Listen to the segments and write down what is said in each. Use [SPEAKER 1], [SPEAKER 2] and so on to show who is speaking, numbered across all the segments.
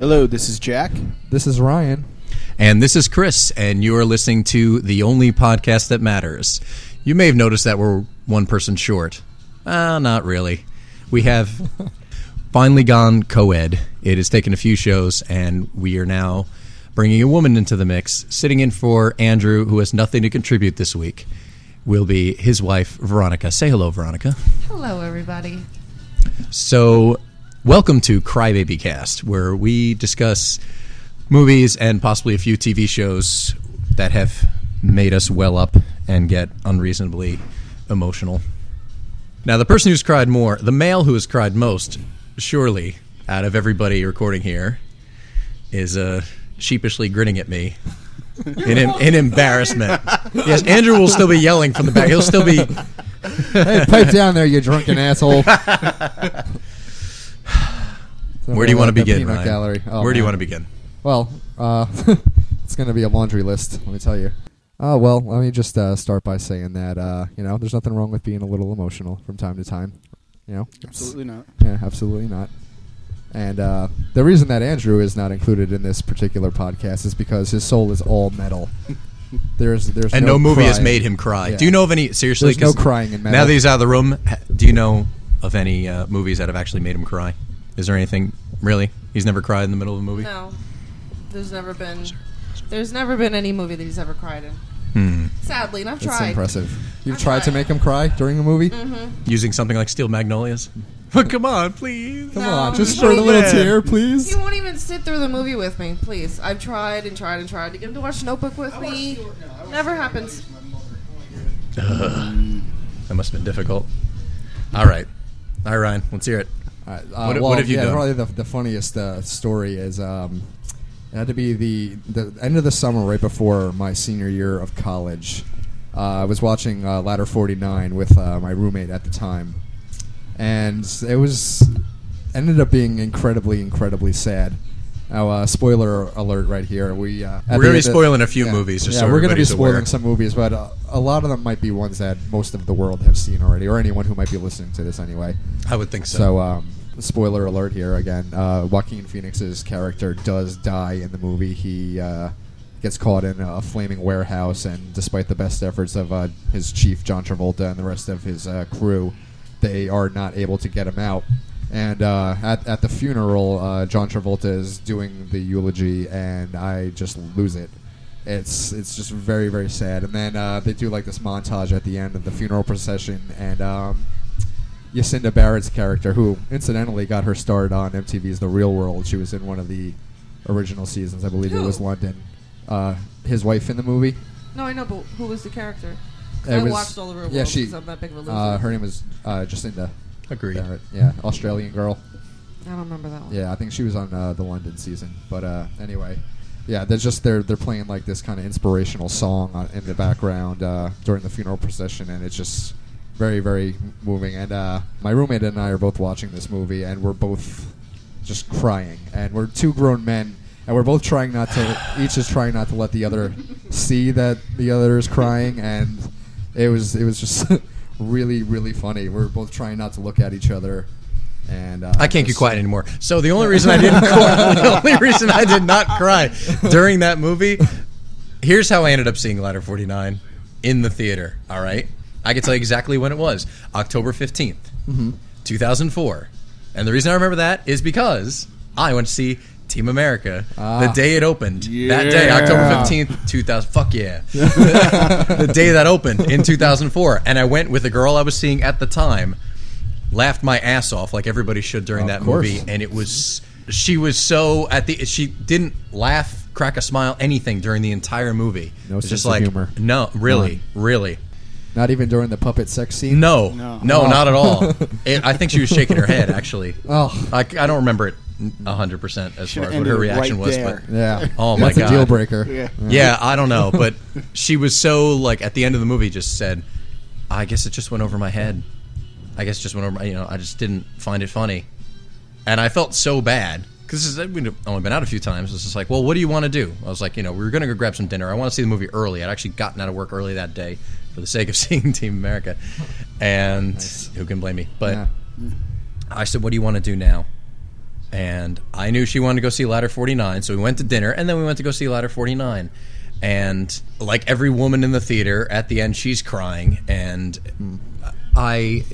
[SPEAKER 1] Hello, this is Jack.
[SPEAKER 2] This is Ryan.
[SPEAKER 3] And this is Chris, and you are listening to the only podcast that matters. You may have noticed that we're one person short. Uh, not really. We have finally gone co ed. It has taken a few shows, and we are now bringing a woman into the mix, sitting in for Andrew, who has nothing to contribute this week. Will be his wife, Veronica. Say hello, Veronica.
[SPEAKER 4] Hello, everybody.
[SPEAKER 3] So, welcome to Crybaby Cast, where we discuss movies and possibly a few TV shows that have made us well up and get unreasonably emotional. Now, the person who's cried more, the male who has cried most, surely, out of everybody recording here, is uh, sheepishly grinning at me. In, em- in embarrassment. Yes, Andrew will still be yelling from the back. He'll still be
[SPEAKER 2] Hey, pipe down there, you drunken asshole.
[SPEAKER 3] Where do you want to begin,
[SPEAKER 2] Peanut
[SPEAKER 3] Ryan?
[SPEAKER 2] gallery. Oh,
[SPEAKER 3] Where do you
[SPEAKER 2] man.
[SPEAKER 3] want to begin?
[SPEAKER 2] Well, uh, it's going to be a laundry list, let me tell you. Uh, well, let me just uh, start by saying that, uh, you know, there's nothing wrong with being a little emotional from time to time. You know?
[SPEAKER 1] Absolutely not.
[SPEAKER 2] Yeah, absolutely not. And uh, the reason that Andrew is not included in this particular podcast is because his soul is all metal. There's, there's
[SPEAKER 3] And no,
[SPEAKER 2] no,
[SPEAKER 3] movie has
[SPEAKER 2] crying.
[SPEAKER 3] made him cry.
[SPEAKER 2] Yeah.
[SPEAKER 3] Do you know of any? Seriously,
[SPEAKER 2] There's no
[SPEAKER 3] 'cause
[SPEAKER 2] crying in metal.
[SPEAKER 3] Now that he's out of the room, ha- do you know of any uh, movies that have actually made him cry? Is there anything really? He's never cried in the middle of a movie.
[SPEAKER 4] No, there's never been, there's never been any movie that he's ever cried in. Sadly, and I've
[SPEAKER 2] It's
[SPEAKER 4] tried.
[SPEAKER 2] Hmm. impressive. You've
[SPEAKER 4] I
[SPEAKER 2] tried to
[SPEAKER 4] tried. Mm-hmm.
[SPEAKER 2] make him cry during a movie?
[SPEAKER 3] Using something like Steel Magnolias. Come on, please.
[SPEAKER 2] Come
[SPEAKER 4] No,
[SPEAKER 2] on, just
[SPEAKER 4] he
[SPEAKER 2] shed a
[SPEAKER 4] won't.
[SPEAKER 2] little tear, please.
[SPEAKER 4] He won't even sit through the movie with me. Please, I've tried and tried and tried to get him to watch Notebook with me. Never happens.
[SPEAKER 3] That must have been difficult. All right, all right, Ryan. Let's hear it.
[SPEAKER 2] All right, uh,
[SPEAKER 3] What-
[SPEAKER 2] well,
[SPEAKER 3] what have you
[SPEAKER 2] yeah,
[SPEAKER 3] done?
[SPEAKER 2] Probably the, the funniest uh, story is um, it had to be the, the end of the summer, right before my senior year of college. Uh, I was watching uh, Ladder 49 with uh, my roommate at the time, and it was ended up being incredibly, incredibly sad. Now, uh, spoiler alert right here. We uh, at the
[SPEAKER 3] We're gonna be
[SPEAKER 2] end of-
[SPEAKER 3] spoiling a few movies, just
[SPEAKER 2] yeah,
[SPEAKER 3] so
[SPEAKER 2] we're gonna be
[SPEAKER 3] everybody's
[SPEAKER 2] spoiling
[SPEAKER 3] aware.
[SPEAKER 2] some movies, but uh, a lot of them might be ones that most of the world have seen already, or anyone who might be listening to this anyway.
[SPEAKER 3] I would think so.
[SPEAKER 2] So, um, spoiler alert here again. Uh, Joaquin Phoenix's character does die in the movie. He uh, gets caught in a flaming warehouse, and despite the best efforts of uh, his chief, John Travolta, and the rest of his uh, crew, they are not able to get him out. And uh, at, at the funeral, uh, John Travolta is doing the eulogy, and I just lose it. It's it's just very very sad. And then uh, they do like this montage at the end of the funeral procession, and um, Jacinda Barrett's character, who incidentally got her start on MTV's The Real World. She was in one of the original seasons, I believe it
[SPEAKER 4] Who?
[SPEAKER 2] was London. Uh, his wife in the movie.
[SPEAKER 4] No, I know, but who was the character? 'Cause
[SPEAKER 2] It
[SPEAKER 4] I
[SPEAKER 2] was-
[SPEAKER 4] watched all the real
[SPEAKER 2] yeah,
[SPEAKER 4] world
[SPEAKER 2] she-
[SPEAKER 4] because I'm that big of a loser.
[SPEAKER 2] Uh, her name was uh, Jacinda
[SPEAKER 3] Agreed.
[SPEAKER 2] Barrett. Yeah, Australian girl.
[SPEAKER 4] I don't remember that one.
[SPEAKER 2] Yeah, I think she was on uh, the London season. But uh, anyway, yeah, they're just they're they're playing like this kind of inspirational song on, in the background uh, during the funeral procession, and it's just very very moving. And uh, my roommate and I are both watching this movie, and we're both just crying, and we're two grown men. And we're both trying not to. Each is trying not to let the other see that the other is crying, and it was it was just really really funny. We're both trying not to look at each other, and uh,
[SPEAKER 3] I can't get
[SPEAKER 2] just-
[SPEAKER 3] quiet anymore. So the only reason I didn't cry, the only reason I did not cry during that movie, here's how I ended up seeing Ladder 49 in the theater. All right, I can tell you exactly when it was, October 15th, 2004. And the reason I remember that is because I went to see Team America the day it opened. That day, October
[SPEAKER 2] Yeah.
[SPEAKER 3] 15th, 2000. Fuck yeah. the day that opened in 2004. And I went with a girl I was seeing at the time laughed my ass off like everybody should during
[SPEAKER 2] Of
[SPEAKER 3] that
[SPEAKER 2] course.
[SPEAKER 3] movie and it was she was so at the she didn't laugh crack a smile anything during the entire movie
[SPEAKER 2] No
[SPEAKER 3] It was
[SPEAKER 2] sense
[SPEAKER 3] just
[SPEAKER 2] of
[SPEAKER 3] like
[SPEAKER 2] humor.
[SPEAKER 3] no really really
[SPEAKER 2] Not even during the puppet sex scene.
[SPEAKER 3] no
[SPEAKER 1] No.
[SPEAKER 3] no,
[SPEAKER 2] Oh.
[SPEAKER 3] not at all it, i think she was shaking her head actually
[SPEAKER 2] Oh.
[SPEAKER 3] I, I don't remember it 100% as far as what
[SPEAKER 1] ended
[SPEAKER 3] her
[SPEAKER 1] it
[SPEAKER 3] reaction
[SPEAKER 1] right
[SPEAKER 3] was
[SPEAKER 1] there.
[SPEAKER 3] but
[SPEAKER 2] Yeah.
[SPEAKER 3] Oh, my
[SPEAKER 2] That's
[SPEAKER 3] God.
[SPEAKER 2] a deal breaker.
[SPEAKER 1] Yeah.
[SPEAKER 3] Mm-hmm. yeah, I don't know, but she was so like at the end of the movie just said, "I guess it just went over my head. I guess it just went over. My, you know, I just didn't find it funny, and I felt so bad because we've only been out a few times. It's just like, well, what do you want to do? I was like, you know, we were gonna go grab some dinner. I want to see the movie early. I'd actually gotten out of work early that day for the sake of seeing Team America, and who can blame me? But
[SPEAKER 2] Yeah.
[SPEAKER 3] I said, what do you want to do now? and I knew she wanted to go see Ladder 49, so we went to dinner, and then we went to go see Ladder 49. And like every woman in the theater, at the end she's crying, and I,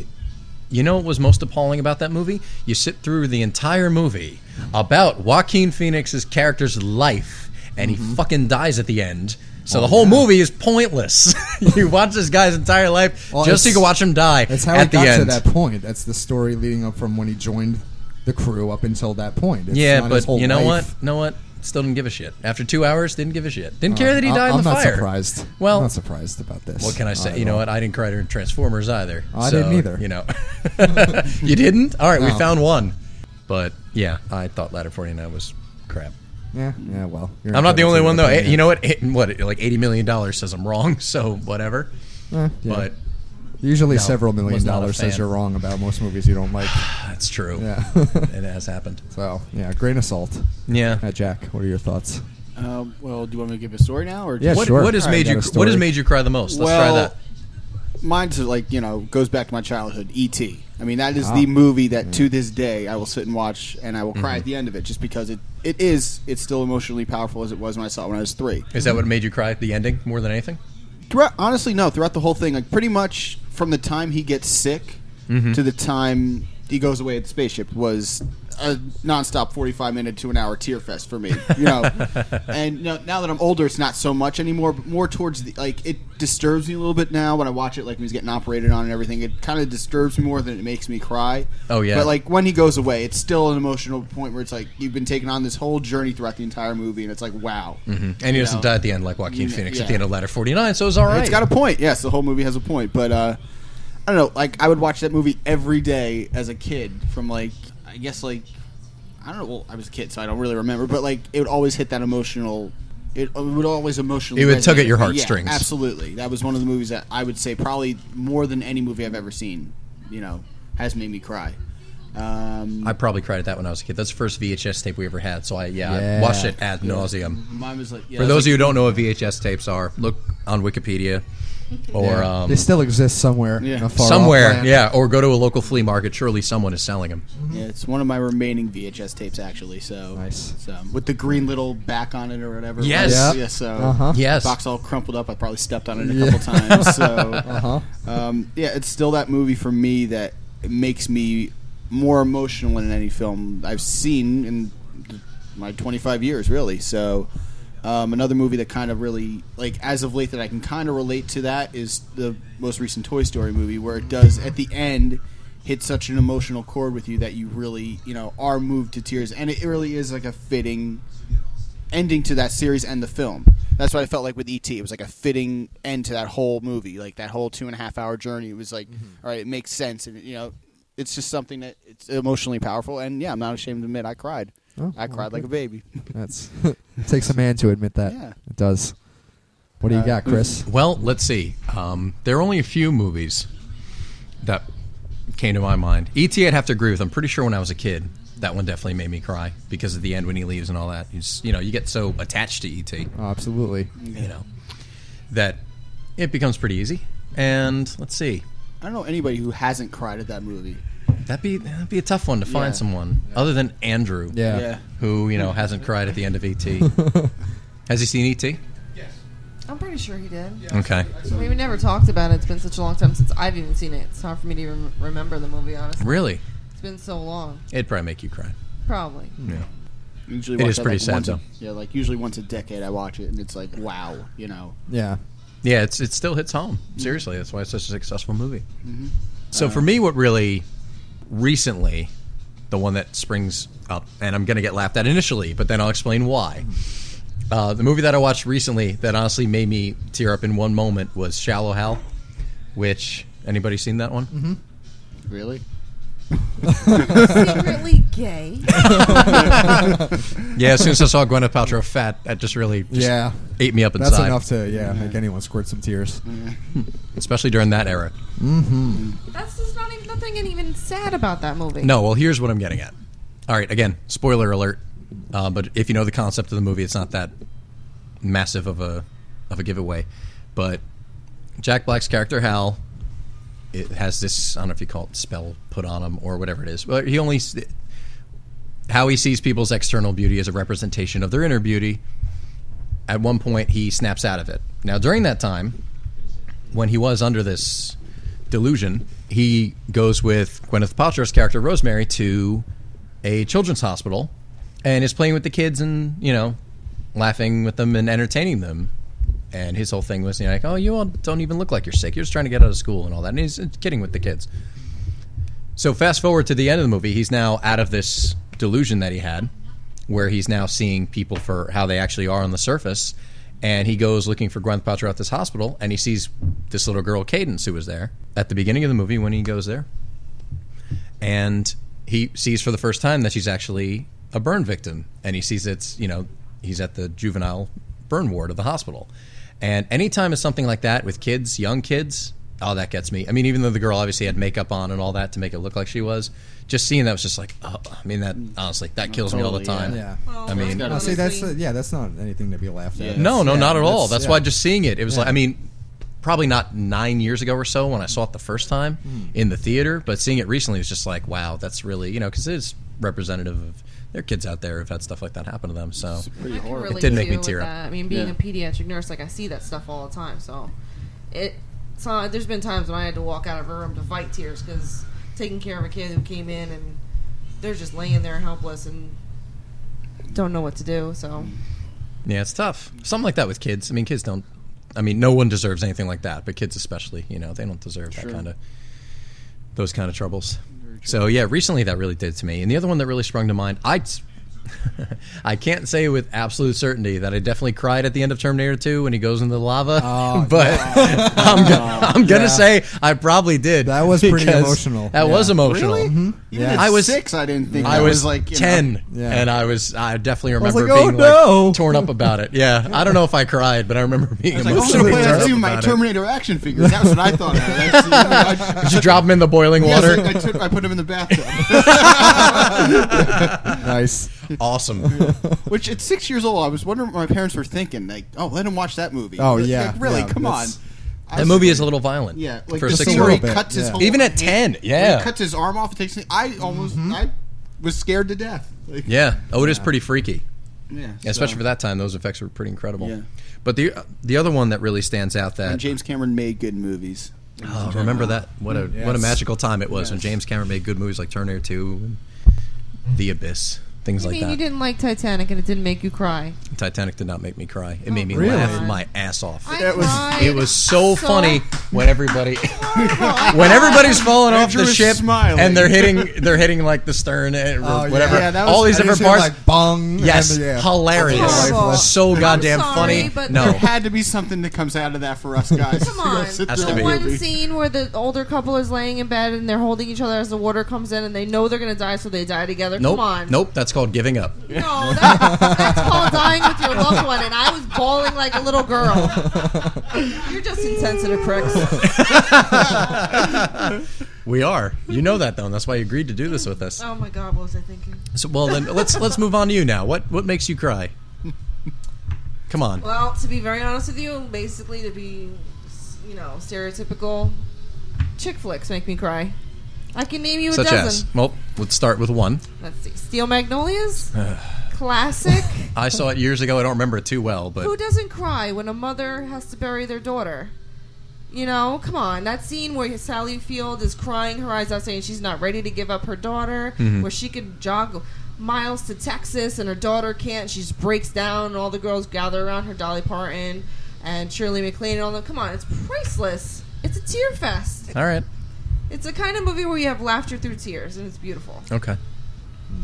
[SPEAKER 3] you know, what was most appalling about that movie? You sit through the entire movie about Joaquin Phoenix's character's life, and
[SPEAKER 2] Mm-hmm.
[SPEAKER 3] he fucking dies at the end. So
[SPEAKER 2] Oh,
[SPEAKER 3] the whole movie is pointless. you watch this guy's entire life
[SPEAKER 2] Well,
[SPEAKER 3] just so you
[SPEAKER 2] it's-
[SPEAKER 3] can watch him die
[SPEAKER 2] That's how
[SPEAKER 3] at
[SPEAKER 2] it got
[SPEAKER 3] the end.
[SPEAKER 2] to that point. That's the story leading up from when he joined the crew up until that point. It's
[SPEAKER 3] Yeah,
[SPEAKER 2] not his
[SPEAKER 3] but
[SPEAKER 2] whole
[SPEAKER 3] you know
[SPEAKER 2] life.
[SPEAKER 3] what? Know what? Still didn't give a shit. After two hours, didn't give a shit. Didn't care that he
[SPEAKER 2] I-
[SPEAKER 3] died
[SPEAKER 2] Uh, I'm
[SPEAKER 3] in the
[SPEAKER 2] not
[SPEAKER 3] fire.
[SPEAKER 2] surprised.
[SPEAKER 3] Well-
[SPEAKER 2] I'm not surprised about this.
[SPEAKER 3] What can I
[SPEAKER 2] Not
[SPEAKER 3] say?
[SPEAKER 2] at
[SPEAKER 3] You know
[SPEAKER 2] all.
[SPEAKER 3] what? I didn't cry during Transformers either.
[SPEAKER 2] I
[SPEAKER 3] so,
[SPEAKER 2] didn't either.
[SPEAKER 3] You know, you didn't. All right, we
[SPEAKER 2] No.
[SPEAKER 3] found one. But yeah, I thought Ladder Forty Nine was crap.
[SPEAKER 2] Yeah, yeah. Well, you're
[SPEAKER 3] I'm not the
[SPEAKER 2] entitled
[SPEAKER 3] only
[SPEAKER 2] to
[SPEAKER 3] one
[SPEAKER 2] your
[SPEAKER 3] though. Eh,
[SPEAKER 2] opinion.
[SPEAKER 3] You know what? Eh, What like eighty million dollars says I'm wrong. So whatever.
[SPEAKER 2] Eh, yeah.
[SPEAKER 3] But
[SPEAKER 2] usually
[SPEAKER 3] no,
[SPEAKER 2] several million
[SPEAKER 3] was not a
[SPEAKER 2] dollars says
[SPEAKER 3] fan.
[SPEAKER 2] you're wrong about most movies you don't like.
[SPEAKER 3] that's true.
[SPEAKER 2] Yeah.
[SPEAKER 3] it has happened.
[SPEAKER 2] so yeah, grain of salt.
[SPEAKER 3] Yeah.
[SPEAKER 2] Uh, Jack, what are your thoughts?
[SPEAKER 1] Um, well, do you want me to give a story now, or
[SPEAKER 2] Yeah,
[SPEAKER 1] just
[SPEAKER 3] What,
[SPEAKER 2] sure.
[SPEAKER 3] what has
[SPEAKER 2] All right,
[SPEAKER 3] made
[SPEAKER 2] got
[SPEAKER 3] you
[SPEAKER 2] a
[SPEAKER 3] What has
[SPEAKER 2] story.
[SPEAKER 3] made you cry the most? Let's
[SPEAKER 1] well,
[SPEAKER 3] try that.
[SPEAKER 1] Mine's like you know goes back to my childhood. E.T. I mean that is
[SPEAKER 2] Ah.
[SPEAKER 1] the movie that to this day I will sit and watch and I will cry at the end of it just because it it is it's still emotionally powerful as it was when I saw it when I was three.
[SPEAKER 3] Is that what made you cry at the ending more than anything?
[SPEAKER 1] Throughout, honestly, no. Throughout the whole thing, like pretty much from the time he gets sick
[SPEAKER 3] Mm-hmm.
[SPEAKER 1] to the time he goes away at the spaceship was a nonstop forty-five minute to an hour tear fest for me. You know, and you know, now that I'm older, it's not so much anymore. But more towards the like, it disturbs me a little bit now when I watch it. Like when he's getting operated on and everything, it kind of disturbs me more than it makes me cry.
[SPEAKER 3] Oh, yeah.
[SPEAKER 1] But like when he goes away, it's still an emotional point where it's like you've been taking on this whole journey throughout the entire movie, and it's like wow.
[SPEAKER 3] And he
[SPEAKER 1] You
[SPEAKER 3] doesn't
[SPEAKER 1] know.
[SPEAKER 3] die at the end like Joaquin
[SPEAKER 1] Yeah.
[SPEAKER 3] Phoenix at
[SPEAKER 1] Yeah.
[SPEAKER 3] the end of Ladder 49, so it's all right.
[SPEAKER 1] It's got a point. Yes, the whole movie has a point, but uh, I don't know. Like I would watch that movie every day as a kid. From like I guess like I don't know. Well, I was a kid, so I don't really remember. But like it would always hit that emotional. It, it would always emotionally.
[SPEAKER 3] It would tug
[SPEAKER 1] resonate
[SPEAKER 3] at your
[SPEAKER 1] with me. Yeah,
[SPEAKER 3] heartstrings.
[SPEAKER 1] absolutely, that was one of the movies that I would say probably more than any movie I've ever seen. You know, has made me cry. Um,
[SPEAKER 3] I probably cried at that when I was a kid. That's the first VHS tape we ever had, so I yeah,
[SPEAKER 2] Yeah.
[SPEAKER 3] I watched it ad nauseum.
[SPEAKER 1] mine was like yeah,
[SPEAKER 3] For
[SPEAKER 1] it was
[SPEAKER 3] those of
[SPEAKER 1] like-
[SPEAKER 3] you who don't know what VHS tapes are, look on Wikipedia or
[SPEAKER 2] Yeah.
[SPEAKER 3] um,
[SPEAKER 2] they still exist somewhere.
[SPEAKER 1] Yeah.
[SPEAKER 2] in a far-off
[SPEAKER 3] somewhere,
[SPEAKER 2] land.
[SPEAKER 3] yeah, or go to a local flea market. Surely someone is selling them.
[SPEAKER 1] Yeah, it's one of my remaining VHS tapes actually. So
[SPEAKER 2] Nice.
[SPEAKER 1] So, with the green little back on it or whatever.
[SPEAKER 3] Yes.
[SPEAKER 1] Yeah.
[SPEAKER 2] Yeah.
[SPEAKER 1] So
[SPEAKER 2] Uh-huh.
[SPEAKER 3] Yes.
[SPEAKER 1] box all crumpled up. I probably stepped on it a
[SPEAKER 2] Yeah.
[SPEAKER 1] couple times. So
[SPEAKER 2] Uh-huh.
[SPEAKER 1] um, yeah, it's still that movie for me that makes me more emotional than any film I've seen in my 25 years, really. So, um, another movie that kind of really, like, as of late, that I can kind of relate to that is the most recent Toy Story movie, where it does, at the end, hit such an emotional chord with you that you really, you know, are moved to tears. And it really is, like, a fitting ending to that series and the film. That's what I felt like with ET. It was like a fitting end to that whole movie, like that whole two and a half hour journey. It was like,
[SPEAKER 3] Mm-hmm.
[SPEAKER 1] all right, it makes sense, and you know, it's just something that it's emotionally powerful. And yeah, I'm not ashamed to admit I cried.
[SPEAKER 2] Oh,
[SPEAKER 1] I
[SPEAKER 2] well,
[SPEAKER 1] cried like a baby.
[SPEAKER 2] That's it takes a man to admit that.
[SPEAKER 1] Yeah. Uh,
[SPEAKER 2] It does. What do you got, Chris?
[SPEAKER 3] Well, let's see. Um, there are only a few movies that came to my mind. E.T. I'd have to agree with. I'm pretty sure when I was a kid, that one definitely made me cry because at the end when he leaves and all that, you, just, you know, you get so attached to E.T.
[SPEAKER 2] Oh, absolutely.
[SPEAKER 3] you know, that it becomes pretty easy. And let's see,
[SPEAKER 1] I don't know anybody who hasn't cried at that movie.
[SPEAKER 3] that'd be that'd be a tough one to find
[SPEAKER 1] Yeah.
[SPEAKER 3] someone other than Andrew,
[SPEAKER 2] Yeah.
[SPEAKER 1] Yeah.
[SPEAKER 3] who you know hasn't cried at the end of ET. Has he seen ET?
[SPEAKER 4] I'm pretty sure he did.
[SPEAKER 3] Okay,
[SPEAKER 4] I mean, we never talked about it. It's been such a long time since I've even seen it. It's hard for me to even remember the movie, honestly.
[SPEAKER 3] really?
[SPEAKER 4] It's been so long.
[SPEAKER 3] It'd probably make you cry.
[SPEAKER 2] Hmm.
[SPEAKER 4] Probably.
[SPEAKER 3] Yeah.
[SPEAKER 1] Usually,
[SPEAKER 3] It
[SPEAKER 1] watch
[SPEAKER 3] is
[SPEAKER 1] that,
[SPEAKER 3] pretty
[SPEAKER 1] like,
[SPEAKER 3] sad,
[SPEAKER 1] once a-
[SPEAKER 3] though.
[SPEAKER 1] yeah, like usually once a decade I watch it, and it's like, wow, you know.
[SPEAKER 2] Yeah.
[SPEAKER 3] Yeah, it's it still hits home. Seriously, that's why it's such a successful movie.
[SPEAKER 2] Mm-hmm.
[SPEAKER 3] So
[SPEAKER 2] Uh,
[SPEAKER 3] for me, what really recently, the one that springs up, and I'm going to get laughed at initially, but then I'll explain why.
[SPEAKER 2] Mm-hmm.
[SPEAKER 3] Uh, the movie that I watched recently that honestly made me tear up in one moment was Shallow Hal, which anybody seen that one?
[SPEAKER 2] Mm-hmm.
[SPEAKER 1] Really?
[SPEAKER 4] Secretly gay.
[SPEAKER 3] Yeah, as soon as I saw Gwyneth Paltrow fat, that just really just
[SPEAKER 2] Yeah.
[SPEAKER 3] ate me up inside.
[SPEAKER 2] That's enough to yeah, make anyone squirt some tears.
[SPEAKER 1] Mm-hmm.
[SPEAKER 3] especially during that era.
[SPEAKER 4] That's just not even nothing and even sad about that movie.
[SPEAKER 3] No, well, here's what I'm getting at. All right, again, spoiler alert. Uh, but if you know the concept of the movie, it's not that massive of a of a giveaway. But Jack Black's character Hal, it has this I don't know if you call it spell put on him or whatever it is. But he only s- how he sees people's external beauty as a representation of their inner beauty. At one point, he snaps out of it. Now, during that time, when he was under this delusion, he goes with Gwyneth Paltrow's character Rosemary to a children's hospital and is playing with the kids and, you know, laughing with them and entertaining them. And his whole thing was, you know, like, oh, you all don't even look like you're sick. You're just trying to get out of school and all that. And he's kidding with the kids. So fast forward to the end of the movie, he's now out of this delusion that he had, where he's now seeing people for how they actually are on the surface, and he goes looking for Gwyneth Paltrow at this hospital, and he sees this little girl Cadence who was there at the beginning of the movie when he goes there, and he sees for the first time that she's actually a burn victim, and he sees it's you know he's at the juvenile burn ward of the hospital, and anytime it's something like that with kids, young kids, oh, that gets me. I mean, even though the girl obviously had makeup on and all that to make it look like she was, just seeing that was just like, oh, I mean, that honestly, that kills me all the
[SPEAKER 1] Totally, yeah.
[SPEAKER 3] time.
[SPEAKER 2] Yeah.
[SPEAKER 3] I mean-
[SPEAKER 2] No, see, that's uh, yeah, that's not anything to be laughed at.
[SPEAKER 1] Yeah.
[SPEAKER 3] No, no,
[SPEAKER 2] That's-
[SPEAKER 3] not at all. That's
[SPEAKER 2] yeah.
[SPEAKER 3] why just seeing it, it was like, I mean, probably not nine years ago or so when I saw it the first time
[SPEAKER 2] Hmm.
[SPEAKER 3] in the theater, but seeing it recently was just like, wow, that's really, you know, because it is representative of there are kids out there who've had stuff like that happen to them. So,
[SPEAKER 1] pretty horrible.
[SPEAKER 3] It did make me tear up.
[SPEAKER 4] I mean, being
[SPEAKER 1] Yeah.
[SPEAKER 4] a pediatric nurse, like I see that stuff all the time. So, it. So there's been times when I had to walk out of a room to fight tears because taking care of a kid who came in and they're just laying there helpless and don't know what to do. So
[SPEAKER 3] yeah, it's tough. Something like that with kids. I mean, kids don't, I mean, no one deserves anything like that, but kids especially, you know, they don't deserve
[SPEAKER 1] Sure.
[SPEAKER 3] that kind of, those kind of troubles. So, yeah, recently that really did to me. And the other one that really sprung to mind, I. I can't say with absolute certainty that I definitely cried at the end of Terminator 2 when he goes into the lava,
[SPEAKER 2] Oh,
[SPEAKER 3] but I'm, go- I'm gonna
[SPEAKER 2] Yeah.
[SPEAKER 3] say I probably did.
[SPEAKER 2] That was pretty
[SPEAKER 3] because
[SPEAKER 2] emotional. Hmm.
[SPEAKER 3] That
[SPEAKER 2] Yeah.
[SPEAKER 3] was emotional. Mm-hmm.
[SPEAKER 1] Even
[SPEAKER 2] Yeah.
[SPEAKER 1] at
[SPEAKER 3] I was-
[SPEAKER 1] six. I didn't think
[SPEAKER 3] I
[SPEAKER 1] that
[SPEAKER 3] was,
[SPEAKER 1] like you know-
[SPEAKER 3] ten,
[SPEAKER 2] Yeah.
[SPEAKER 3] and I was I definitely remember
[SPEAKER 2] like, "Oh,
[SPEAKER 3] being
[SPEAKER 2] no."
[SPEAKER 3] like torn up about it. Yeah, I don't know if I cried, but I remember being
[SPEAKER 1] I was like, I'm
[SPEAKER 3] emotionally
[SPEAKER 1] gonna play
[SPEAKER 3] torn
[SPEAKER 1] that
[SPEAKER 3] up
[SPEAKER 1] too. My
[SPEAKER 3] about it.
[SPEAKER 1] Terminator action figures. That's what I thought. Of. That's,
[SPEAKER 3] Did you drop him in the boiling
[SPEAKER 1] Yes,
[SPEAKER 3] water?
[SPEAKER 1] I, I took, I put him in the bathtub.
[SPEAKER 2] nice.
[SPEAKER 3] awesome.
[SPEAKER 1] Which at six years old, I was wondering what my parents were thinking. Like, oh, let him watch that movie.
[SPEAKER 2] Oh,
[SPEAKER 1] Like,
[SPEAKER 2] yeah,
[SPEAKER 1] really?
[SPEAKER 2] yeah,
[SPEAKER 1] come on.
[SPEAKER 2] that's-
[SPEAKER 1] I
[SPEAKER 3] That
[SPEAKER 1] was
[SPEAKER 3] movie
[SPEAKER 1] like-
[SPEAKER 3] is a little violent.
[SPEAKER 1] yeah, like
[SPEAKER 3] for
[SPEAKER 1] the
[SPEAKER 3] a
[SPEAKER 2] just
[SPEAKER 3] six
[SPEAKER 1] scene
[SPEAKER 3] year
[SPEAKER 1] where he
[SPEAKER 3] old.
[SPEAKER 2] bit,
[SPEAKER 1] cuts his
[SPEAKER 2] yeah.
[SPEAKER 1] whole
[SPEAKER 3] Even at ten,
[SPEAKER 1] when
[SPEAKER 3] yeah,
[SPEAKER 1] he cuts his arm off. It takes. I almost
[SPEAKER 3] Mm-hmm.
[SPEAKER 1] I was scared to death. Like,
[SPEAKER 3] yeah. Oh, it is pretty freaky.
[SPEAKER 1] yeah,
[SPEAKER 3] Yeah, especially for that time, those effects were pretty incredible.
[SPEAKER 1] Yeah.
[SPEAKER 3] But the the other one that really stands out that
[SPEAKER 1] And James Cameron made good movies.
[SPEAKER 3] oh, remember that what a what a
[SPEAKER 2] yes.
[SPEAKER 3] magical time it was when James Cameron made good movies like Terminator Two, and The Abyss, things
[SPEAKER 4] I
[SPEAKER 3] like
[SPEAKER 4] mean,
[SPEAKER 3] that.
[SPEAKER 4] you didn't like Titanic and it didn't make you cry.
[SPEAKER 3] Titanic did not make me cry.
[SPEAKER 4] Oh,
[SPEAKER 3] It made me
[SPEAKER 2] really?
[SPEAKER 3] laugh my ass off.
[SPEAKER 4] I
[SPEAKER 1] That was-
[SPEAKER 4] cried
[SPEAKER 3] it was so, funny when everybody
[SPEAKER 4] horrible.
[SPEAKER 3] when everybody's falling off
[SPEAKER 1] Andrew
[SPEAKER 3] the
[SPEAKER 1] is
[SPEAKER 3] ship
[SPEAKER 1] smiling.
[SPEAKER 3] and they're hitting they're hitting like the stern or
[SPEAKER 2] Oh, yeah.
[SPEAKER 3] whatever
[SPEAKER 2] Yeah,
[SPEAKER 1] that
[SPEAKER 3] all
[SPEAKER 1] was-
[SPEAKER 3] these
[SPEAKER 2] And
[SPEAKER 3] different
[SPEAKER 2] it's
[SPEAKER 3] parts.
[SPEAKER 2] like bong.
[SPEAKER 3] Yes,
[SPEAKER 2] and, yeah.
[SPEAKER 3] hilarious.
[SPEAKER 4] Horrible.
[SPEAKER 3] So
[SPEAKER 4] I'm
[SPEAKER 3] goddamn
[SPEAKER 4] sorry,
[SPEAKER 3] funny.
[SPEAKER 4] but
[SPEAKER 3] No,
[SPEAKER 4] there
[SPEAKER 1] There had to be something that comes out of that for us guys.
[SPEAKER 4] Come on.
[SPEAKER 1] Sit
[SPEAKER 3] Has
[SPEAKER 1] through
[SPEAKER 3] to
[SPEAKER 1] a
[SPEAKER 3] be.
[SPEAKER 4] The one
[SPEAKER 1] movie.
[SPEAKER 4] scene where the older couple is laying in bed and they're holding each other as the water comes in and they know they're going to die, so they die together.
[SPEAKER 3] nope,
[SPEAKER 4] Come on.
[SPEAKER 3] nope. That's called giving up.
[SPEAKER 4] No, that, that's called dying with your loved one, and I was bawling like a little girl. You're just insensitive pricks.
[SPEAKER 3] We are. You know that though, and that's why you agreed to do this with us.
[SPEAKER 4] Oh my god, what was I thinking?
[SPEAKER 3] So, well, then let's let's move on to you now. What what makes you cry? Come on.
[SPEAKER 4] Well, to be very honest with you, basically to be, you know, stereotypical, chick flicks make me cry. I can name you a
[SPEAKER 3] Such
[SPEAKER 4] dozen.
[SPEAKER 3] as well, let's start with one.
[SPEAKER 4] Let's see, Steel Magnolias, classic.
[SPEAKER 3] I saw it years ago. I don't remember it too well,
[SPEAKER 4] Who
[SPEAKER 3] but
[SPEAKER 4] doesn't cry when a mother has to bury their daughter? You know, come on. That scene where Sally Field is crying her eyes out, saying she's not ready to give up her daughter,
[SPEAKER 3] Mm-hmm.
[SPEAKER 4] where she could jog miles to Texas and her daughter can't. She just breaks down, and all the girls gather around her, Dolly Parton and Shirley MacLaine, and all them. Come on, it's priceless. It's a tear fest.
[SPEAKER 3] all right,
[SPEAKER 4] It's a kind of movie where you have laughter through tears, and it's beautiful.
[SPEAKER 3] okay.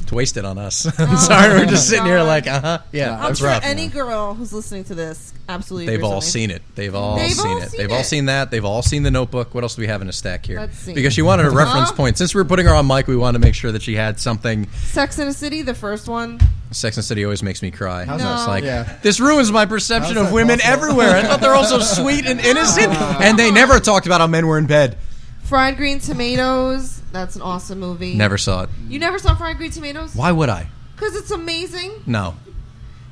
[SPEAKER 3] It's wasted on us. I'm sorry, we're just sitting here
[SPEAKER 4] Oh God.
[SPEAKER 3] like, uh huh, yeah.
[SPEAKER 4] I'm
[SPEAKER 3] that's
[SPEAKER 4] sure
[SPEAKER 3] rough.
[SPEAKER 4] any girl who's listening to this absolutely.
[SPEAKER 3] They've
[SPEAKER 4] agrees
[SPEAKER 3] all
[SPEAKER 4] with me.
[SPEAKER 3] seen it. They've all
[SPEAKER 4] They've
[SPEAKER 3] seen
[SPEAKER 4] all
[SPEAKER 3] it.
[SPEAKER 4] seen
[SPEAKER 3] They've all
[SPEAKER 4] it.
[SPEAKER 3] seen that. They've all seen the Notebook. What else do we have in a stack here?
[SPEAKER 4] Let's see.
[SPEAKER 3] Because she wanted a reference
[SPEAKER 4] Huh?
[SPEAKER 3] point. Since we we're putting her on mic, we wanted to make sure that she had something.
[SPEAKER 4] Sex in the City, the first one.
[SPEAKER 3] Sex and the City always makes me cry.
[SPEAKER 2] How's
[SPEAKER 4] that-
[SPEAKER 3] It's like
[SPEAKER 2] Yeah.
[SPEAKER 3] this ruins my perception
[SPEAKER 2] How's
[SPEAKER 3] of
[SPEAKER 2] that
[SPEAKER 3] women
[SPEAKER 2] possible?
[SPEAKER 3] everywhere. I thought they're all so sweet and innocent, and they never talked about how men were in bed.
[SPEAKER 4] Fried Green Tomatoes. That's an awesome movie.
[SPEAKER 3] Never saw it.
[SPEAKER 4] You never saw Fried Green Tomatoes?
[SPEAKER 3] Why would I?
[SPEAKER 4] Because it's amazing.
[SPEAKER 3] No.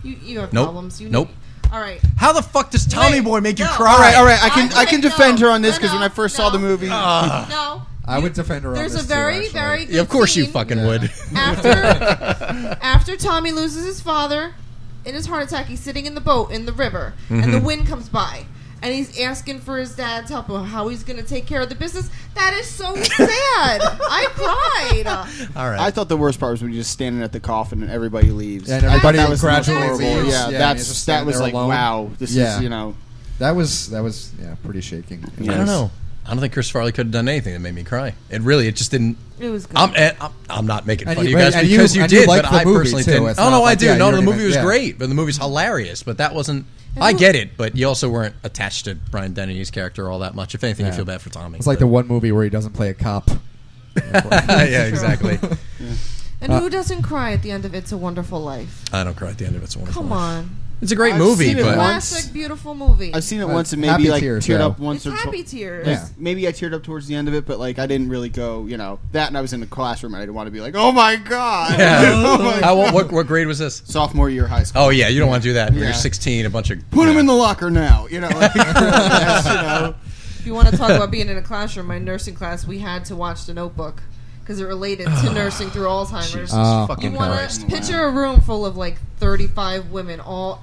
[SPEAKER 4] You, you have
[SPEAKER 3] Nope.
[SPEAKER 4] problems. You
[SPEAKER 3] Nope.
[SPEAKER 4] Need... All right.
[SPEAKER 3] How the fuck does Tommy
[SPEAKER 4] Wait,
[SPEAKER 3] Boy make you
[SPEAKER 4] no.
[SPEAKER 3] cry?
[SPEAKER 1] All right, all right. I can
[SPEAKER 4] I
[SPEAKER 1] I can
[SPEAKER 4] say
[SPEAKER 1] defend
[SPEAKER 4] no.
[SPEAKER 1] her on this
[SPEAKER 4] No,
[SPEAKER 1] because when
[SPEAKER 4] no,
[SPEAKER 1] I first saw
[SPEAKER 4] no.
[SPEAKER 1] the movie,
[SPEAKER 3] Ah.
[SPEAKER 4] No.
[SPEAKER 2] I would defend her. on
[SPEAKER 4] There's
[SPEAKER 2] this
[SPEAKER 4] a
[SPEAKER 2] too,
[SPEAKER 4] very,
[SPEAKER 2] actually.
[SPEAKER 4] very good
[SPEAKER 3] Yeah, of course you
[SPEAKER 4] scene
[SPEAKER 3] fucking
[SPEAKER 2] Yeah.
[SPEAKER 3] would.
[SPEAKER 4] After, after Tommy loses his father in his heart attack, he's sitting in the boat in the river, and the wind comes by. And he's asking for his dad's help on how he's going to take care of the business. That is so sad. I cried.
[SPEAKER 3] All right.
[SPEAKER 1] I thought the worst part was when you're just standing at the coffin and everybody leaves.
[SPEAKER 2] Yeah, and everybody
[SPEAKER 1] that was the most
[SPEAKER 2] gradually
[SPEAKER 1] horrible.
[SPEAKER 2] leaves.
[SPEAKER 1] Yeah,
[SPEAKER 2] Yeah, and he's
[SPEAKER 1] that's
[SPEAKER 2] just
[SPEAKER 1] that
[SPEAKER 2] standing
[SPEAKER 1] was
[SPEAKER 2] there
[SPEAKER 1] like
[SPEAKER 2] alone.
[SPEAKER 1] wow. This
[SPEAKER 2] Yeah.
[SPEAKER 1] is you know
[SPEAKER 2] That was that was yeah pretty shaking.
[SPEAKER 1] Yeah.
[SPEAKER 3] I don't know. I don't think Chris Farley could have done anything that made me cry. It really, it just didn't.
[SPEAKER 4] It was good.
[SPEAKER 3] I'm, eh, I'm, I'm not making
[SPEAKER 2] And
[SPEAKER 3] fun of
[SPEAKER 2] you-
[SPEAKER 3] you guys
[SPEAKER 2] and you-
[SPEAKER 3] because you,
[SPEAKER 2] and you
[SPEAKER 3] did,
[SPEAKER 2] like
[SPEAKER 3] but
[SPEAKER 2] the
[SPEAKER 3] I
[SPEAKER 2] movie,
[SPEAKER 3] personally
[SPEAKER 2] too.
[SPEAKER 3] didn't.
[SPEAKER 2] It's
[SPEAKER 3] Oh no,
[SPEAKER 2] not
[SPEAKER 3] I
[SPEAKER 2] like-
[SPEAKER 3] do.
[SPEAKER 2] yeah,
[SPEAKER 3] no,
[SPEAKER 2] you
[SPEAKER 3] the
[SPEAKER 2] don't
[SPEAKER 3] movie
[SPEAKER 2] even-
[SPEAKER 3] was
[SPEAKER 2] yeah.
[SPEAKER 3] great, but the movie's hilarious. But that wasn't. I
[SPEAKER 4] who-
[SPEAKER 3] get it, but you also weren't attached to Brian Dennehy's character all that much. If anything, you
[SPEAKER 2] Yeah.
[SPEAKER 3] feel bad for Tommy.
[SPEAKER 2] It's like the
[SPEAKER 3] but-
[SPEAKER 2] one movie where he doesn't play a cop.
[SPEAKER 3] yeah, exactly.
[SPEAKER 4] And who doesn't cry at the end of It's a Wonderful Life?
[SPEAKER 3] I don't cry at the end of it. It's a wonderful.
[SPEAKER 4] Come
[SPEAKER 3] Life.
[SPEAKER 4] on.
[SPEAKER 3] It's a great
[SPEAKER 1] I've
[SPEAKER 3] movie,
[SPEAKER 1] seen it
[SPEAKER 3] but
[SPEAKER 1] once.
[SPEAKER 4] Classic, beautiful movie.
[SPEAKER 1] I've seen it
[SPEAKER 2] Uh,
[SPEAKER 1] once and
[SPEAKER 2] happy
[SPEAKER 1] maybe like
[SPEAKER 2] tears,
[SPEAKER 1] teared
[SPEAKER 2] though.
[SPEAKER 1] up once
[SPEAKER 4] it's
[SPEAKER 1] or
[SPEAKER 4] happy
[SPEAKER 1] twice.
[SPEAKER 4] tears.
[SPEAKER 2] Yeah.
[SPEAKER 1] Maybe I teared up towards the end of it, but like I didn't really go, you know, that and I was in the classroom and I didn't want to be like, oh my god,
[SPEAKER 3] Yeah.
[SPEAKER 1] Oh my
[SPEAKER 3] How-
[SPEAKER 1] God.
[SPEAKER 3] what, what, what grade was this?
[SPEAKER 1] sophomore year of high school.
[SPEAKER 3] Oh yeah, you don't want to do that. when
[SPEAKER 1] Yeah.
[SPEAKER 3] You're 16, a bunch of
[SPEAKER 1] Put him
[SPEAKER 3] yeah.
[SPEAKER 1] in the locker now, you know. Like, that's, you know.
[SPEAKER 4] If you want to talk about being in a classroom, my nursing class, we had to watch The Notebook because it related to nursing through Alzheimer's.
[SPEAKER 3] Jesus
[SPEAKER 2] Oh,
[SPEAKER 4] you
[SPEAKER 3] fucking
[SPEAKER 4] want
[SPEAKER 3] Christ.
[SPEAKER 4] to picture a room full of like 35 women all.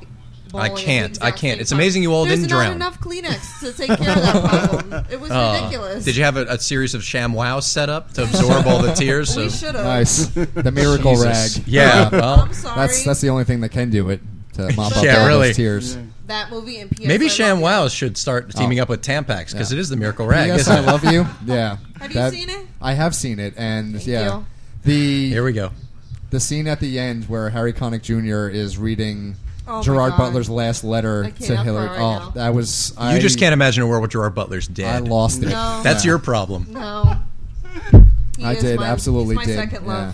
[SPEAKER 4] bawling at the
[SPEAKER 3] can't.
[SPEAKER 4] exact
[SPEAKER 3] I can't.
[SPEAKER 4] same
[SPEAKER 3] It's
[SPEAKER 4] time.
[SPEAKER 3] amazing you all
[SPEAKER 4] There's
[SPEAKER 3] didn't drown.
[SPEAKER 4] not enough Kleenex to take care of that problem. It was
[SPEAKER 3] Uh,
[SPEAKER 4] ridiculous.
[SPEAKER 3] Did you have a, a series of ShamWows set up to absorb all the tears?
[SPEAKER 4] We
[SPEAKER 3] of-
[SPEAKER 4] should have.
[SPEAKER 2] Nice, the miracle
[SPEAKER 3] Jesus.
[SPEAKER 2] rag.
[SPEAKER 3] Yeah, well,
[SPEAKER 4] I'm sorry.
[SPEAKER 2] that's that's the only thing that can do it to mop up
[SPEAKER 3] Yeah,
[SPEAKER 2] all
[SPEAKER 3] really.
[SPEAKER 2] those tears.
[SPEAKER 4] that movie and PS.
[SPEAKER 3] maybe
[SPEAKER 4] I Love
[SPEAKER 3] ShamWows
[SPEAKER 4] You.
[SPEAKER 3] should start teaming up with Tampax because
[SPEAKER 2] Oh. Yeah.
[SPEAKER 3] it is the miracle rag.
[SPEAKER 2] Yes,
[SPEAKER 3] isn't
[SPEAKER 2] I
[SPEAKER 3] it?
[SPEAKER 2] love you. Yeah.
[SPEAKER 4] Have you seen it?
[SPEAKER 2] I have seen it, and
[SPEAKER 4] Thank
[SPEAKER 2] yeah,
[SPEAKER 4] you.
[SPEAKER 2] the
[SPEAKER 3] Here we go.
[SPEAKER 2] the scene at the end where Harry Connick Jr. is reading
[SPEAKER 4] Oh my
[SPEAKER 2] Gerard
[SPEAKER 4] God.
[SPEAKER 2] Butler's last letter
[SPEAKER 4] I can't
[SPEAKER 2] to
[SPEAKER 4] help
[SPEAKER 2] Hillary.
[SPEAKER 4] her right
[SPEAKER 2] oh,
[SPEAKER 4] now.
[SPEAKER 2] that was I,
[SPEAKER 3] you just can't imagine a world where Gerard Butler's
[SPEAKER 2] I
[SPEAKER 3] dead.
[SPEAKER 2] lost it.
[SPEAKER 4] No.
[SPEAKER 3] That's
[SPEAKER 2] Yeah.
[SPEAKER 3] your problem.
[SPEAKER 4] No. He
[SPEAKER 2] I
[SPEAKER 4] is
[SPEAKER 2] did
[SPEAKER 4] my-
[SPEAKER 2] absolutely
[SPEAKER 4] he's my
[SPEAKER 2] did.
[SPEAKER 4] second
[SPEAKER 2] Yeah.
[SPEAKER 4] love.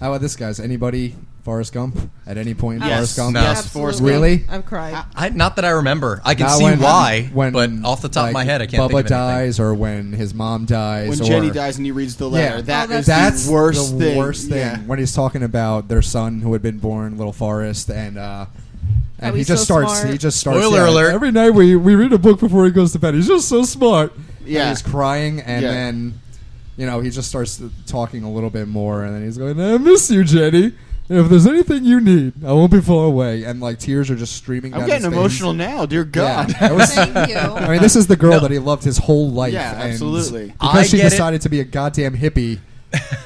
[SPEAKER 2] How about this, guys? Anybody Forrest Gump at any point?
[SPEAKER 1] Yes.
[SPEAKER 2] Forrest Gump.
[SPEAKER 3] No.
[SPEAKER 1] Yes,
[SPEAKER 4] Absolutely.
[SPEAKER 1] Forrest
[SPEAKER 2] Gump. Really?
[SPEAKER 4] I've cried.
[SPEAKER 3] I, not that I remember. I can
[SPEAKER 2] Not
[SPEAKER 3] see
[SPEAKER 2] when-
[SPEAKER 3] why,
[SPEAKER 2] When
[SPEAKER 3] but off the top of my
[SPEAKER 2] like,
[SPEAKER 3] head, I can't
[SPEAKER 2] Bubba
[SPEAKER 3] think of anything.
[SPEAKER 2] dies, or when his mom dies,
[SPEAKER 1] When
[SPEAKER 2] or
[SPEAKER 1] Jenny dies and he reads the letter,
[SPEAKER 2] Yeah.
[SPEAKER 1] that
[SPEAKER 4] Oh,
[SPEAKER 1] is
[SPEAKER 2] That's
[SPEAKER 1] the worst
[SPEAKER 2] the
[SPEAKER 1] thing.
[SPEAKER 2] worst thing.
[SPEAKER 1] Yeah.
[SPEAKER 2] When he's talking about their son who had been born, little Forrest, and uh,
[SPEAKER 4] How
[SPEAKER 2] and he
[SPEAKER 4] Oh, he's
[SPEAKER 2] just
[SPEAKER 4] so
[SPEAKER 2] starts.
[SPEAKER 4] smart.
[SPEAKER 2] He just starts.
[SPEAKER 3] Spoiler
[SPEAKER 2] yeah,
[SPEAKER 3] alert.
[SPEAKER 2] Every night we we read a book before he goes to bed. He's just so smart.
[SPEAKER 1] Yeah.
[SPEAKER 2] And he's crying, and
[SPEAKER 1] Yeah.
[SPEAKER 2] then you know he just starts talking a little bit more, and then he's going, "I miss you, Jenny." If there's anything you need, I won't be far away. And like tears are just streaming.
[SPEAKER 1] I'm
[SPEAKER 2] down
[SPEAKER 1] getting
[SPEAKER 2] his face.
[SPEAKER 1] emotional now, dear
[SPEAKER 2] Yeah.
[SPEAKER 1] God.
[SPEAKER 2] That was-
[SPEAKER 4] Thank you.
[SPEAKER 2] I mean, this is the girl
[SPEAKER 3] No.
[SPEAKER 2] that he loved his whole life.
[SPEAKER 1] Yeah,
[SPEAKER 2] and
[SPEAKER 1] absolutely.
[SPEAKER 2] Because
[SPEAKER 3] I
[SPEAKER 2] she
[SPEAKER 3] get it.
[SPEAKER 2] decided to be a goddamn hippie.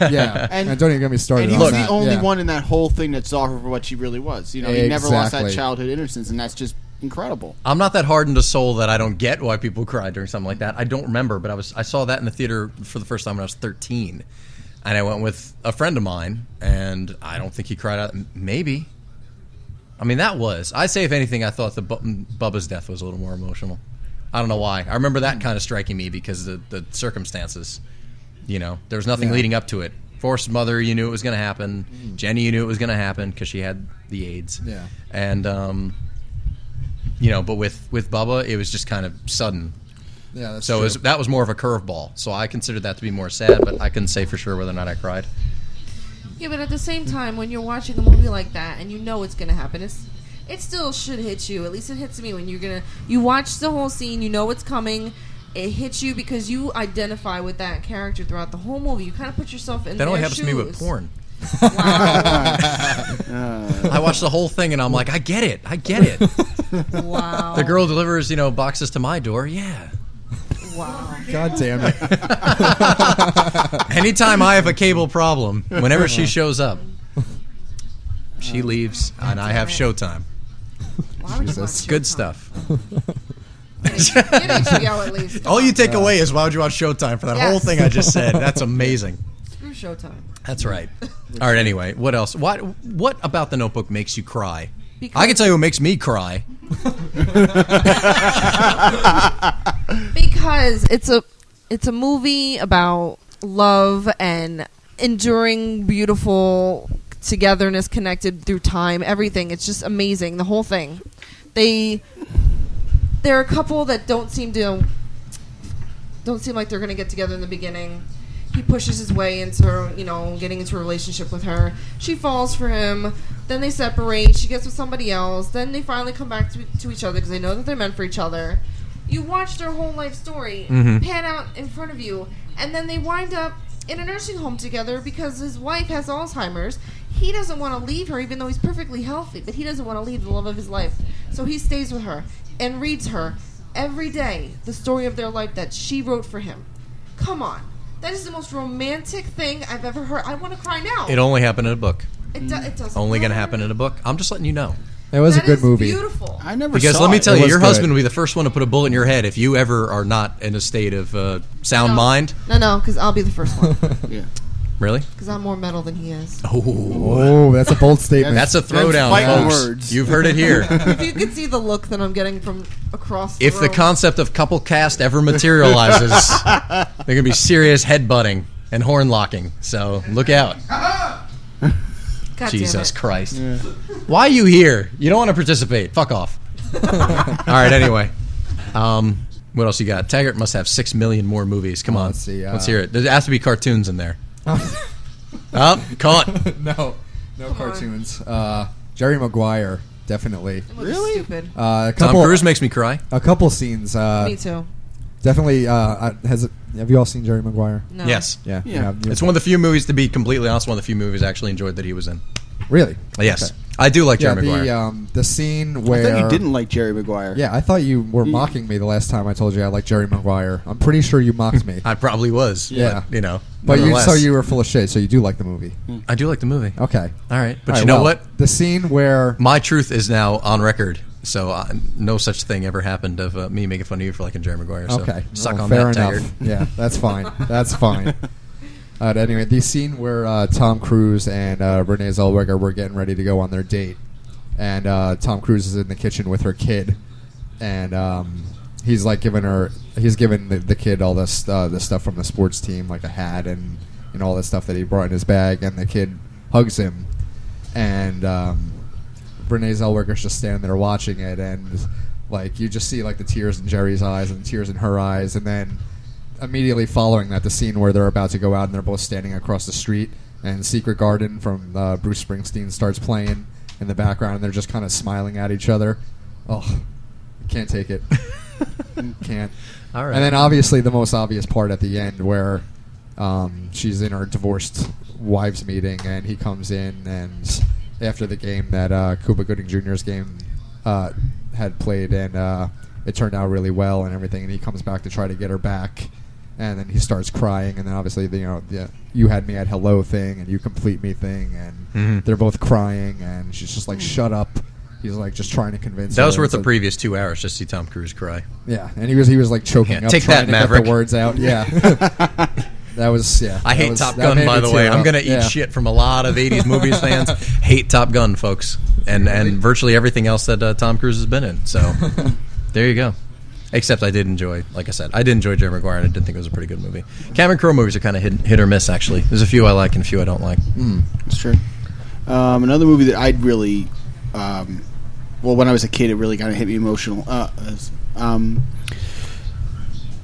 [SPEAKER 2] Yeah, and,
[SPEAKER 1] And-
[SPEAKER 2] don't even get me started.
[SPEAKER 1] and he
[SPEAKER 2] on
[SPEAKER 1] was
[SPEAKER 2] that.
[SPEAKER 1] the only
[SPEAKER 2] Yeah.
[SPEAKER 1] one in that whole thing that saw her for what she really was. You know, he never lost that
[SPEAKER 2] Exactly.
[SPEAKER 1] childhood innocence, and that's just incredible.
[SPEAKER 3] I'm not that hardened a soul that I don't get why people cry during something like that. I don't remember, but I was I saw that in the theater for the first time when I was 13, and I went with a friend of mine, and I don't think he cried out. M- Maybe. I mean, that was. I say, if anything, I thought the Bu- Bubba's death was a little more emotional. I don't know why. I remember that kind of striking me because the the circumstances. You know, there was nothing
[SPEAKER 2] Yeah.
[SPEAKER 3] leading up to it. Forced mother, you knew it was going to happen. Jenny, you knew it was going to happen because she had the AIDS.
[SPEAKER 2] Yeah.
[SPEAKER 3] and. um you know, but with with Bubba, it was just kind of sudden.
[SPEAKER 2] Yeah, that's
[SPEAKER 3] So it
[SPEAKER 2] true.
[SPEAKER 3] was, that was more of a curveball. So I considered that to be more sad, but I couldn't say for sure whether or not I cried.
[SPEAKER 4] Yeah, but at the same time, when you're watching a movie like that and you know it's gonna happen, it's it still should hit you. At least it hits me when you're gonna you watch the whole scene, you know it's coming. It hits you because you identify with that character throughout the whole movie. You kind of put yourself in.
[SPEAKER 3] That only
[SPEAKER 4] their
[SPEAKER 3] happens to me with
[SPEAKER 4] shoes.
[SPEAKER 3] porn.
[SPEAKER 4] Wow!
[SPEAKER 3] I watched the whole thing and I'm like, I get it, I get it.
[SPEAKER 4] wow!
[SPEAKER 3] The girl delivers, you know, boxes to my door. Yeah.
[SPEAKER 4] Wow!
[SPEAKER 2] God damn it!
[SPEAKER 3] Anytime I have a cable problem, whenever she shows up, she leaves and I have showtime.
[SPEAKER 4] Why would you
[SPEAKER 2] Jesus.
[SPEAKER 4] watch
[SPEAKER 3] Good
[SPEAKER 4] Showtime?
[SPEAKER 3] stuff.
[SPEAKER 4] Get HBO at least.
[SPEAKER 3] All you take away is why would you watch Showtime for that
[SPEAKER 4] Yes.
[SPEAKER 3] whole thing I just said? That's amazing.
[SPEAKER 4] Screw Showtime.
[SPEAKER 3] That's right. All right. Anyway, what else? What What about the Notebook makes you cry?
[SPEAKER 4] Because-
[SPEAKER 3] I can tell you what makes me cry.
[SPEAKER 4] because it's a it's a movie about love and enduring beautiful togetherness connected through time everything it's just amazing the whole thing they they're a couple that don't seem to don't seem like they're going to get together in the beginning he pushes his way into you know getting into a relationship with her she falls for him then they separate she gets with somebody else then they finally come back to, to each other because they know that they're meant for each other you watch their whole life story pan out in front of you and then they wind up in a nursing home together because his wife has Alzheimer's. He doesn't want to leave her, even though he's perfectly healthy, but he doesn't want to leave the love of his life. So he stays with her and reads her every day the story of their life that she wrote for him. Come on. That is the most romantic thing I've ever heard. I want to cry now.
[SPEAKER 3] It only happened in a book.
[SPEAKER 4] it, do- it doesn't
[SPEAKER 3] Only going to
[SPEAKER 4] matter.
[SPEAKER 3] happen in a book. I'm just letting you know.
[SPEAKER 2] It was
[SPEAKER 4] That
[SPEAKER 2] a good
[SPEAKER 4] is
[SPEAKER 2] movie.
[SPEAKER 4] Beautiful.
[SPEAKER 1] I never
[SPEAKER 3] Because
[SPEAKER 1] saw
[SPEAKER 3] let me
[SPEAKER 1] it.
[SPEAKER 3] tell
[SPEAKER 2] It
[SPEAKER 3] you,
[SPEAKER 2] was
[SPEAKER 3] your
[SPEAKER 2] good.
[SPEAKER 3] husband will be the first one to put a bullet in your head if you ever are not in a state of uh, sound
[SPEAKER 4] No.
[SPEAKER 3] mind.
[SPEAKER 4] No, no, because I'll be the first one.
[SPEAKER 1] Yeah.
[SPEAKER 3] Really?
[SPEAKER 4] Because I'm more metal than he is.
[SPEAKER 3] Oh,
[SPEAKER 2] Oh, that's a bold statement.
[SPEAKER 3] that's a throwdown,
[SPEAKER 1] fighting
[SPEAKER 3] folks.
[SPEAKER 1] words.
[SPEAKER 3] You've heard it here.
[SPEAKER 4] if you could see the look that I'm getting from across the
[SPEAKER 3] if the
[SPEAKER 4] room.
[SPEAKER 3] concept of couple cast ever materializes, they're going to be serious headbutting and horn locking. So look out.
[SPEAKER 4] God damn
[SPEAKER 3] Jesus
[SPEAKER 4] it.
[SPEAKER 3] Christ. Why are you here? You don't want to participate. Fuck off. All right, anyway. Um, what else you got? Taggart must have six million more movies. Come on.
[SPEAKER 2] let's see, uh,
[SPEAKER 3] let's hear it. There has to be cartoons in there. oh, caught.
[SPEAKER 2] no, no
[SPEAKER 4] on.
[SPEAKER 2] cartoons. Uh, Jerry Maguire, definitely.
[SPEAKER 4] What a
[SPEAKER 1] Really?
[SPEAKER 4] Stupid.
[SPEAKER 2] Uh, a
[SPEAKER 3] Tom
[SPEAKER 2] couple,
[SPEAKER 3] Cruise makes me cry.
[SPEAKER 2] a couple scenes. Uh,
[SPEAKER 4] Me too.
[SPEAKER 2] Definitely. Uh, uh, has it, have you all seen Jerry Maguire?
[SPEAKER 4] No.
[SPEAKER 3] Yes.
[SPEAKER 2] Yeah,
[SPEAKER 1] Yeah.
[SPEAKER 2] you have- you-
[SPEAKER 3] It's one of the few movies, to be completely honest, one of the few movies I actually enjoyed that he was in.
[SPEAKER 2] really.
[SPEAKER 3] Yes.
[SPEAKER 2] Okay.
[SPEAKER 3] I do like
[SPEAKER 2] Yeah,
[SPEAKER 3] Jerry Maguire.
[SPEAKER 2] the um, the scene
[SPEAKER 1] I
[SPEAKER 2] where
[SPEAKER 1] thought you didn't like Jerry Maguire.
[SPEAKER 2] Yeah, I thought you were mocking me the last time I told you I like Jerry Maguire. I'm pretty sure you mocked me.
[SPEAKER 3] I probably was.
[SPEAKER 2] Yeah.
[SPEAKER 3] But, you know.
[SPEAKER 2] But you
[SPEAKER 3] nonetheless.
[SPEAKER 2] so you were full of shit, so you do like the movie.
[SPEAKER 3] I do like the movie.
[SPEAKER 2] Okay.
[SPEAKER 3] All right. But
[SPEAKER 2] All
[SPEAKER 3] you
[SPEAKER 2] right,
[SPEAKER 3] know
[SPEAKER 2] well,
[SPEAKER 3] what?
[SPEAKER 2] The scene where
[SPEAKER 3] My truth is now on record, so uh, no such thing ever happened of uh, me making fun of you for liking Jerry Maguire. So
[SPEAKER 2] Okay.
[SPEAKER 3] suck
[SPEAKER 2] Well,
[SPEAKER 3] on
[SPEAKER 2] fair
[SPEAKER 3] that, Taggart.
[SPEAKER 2] enough. Yeah, that's fine. That's fine. Uh, anyway, the scene where uh, Tom Cruise and uh, Renee Zellweger were getting ready to go on their date, and uh, Tom Cruise is in the kitchen with her kid, and um, he's like giving her, he's giving the, the kid all this uh, the stuff from the sports team, like a hat and you know all the stuff that he brought in his bag, and the kid hugs him, and um, Renee Zellweger's just standing there watching it, and like you just see like the tears in Jerry's eyes and tears in her eyes, and then immediately following that, the scene where they're about to go out and they're both standing across the street, and "Secret Garden" from uh, Bruce Springsteen starts playing in the background, and they're just kind of smiling at each other. Oh, I can't take it. can't.
[SPEAKER 3] All right.
[SPEAKER 2] And then obviously the most obvious part at the end where um, she's in her divorced wives meeting and he comes in and after the game that uh, Cuba Gooding Jr.'s game uh, had played and uh, it turned out really well and everything and he comes back to try to get her back and then he starts crying and then obviously the, you know the you had me at hello thing and you complete me thing and
[SPEAKER 3] Mhm.
[SPEAKER 2] they're both crying and she's just like shut up he's like just trying to convince
[SPEAKER 3] That
[SPEAKER 2] her
[SPEAKER 3] was worth
[SPEAKER 2] It's
[SPEAKER 3] the
[SPEAKER 2] like-
[SPEAKER 3] previous two hours just to see Tom Cruise cry.
[SPEAKER 2] yeah, and he was he was like choking
[SPEAKER 3] Yeah,
[SPEAKER 2] up,
[SPEAKER 3] take
[SPEAKER 2] trying
[SPEAKER 3] that,
[SPEAKER 2] to get
[SPEAKER 3] Maverick.
[SPEAKER 2] the words out. Yeah, that was yeah.
[SPEAKER 3] I
[SPEAKER 2] that
[SPEAKER 3] hate
[SPEAKER 2] was-
[SPEAKER 3] Top
[SPEAKER 2] that
[SPEAKER 3] Gun,
[SPEAKER 2] made
[SPEAKER 3] by
[SPEAKER 2] me
[SPEAKER 3] the way.
[SPEAKER 2] tear
[SPEAKER 3] I'm
[SPEAKER 2] up.
[SPEAKER 3] going to eat
[SPEAKER 2] Yeah.
[SPEAKER 3] shit from a lot of 80s movies fans. hate Top Gun, folks. And, and virtually everything else that uh, Tom Cruise has been in. So there you go. Except I did enjoy, like I said, I did enjoy Jerry Maguire, and I did think it was a pretty good movie. Cameron Crowe movies are kind of hit, hit or miss, actually. There's a few I like and a few I don't like.
[SPEAKER 2] Mm.
[SPEAKER 1] That's true. Um, another movie that I'd really, um, well, when I was a kid, it really kind of hit me emotional. Uh, is, um,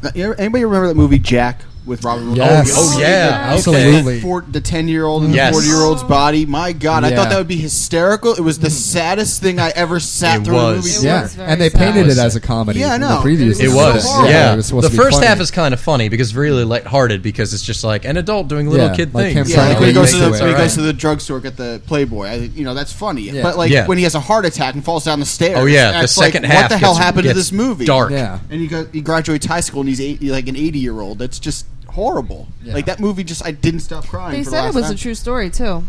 [SPEAKER 1] uh, you ever- anybody remember that movie Jack with Robert? Williams?
[SPEAKER 2] Yes.
[SPEAKER 3] Oh, oh, yeah.
[SPEAKER 2] Yes.
[SPEAKER 3] Okay.
[SPEAKER 2] Absolutely.
[SPEAKER 1] For the ten-year-old and
[SPEAKER 3] Yes.
[SPEAKER 1] the forty-year-old's body, my God, I thought
[SPEAKER 2] Yeah.
[SPEAKER 1] that would be hysterical. It was the saddest thing I ever sat
[SPEAKER 3] It
[SPEAKER 1] through.
[SPEAKER 3] was.
[SPEAKER 1] In a
[SPEAKER 4] It
[SPEAKER 1] movie.
[SPEAKER 2] Yeah,
[SPEAKER 4] was very
[SPEAKER 2] and they
[SPEAKER 4] sad.
[SPEAKER 2] painted
[SPEAKER 3] It was-
[SPEAKER 2] it as a comedy.
[SPEAKER 1] Yeah, I
[SPEAKER 2] in the
[SPEAKER 1] know.
[SPEAKER 2] previous
[SPEAKER 3] It
[SPEAKER 4] It
[SPEAKER 2] one.
[SPEAKER 4] was
[SPEAKER 3] was,
[SPEAKER 4] so horrible.
[SPEAKER 3] yeah.
[SPEAKER 2] it was supposed
[SPEAKER 3] the
[SPEAKER 2] to be
[SPEAKER 3] first
[SPEAKER 2] funny.
[SPEAKER 3] half is kind of funny because really lighthearted because it's just like an adult doing little
[SPEAKER 2] Yeah,
[SPEAKER 3] kid
[SPEAKER 2] like him
[SPEAKER 3] things.
[SPEAKER 1] Yeah,
[SPEAKER 2] trying
[SPEAKER 1] like
[SPEAKER 2] to
[SPEAKER 1] when he
[SPEAKER 2] relate
[SPEAKER 1] goes to
[SPEAKER 2] to
[SPEAKER 1] the
[SPEAKER 2] it.
[SPEAKER 1] when he
[SPEAKER 2] Right.
[SPEAKER 1] goes to the drugstore at the Playboy, I, you know that's funny.
[SPEAKER 2] Yeah.
[SPEAKER 1] But like
[SPEAKER 3] Yeah.
[SPEAKER 1] when he has a heart attack and falls down the stairs,
[SPEAKER 3] Oh yeah, the
[SPEAKER 1] it's like,
[SPEAKER 3] second half.
[SPEAKER 1] What the hell
[SPEAKER 3] gets-
[SPEAKER 1] happened to
[SPEAKER 3] gets
[SPEAKER 1] this movie?
[SPEAKER 3] Dark.
[SPEAKER 2] Yeah,
[SPEAKER 1] and he got he graduates high school and he's eight, like an eighty year old. That's just horrible.
[SPEAKER 2] Yeah.
[SPEAKER 1] Like that movie, just I didn't stop crying.
[SPEAKER 4] They
[SPEAKER 1] for
[SPEAKER 4] said
[SPEAKER 1] the
[SPEAKER 4] it
[SPEAKER 1] last
[SPEAKER 4] was
[SPEAKER 1] time.
[SPEAKER 4] a true story, too.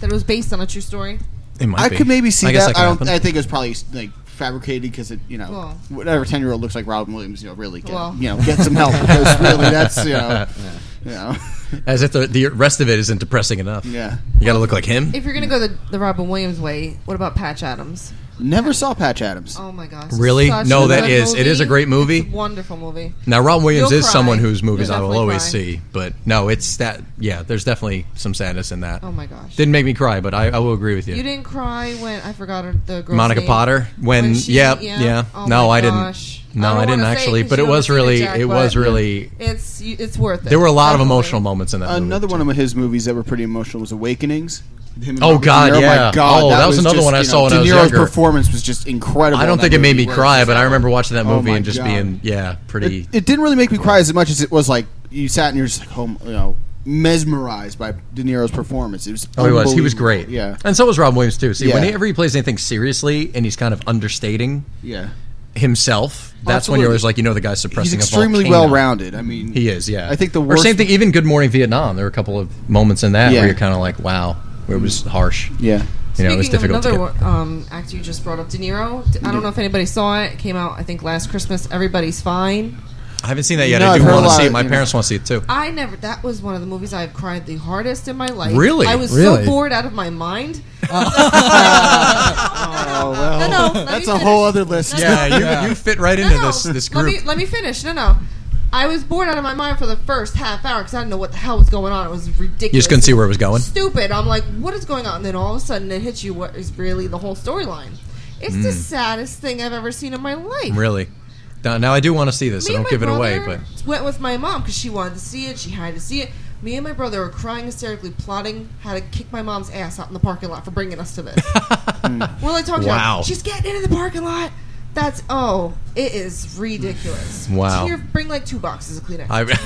[SPEAKER 4] That it was based on a true story.
[SPEAKER 3] It might
[SPEAKER 1] I
[SPEAKER 3] be.
[SPEAKER 1] could maybe see
[SPEAKER 3] I guess
[SPEAKER 1] that. I
[SPEAKER 3] can
[SPEAKER 1] don't.
[SPEAKER 3] happen.
[SPEAKER 1] I think it was probably like fabricated because it, you know,
[SPEAKER 4] Well.
[SPEAKER 1] whatever ten year old looks like Robin Williams, you know, really get
[SPEAKER 4] Well.
[SPEAKER 1] you know get some help because really that's you know, you know,
[SPEAKER 3] As if the, the rest of it isn't depressing enough.
[SPEAKER 1] yeah.
[SPEAKER 3] You got to look like him.
[SPEAKER 4] If you're going to go the, the Robin Williams way, what about Patch Adams?
[SPEAKER 1] Never saw Patch Adams.
[SPEAKER 4] Oh, my gosh.
[SPEAKER 3] Really?
[SPEAKER 4] Such
[SPEAKER 3] No,
[SPEAKER 4] a
[SPEAKER 3] that
[SPEAKER 4] good
[SPEAKER 3] is- it is a great movie.
[SPEAKER 4] It's a wonderful movie.
[SPEAKER 3] Now, Ron Williams
[SPEAKER 4] You'll
[SPEAKER 3] is
[SPEAKER 4] cry.
[SPEAKER 3] someone whose movies
[SPEAKER 4] You'll
[SPEAKER 3] I will
[SPEAKER 4] definitely
[SPEAKER 3] always
[SPEAKER 4] cry.
[SPEAKER 3] see, but no, it's that. Yeah, there's definitely some sadness in that.
[SPEAKER 4] Oh, my gosh.
[SPEAKER 3] Didn't make me cry, but I, I will agree with you.
[SPEAKER 4] You didn't cry when I forgot her, the girl.
[SPEAKER 3] Monica Potter, when,
[SPEAKER 4] she-
[SPEAKER 3] yeah, yeah,
[SPEAKER 4] yeah. Oh
[SPEAKER 3] no,
[SPEAKER 4] my
[SPEAKER 3] I
[SPEAKER 4] gosh.
[SPEAKER 3] didn't, no,
[SPEAKER 4] I
[SPEAKER 3] I,
[SPEAKER 4] don't
[SPEAKER 3] didn't
[SPEAKER 4] wanna say it
[SPEAKER 3] actually,
[SPEAKER 4] 'cause
[SPEAKER 3] but
[SPEAKER 4] you
[SPEAKER 3] it
[SPEAKER 4] don't
[SPEAKER 3] was
[SPEAKER 4] see it,
[SPEAKER 3] really,
[SPEAKER 4] Jack,
[SPEAKER 3] it
[SPEAKER 4] but-
[SPEAKER 3] was really,
[SPEAKER 4] It's you- it's worth it.
[SPEAKER 3] there were a lot of
[SPEAKER 4] Definitely.
[SPEAKER 3] emotional moments
[SPEAKER 4] Um,
[SPEAKER 3] in that. movie.
[SPEAKER 1] Another one of his movies that were pretty emotional was Awakenings. Him and
[SPEAKER 3] Oh,
[SPEAKER 1] Robert De
[SPEAKER 3] God,
[SPEAKER 1] Niro.
[SPEAKER 3] yeah.
[SPEAKER 1] My God,
[SPEAKER 3] Oh, that was another
[SPEAKER 1] just,
[SPEAKER 3] one I
[SPEAKER 1] you
[SPEAKER 3] saw when
[SPEAKER 1] De
[SPEAKER 3] I was
[SPEAKER 1] Niro's
[SPEAKER 3] younger.
[SPEAKER 1] performance was just incredible.
[SPEAKER 3] I don't
[SPEAKER 1] in that
[SPEAKER 3] think it made
[SPEAKER 1] movie
[SPEAKER 3] me
[SPEAKER 1] where it's
[SPEAKER 3] cry,
[SPEAKER 1] just
[SPEAKER 3] but I
[SPEAKER 1] like-
[SPEAKER 3] remember watching that
[SPEAKER 1] Oh
[SPEAKER 3] movie
[SPEAKER 1] my
[SPEAKER 3] and just
[SPEAKER 1] God.
[SPEAKER 3] being, yeah, pretty.
[SPEAKER 1] It, it didn't really make me cry as much as it was like you sat and you're just like home, you know, mesmerized by De Niro's performance. It was
[SPEAKER 3] Oh, he was. He was
[SPEAKER 1] unbelievable.
[SPEAKER 3] great.
[SPEAKER 1] Yeah,
[SPEAKER 3] And so was Rob Williams too. See,
[SPEAKER 1] Yeah.
[SPEAKER 3] whenever he plays anything seriously and he's kind of understating
[SPEAKER 1] yeah.
[SPEAKER 3] himself, that's when
[SPEAKER 1] Absolutely.
[SPEAKER 3] you're always like, you know, the guy's
[SPEAKER 1] He's
[SPEAKER 3] suppressing.
[SPEAKER 1] extremely
[SPEAKER 3] a volcano.
[SPEAKER 1] well rounded. I mean,
[SPEAKER 3] He is. Yeah.
[SPEAKER 1] I think the
[SPEAKER 3] or
[SPEAKER 1] worst
[SPEAKER 3] same thing. Even Good Morning Vietnam. There were a couple of moments in that
[SPEAKER 1] Yeah.
[SPEAKER 3] where you're kind of like, wow, where it was harsh.
[SPEAKER 1] Yeah,
[SPEAKER 3] You know, it was
[SPEAKER 4] Speaking
[SPEAKER 3] difficult.
[SPEAKER 4] of
[SPEAKER 3] to
[SPEAKER 4] another
[SPEAKER 3] get-
[SPEAKER 4] one- um, actor you just brought up, De Niro. d- I don't know if anybody saw it. It came out, I think, last Christmas. Everybody's fine.
[SPEAKER 3] I haven't seen that yet.
[SPEAKER 1] No,
[SPEAKER 3] I
[SPEAKER 1] I've
[SPEAKER 3] do
[SPEAKER 1] heard a
[SPEAKER 3] want to
[SPEAKER 1] lot
[SPEAKER 3] see it.
[SPEAKER 1] of-
[SPEAKER 3] My
[SPEAKER 1] you know.
[SPEAKER 3] parents want to see it too.
[SPEAKER 4] I never. That was one of the movies I've cried the hardest in my life.
[SPEAKER 3] Really?
[SPEAKER 4] I was
[SPEAKER 2] Really?
[SPEAKER 4] so bored out of my mind. Uh,
[SPEAKER 1] Oh, well,
[SPEAKER 4] No, no, let me
[SPEAKER 1] that's a
[SPEAKER 4] finish.
[SPEAKER 1] whole other list.
[SPEAKER 3] Yeah, you,
[SPEAKER 2] Yeah.
[SPEAKER 3] you fit right into this this group.
[SPEAKER 4] Let me, let me finish. No, no. I was bored out of my mind for the first half hour because I didn't know what the hell was going on. It was ridiculous.
[SPEAKER 3] you just couldn't see where it was going.
[SPEAKER 4] Stupid. I'm like, what is going on? And then all of a sudden it hits you what is really the whole storyline. It's the
[SPEAKER 3] Hmm.
[SPEAKER 4] saddest thing I've ever seen in my life.
[SPEAKER 3] Really. Now, now I do want to see this.
[SPEAKER 4] Me
[SPEAKER 3] I
[SPEAKER 4] and
[SPEAKER 3] don't
[SPEAKER 4] my
[SPEAKER 3] give it away, but
[SPEAKER 4] brother went with my mom because she wanted to see it. She had to see it. Me and my brother were crying hysterically, plotting how to kick my mom's ass out in the parking lot for bringing us to this. we're like talking
[SPEAKER 3] Hmm. Wow.
[SPEAKER 4] about she's getting into the parking lot. That's oh, it is ridiculous.
[SPEAKER 3] Hmm. Wow.
[SPEAKER 4] Here, bring like two boxes of Kleenex.
[SPEAKER 3] I-
[SPEAKER 4] It's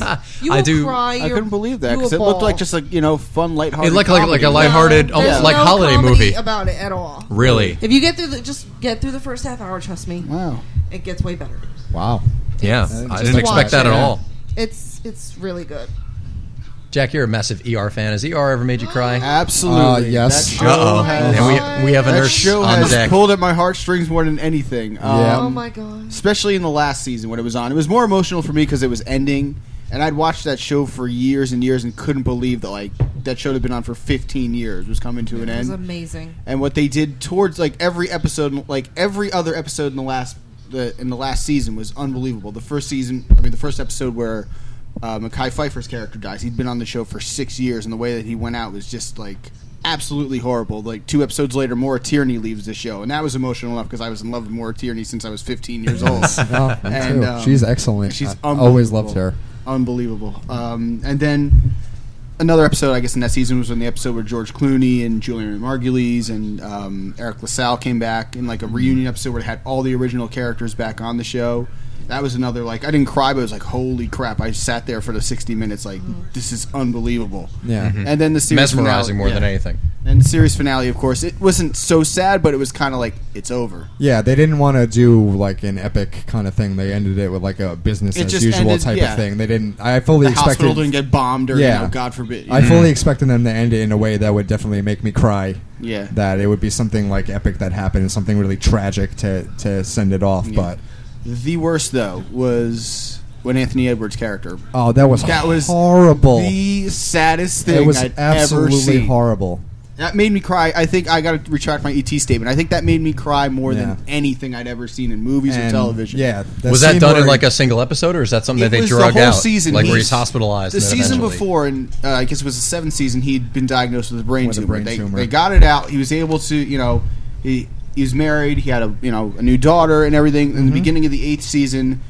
[SPEAKER 1] Really?
[SPEAKER 4] You
[SPEAKER 3] I
[SPEAKER 4] will
[SPEAKER 3] do-
[SPEAKER 4] cry.
[SPEAKER 1] I couldn't believe that because
[SPEAKER 4] because
[SPEAKER 1] it looked like just a you know fun lighthearted.
[SPEAKER 3] It looked like- like a
[SPEAKER 1] comedy.
[SPEAKER 3] light- lighthearted, almost
[SPEAKER 4] there's
[SPEAKER 3] like
[SPEAKER 4] no
[SPEAKER 3] holiday
[SPEAKER 4] comedy
[SPEAKER 3] movie.
[SPEAKER 4] about it at all.
[SPEAKER 3] really,
[SPEAKER 4] If you get through the just get through the first half hour, trust me,
[SPEAKER 1] Wow.
[SPEAKER 4] it gets way better.
[SPEAKER 2] Wow.
[SPEAKER 3] yeah,
[SPEAKER 2] Just
[SPEAKER 3] I didn't
[SPEAKER 4] a
[SPEAKER 3] expect
[SPEAKER 4] watch,
[SPEAKER 3] that at
[SPEAKER 2] yeah.
[SPEAKER 3] all.
[SPEAKER 4] It's it's really good.
[SPEAKER 3] Jack, you're a massive ER fan. Has ER ever made you cry?
[SPEAKER 1] Absolutely.
[SPEAKER 2] Uh, yes.
[SPEAKER 1] That show
[SPEAKER 3] Uh-oh.
[SPEAKER 1] has-
[SPEAKER 3] And we, we have a
[SPEAKER 1] Oh, that
[SPEAKER 3] nurse
[SPEAKER 1] show
[SPEAKER 3] on
[SPEAKER 1] has
[SPEAKER 3] deck.
[SPEAKER 1] pulled at my heartstrings more than anything. Um,
[SPEAKER 2] Yeah.
[SPEAKER 4] oh my god.
[SPEAKER 1] Especially in the last season when it was on. It was more emotional for me because it was ending, and I'd watched that show for years and years and couldn't believe that like that show had been on for 15 years was coming to an
[SPEAKER 4] It was
[SPEAKER 1] end.
[SPEAKER 4] amazing.
[SPEAKER 1] and what they did towards like every episode, like every other episode in the last the, in the last season was unbelievable. The first season, I mean, the first episode where uh, Mackay Pfeiffer's character dies. He'd been on the show for six years, and the way that he went out was just like absolutely horrible. Like two episodes later, Maura Tierney leaves the show, and that was emotional enough because I was in love with Maura Tierney since I was 15 years old.
[SPEAKER 2] Oh, me
[SPEAKER 1] And,
[SPEAKER 2] too.
[SPEAKER 1] um,
[SPEAKER 2] she's excellent.
[SPEAKER 1] She's
[SPEAKER 2] I always
[SPEAKER 1] unbelievable.
[SPEAKER 2] loved her.
[SPEAKER 1] Unbelievable. Um, and then another episode, I guess, in that season was when the episode where George Clooney and Julian Margulies and um, Eric LaSalle came back in like
[SPEAKER 2] Mm-hmm.
[SPEAKER 1] a reunion episode where it had all the original characters back on the show. That was another like I didn't cry, but it was like holy crap! I sat there for the sixty minutes like this is unbelievable. Mm-hmm.
[SPEAKER 2] Yeah.
[SPEAKER 3] Mm-hmm.
[SPEAKER 1] And then the series
[SPEAKER 3] Mesmerizing more
[SPEAKER 1] finale,
[SPEAKER 3] than
[SPEAKER 1] yeah.
[SPEAKER 3] anything.
[SPEAKER 1] And the series finale, of course, it wasn't so sad, but it was kind of like it's over.
[SPEAKER 2] Yeah, they didn't want to do like an epic kind of thing. They ended it with like a business
[SPEAKER 1] It
[SPEAKER 2] as
[SPEAKER 1] just
[SPEAKER 2] usual
[SPEAKER 1] ended-
[SPEAKER 2] type
[SPEAKER 1] yeah.
[SPEAKER 2] of thing. They didn't. I fully
[SPEAKER 1] The hospital
[SPEAKER 2] expected.
[SPEAKER 1] didn't get bombed, or
[SPEAKER 2] Yeah.
[SPEAKER 1] you know, God forbid.
[SPEAKER 2] I
[SPEAKER 3] Mm-hmm.
[SPEAKER 2] fully expected them to end it in a way that would definitely make me cry.
[SPEAKER 1] Yeah.
[SPEAKER 2] That it would be something like epic that happened and something really tragic to to send it off. But
[SPEAKER 1] The worst though was when Anthony Edwards' character.
[SPEAKER 2] oh, that was
[SPEAKER 1] That was
[SPEAKER 2] horrible.
[SPEAKER 1] The saddest thing
[SPEAKER 2] it was
[SPEAKER 1] I'd ever
[SPEAKER 2] absolutely
[SPEAKER 1] seen.
[SPEAKER 2] horrible.
[SPEAKER 1] That made me cry. I think I got to retract my ET statement. I think that made me cry more
[SPEAKER 2] Yeah.
[SPEAKER 1] than anything I'd ever seen in movies or
[SPEAKER 2] And,
[SPEAKER 1] television.
[SPEAKER 2] Yeah,
[SPEAKER 3] was that
[SPEAKER 2] scene
[SPEAKER 3] done
[SPEAKER 2] where
[SPEAKER 3] in
[SPEAKER 2] he-
[SPEAKER 3] like a single episode, or is that something
[SPEAKER 1] It
[SPEAKER 3] that they
[SPEAKER 1] was
[SPEAKER 3] drug
[SPEAKER 1] the whole
[SPEAKER 3] out,
[SPEAKER 1] season.
[SPEAKER 3] like where
[SPEAKER 1] He's-
[SPEAKER 3] he's hospitalized?
[SPEAKER 1] The
[SPEAKER 3] and then
[SPEAKER 1] season
[SPEAKER 3] eventually-
[SPEAKER 1] before, and uh, I guess it was the seventh season, he'd been diagnosed with a brain,
[SPEAKER 2] With a
[SPEAKER 1] tumor.
[SPEAKER 2] brain
[SPEAKER 1] they,
[SPEAKER 2] tumor.
[SPEAKER 1] They got it out. He was able to, you know, he he was married. He had a you know a new daughter and everything.
[SPEAKER 3] Mm-hmm.
[SPEAKER 1] In the beginning of the eighth season,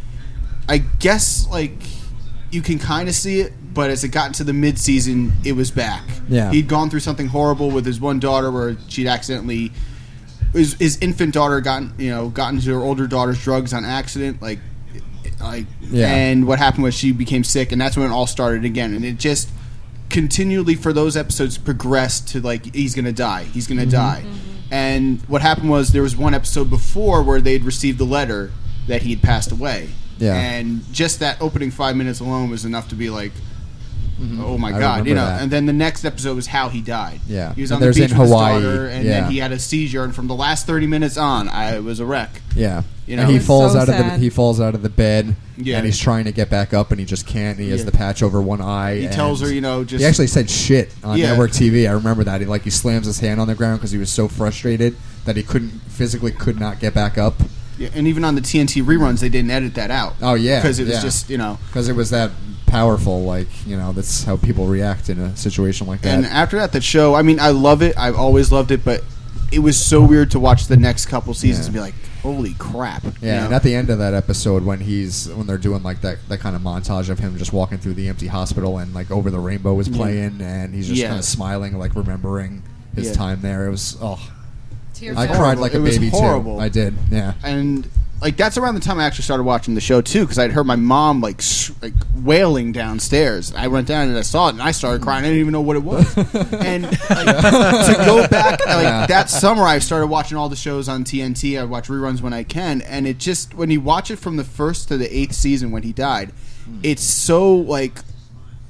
[SPEAKER 1] I guess like you can kind of see it, but as it got into the mid season, it was back.
[SPEAKER 2] Yeah.
[SPEAKER 1] he'd gone through something horrible with his one daughter where she'd accidentally his, his infant daughter gotten you know gotten to her older daughter's drugs on accident like like
[SPEAKER 2] Yeah.
[SPEAKER 1] and what happened was she became sick and that's when it all started again and it just continually for those episodes progressed to like he's gonna die he's gonna die and what happened was there was one episode before where they'd received the letter that he had passed away
[SPEAKER 2] Yeah.
[SPEAKER 1] and just that opening five minutes alone was enough to be like oh my
[SPEAKER 2] Mm-hmm. I
[SPEAKER 1] god you
[SPEAKER 2] remember
[SPEAKER 1] know
[SPEAKER 2] that.
[SPEAKER 1] and then the next episode was how he died
[SPEAKER 2] Yeah.
[SPEAKER 1] he was
[SPEAKER 2] And
[SPEAKER 1] on the
[SPEAKER 2] there's
[SPEAKER 1] beach
[SPEAKER 2] in
[SPEAKER 1] with
[SPEAKER 2] Hawaii.
[SPEAKER 1] his daughter and
[SPEAKER 2] Yeah.
[SPEAKER 1] then he had a seizure and from the last 30 minutes on i was a wreck
[SPEAKER 2] Yeah.
[SPEAKER 1] You
[SPEAKER 2] and
[SPEAKER 1] know?
[SPEAKER 2] he
[SPEAKER 1] It's
[SPEAKER 2] falls
[SPEAKER 4] so
[SPEAKER 2] out of the
[SPEAKER 4] sad.
[SPEAKER 2] he falls out of the bed
[SPEAKER 1] Yeah.
[SPEAKER 2] and he's trying to get back up and he just can't. And he has
[SPEAKER 1] Yeah.
[SPEAKER 2] the patch over one eye.
[SPEAKER 1] he
[SPEAKER 2] and
[SPEAKER 1] tells her you know just
[SPEAKER 2] he actually said shit on
[SPEAKER 1] Yeah.
[SPEAKER 2] network TV. I remember that. He like he slams his hand on the ground because he was so frustrated that he couldn't physically could not get back up
[SPEAKER 1] Yeah, and even on the TNT reruns, they didn't edit that out.
[SPEAKER 2] Oh, yeah,
[SPEAKER 1] because it was
[SPEAKER 2] yeah.
[SPEAKER 1] just you know.
[SPEAKER 2] because it was that powerful. Like you know that's how people react in a situation like that.
[SPEAKER 1] And uh, after that, the show. I mean, I love it. I've always loved it, but it was so weird to watch the next couple seasons
[SPEAKER 2] Yeah.
[SPEAKER 1] and be like, "Holy crap!" you
[SPEAKER 2] yeah,
[SPEAKER 1] know?
[SPEAKER 2] and at the end of that episode, when he's when they're doing like that that kind of montage of him just walking through the empty hospital and like over the rainbow was playing, and he's just
[SPEAKER 1] Yeah.
[SPEAKER 2] kind of smiling, like remembering his
[SPEAKER 1] Yeah.
[SPEAKER 2] time there. It was oh,
[SPEAKER 4] Tears
[SPEAKER 2] I
[SPEAKER 4] down.
[SPEAKER 2] cried like a
[SPEAKER 1] It was
[SPEAKER 2] baby
[SPEAKER 1] horrible.
[SPEAKER 2] too. I did. Yeah.
[SPEAKER 1] and like that's around the time I actually started watching the show too because I'd heard my mom like s- like wailing downstairs. I went down and I saw it and I started crying. I didn't even know what it was. and like, to go back like that summer, I started watching all the shows on TNT. I watch reruns when I can, and it just when you watch it from the first to the eighth season when he died, it's so like.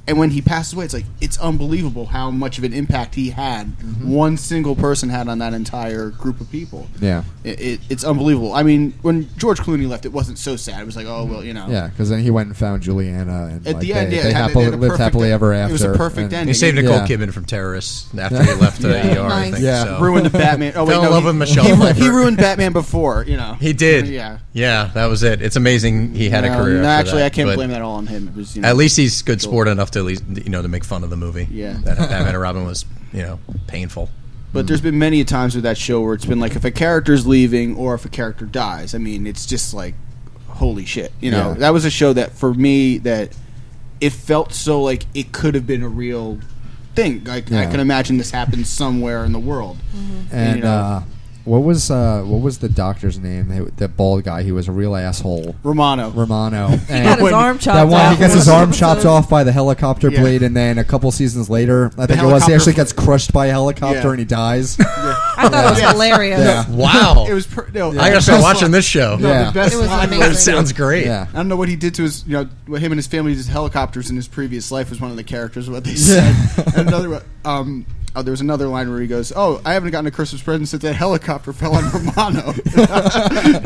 [SPEAKER 1] And when he passed away, it's like it's unbelievable how much of an impact he had. One single person had on that entire group of people
[SPEAKER 2] Yeah.
[SPEAKER 1] it, it, it's unbelievable. I mean, when George Clooney left, it wasn't so sad. It was like, oh well, you know.
[SPEAKER 2] Yeah, because then he went and found Juliana, and
[SPEAKER 1] At
[SPEAKER 2] like,
[SPEAKER 1] the
[SPEAKER 2] they,
[SPEAKER 1] end, yeah,
[SPEAKER 2] they
[SPEAKER 1] it had-
[SPEAKER 2] happily,
[SPEAKER 1] they had a
[SPEAKER 2] lived
[SPEAKER 1] perfect
[SPEAKER 2] happily
[SPEAKER 1] end.
[SPEAKER 2] ever
[SPEAKER 1] It
[SPEAKER 2] after.
[SPEAKER 1] was a perfect
[SPEAKER 2] and-
[SPEAKER 1] ending.
[SPEAKER 3] He saved Nicole
[SPEAKER 2] Yeah.
[SPEAKER 3] Kidman from terrorists after he left the
[SPEAKER 1] Yeah.
[SPEAKER 3] ER. I
[SPEAKER 4] Nice.
[SPEAKER 3] think,
[SPEAKER 2] Yeah.
[SPEAKER 3] so.
[SPEAKER 1] Ruined the Batman. Oh, wait,
[SPEAKER 3] Fell in
[SPEAKER 1] no,
[SPEAKER 3] love
[SPEAKER 1] he,
[SPEAKER 3] with Michelle
[SPEAKER 1] He, ru-
[SPEAKER 3] Pfeiffer.
[SPEAKER 1] he ruined Batman before, you know.
[SPEAKER 3] He did.
[SPEAKER 1] Yeah.
[SPEAKER 3] Yeah, that was it. It's amazing he had a
[SPEAKER 1] No,
[SPEAKER 3] career.
[SPEAKER 1] no,
[SPEAKER 3] after
[SPEAKER 1] actually,
[SPEAKER 3] that,
[SPEAKER 1] I can't
[SPEAKER 3] but
[SPEAKER 1] blame that all on him. It was, you know,
[SPEAKER 3] At least he's good sport enough to at least you know to make fun of the movie.
[SPEAKER 1] Yeah.
[SPEAKER 3] that Batman and Robin was you know painful.
[SPEAKER 1] But there's been many times with that show where it's been like if a character's leaving or if a character dies. I mean, it's just like holy shit. You know,
[SPEAKER 2] Yeah.
[SPEAKER 1] that was a show that for me that it felt so like it could have been a real thing. Like I
[SPEAKER 2] Yeah.
[SPEAKER 1] can imagine this happened somewhere in the world.
[SPEAKER 2] And
[SPEAKER 1] You know.
[SPEAKER 2] uh, what was uh, what was the doctor's name? The, the bald guy. He was a real asshole.
[SPEAKER 1] Romano.
[SPEAKER 2] Romano.
[SPEAKER 1] got
[SPEAKER 2] And
[SPEAKER 1] his When-
[SPEAKER 5] arm chopped
[SPEAKER 2] that one,
[SPEAKER 5] off.
[SPEAKER 2] he gets his
[SPEAKER 5] One of
[SPEAKER 2] arm
[SPEAKER 5] the
[SPEAKER 2] chopped
[SPEAKER 5] episodes.
[SPEAKER 2] off by the helicopter
[SPEAKER 1] Yeah.
[SPEAKER 2] blade, and then a couple seasons later, I think it was he
[SPEAKER 1] helicopter
[SPEAKER 2] actually
[SPEAKER 1] fl-
[SPEAKER 2] gets crushed by a helicopter
[SPEAKER 1] Yeah.
[SPEAKER 2] and he dies.
[SPEAKER 4] I thought it was
[SPEAKER 1] Yeah.
[SPEAKER 4] hilarious.
[SPEAKER 2] Yeah.
[SPEAKER 3] Wow,
[SPEAKER 1] it was per- no,
[SPEAKER 3] I gotta
[SPEAKER 1] the
[SPEAKER 3] start
[SPEAKER 1] best
[SPEAKER 3] watching
[SPEAKER 1] line-
[SPEAKER 3] this show.
[SPEAKER 1] No,
[SPEAKER 2] Yeah.
[SPEAKER 1] the best
[SPEAKER 4] It was
[SPEAKER 1] line
[SPEAKER 4] amazing.
[SPEAKER 3] It sounds great.
[SPEAKER 2] yeah.
[SPEAKER 1] I don't know what he did to his, you know, what him and his family did to helicopters in his previous life was one of the characters. What they said. and another, one- um, oh, there was another line where he goes, "Oh, I haven't gotten a Christmas present since that helicopter fell on Romano."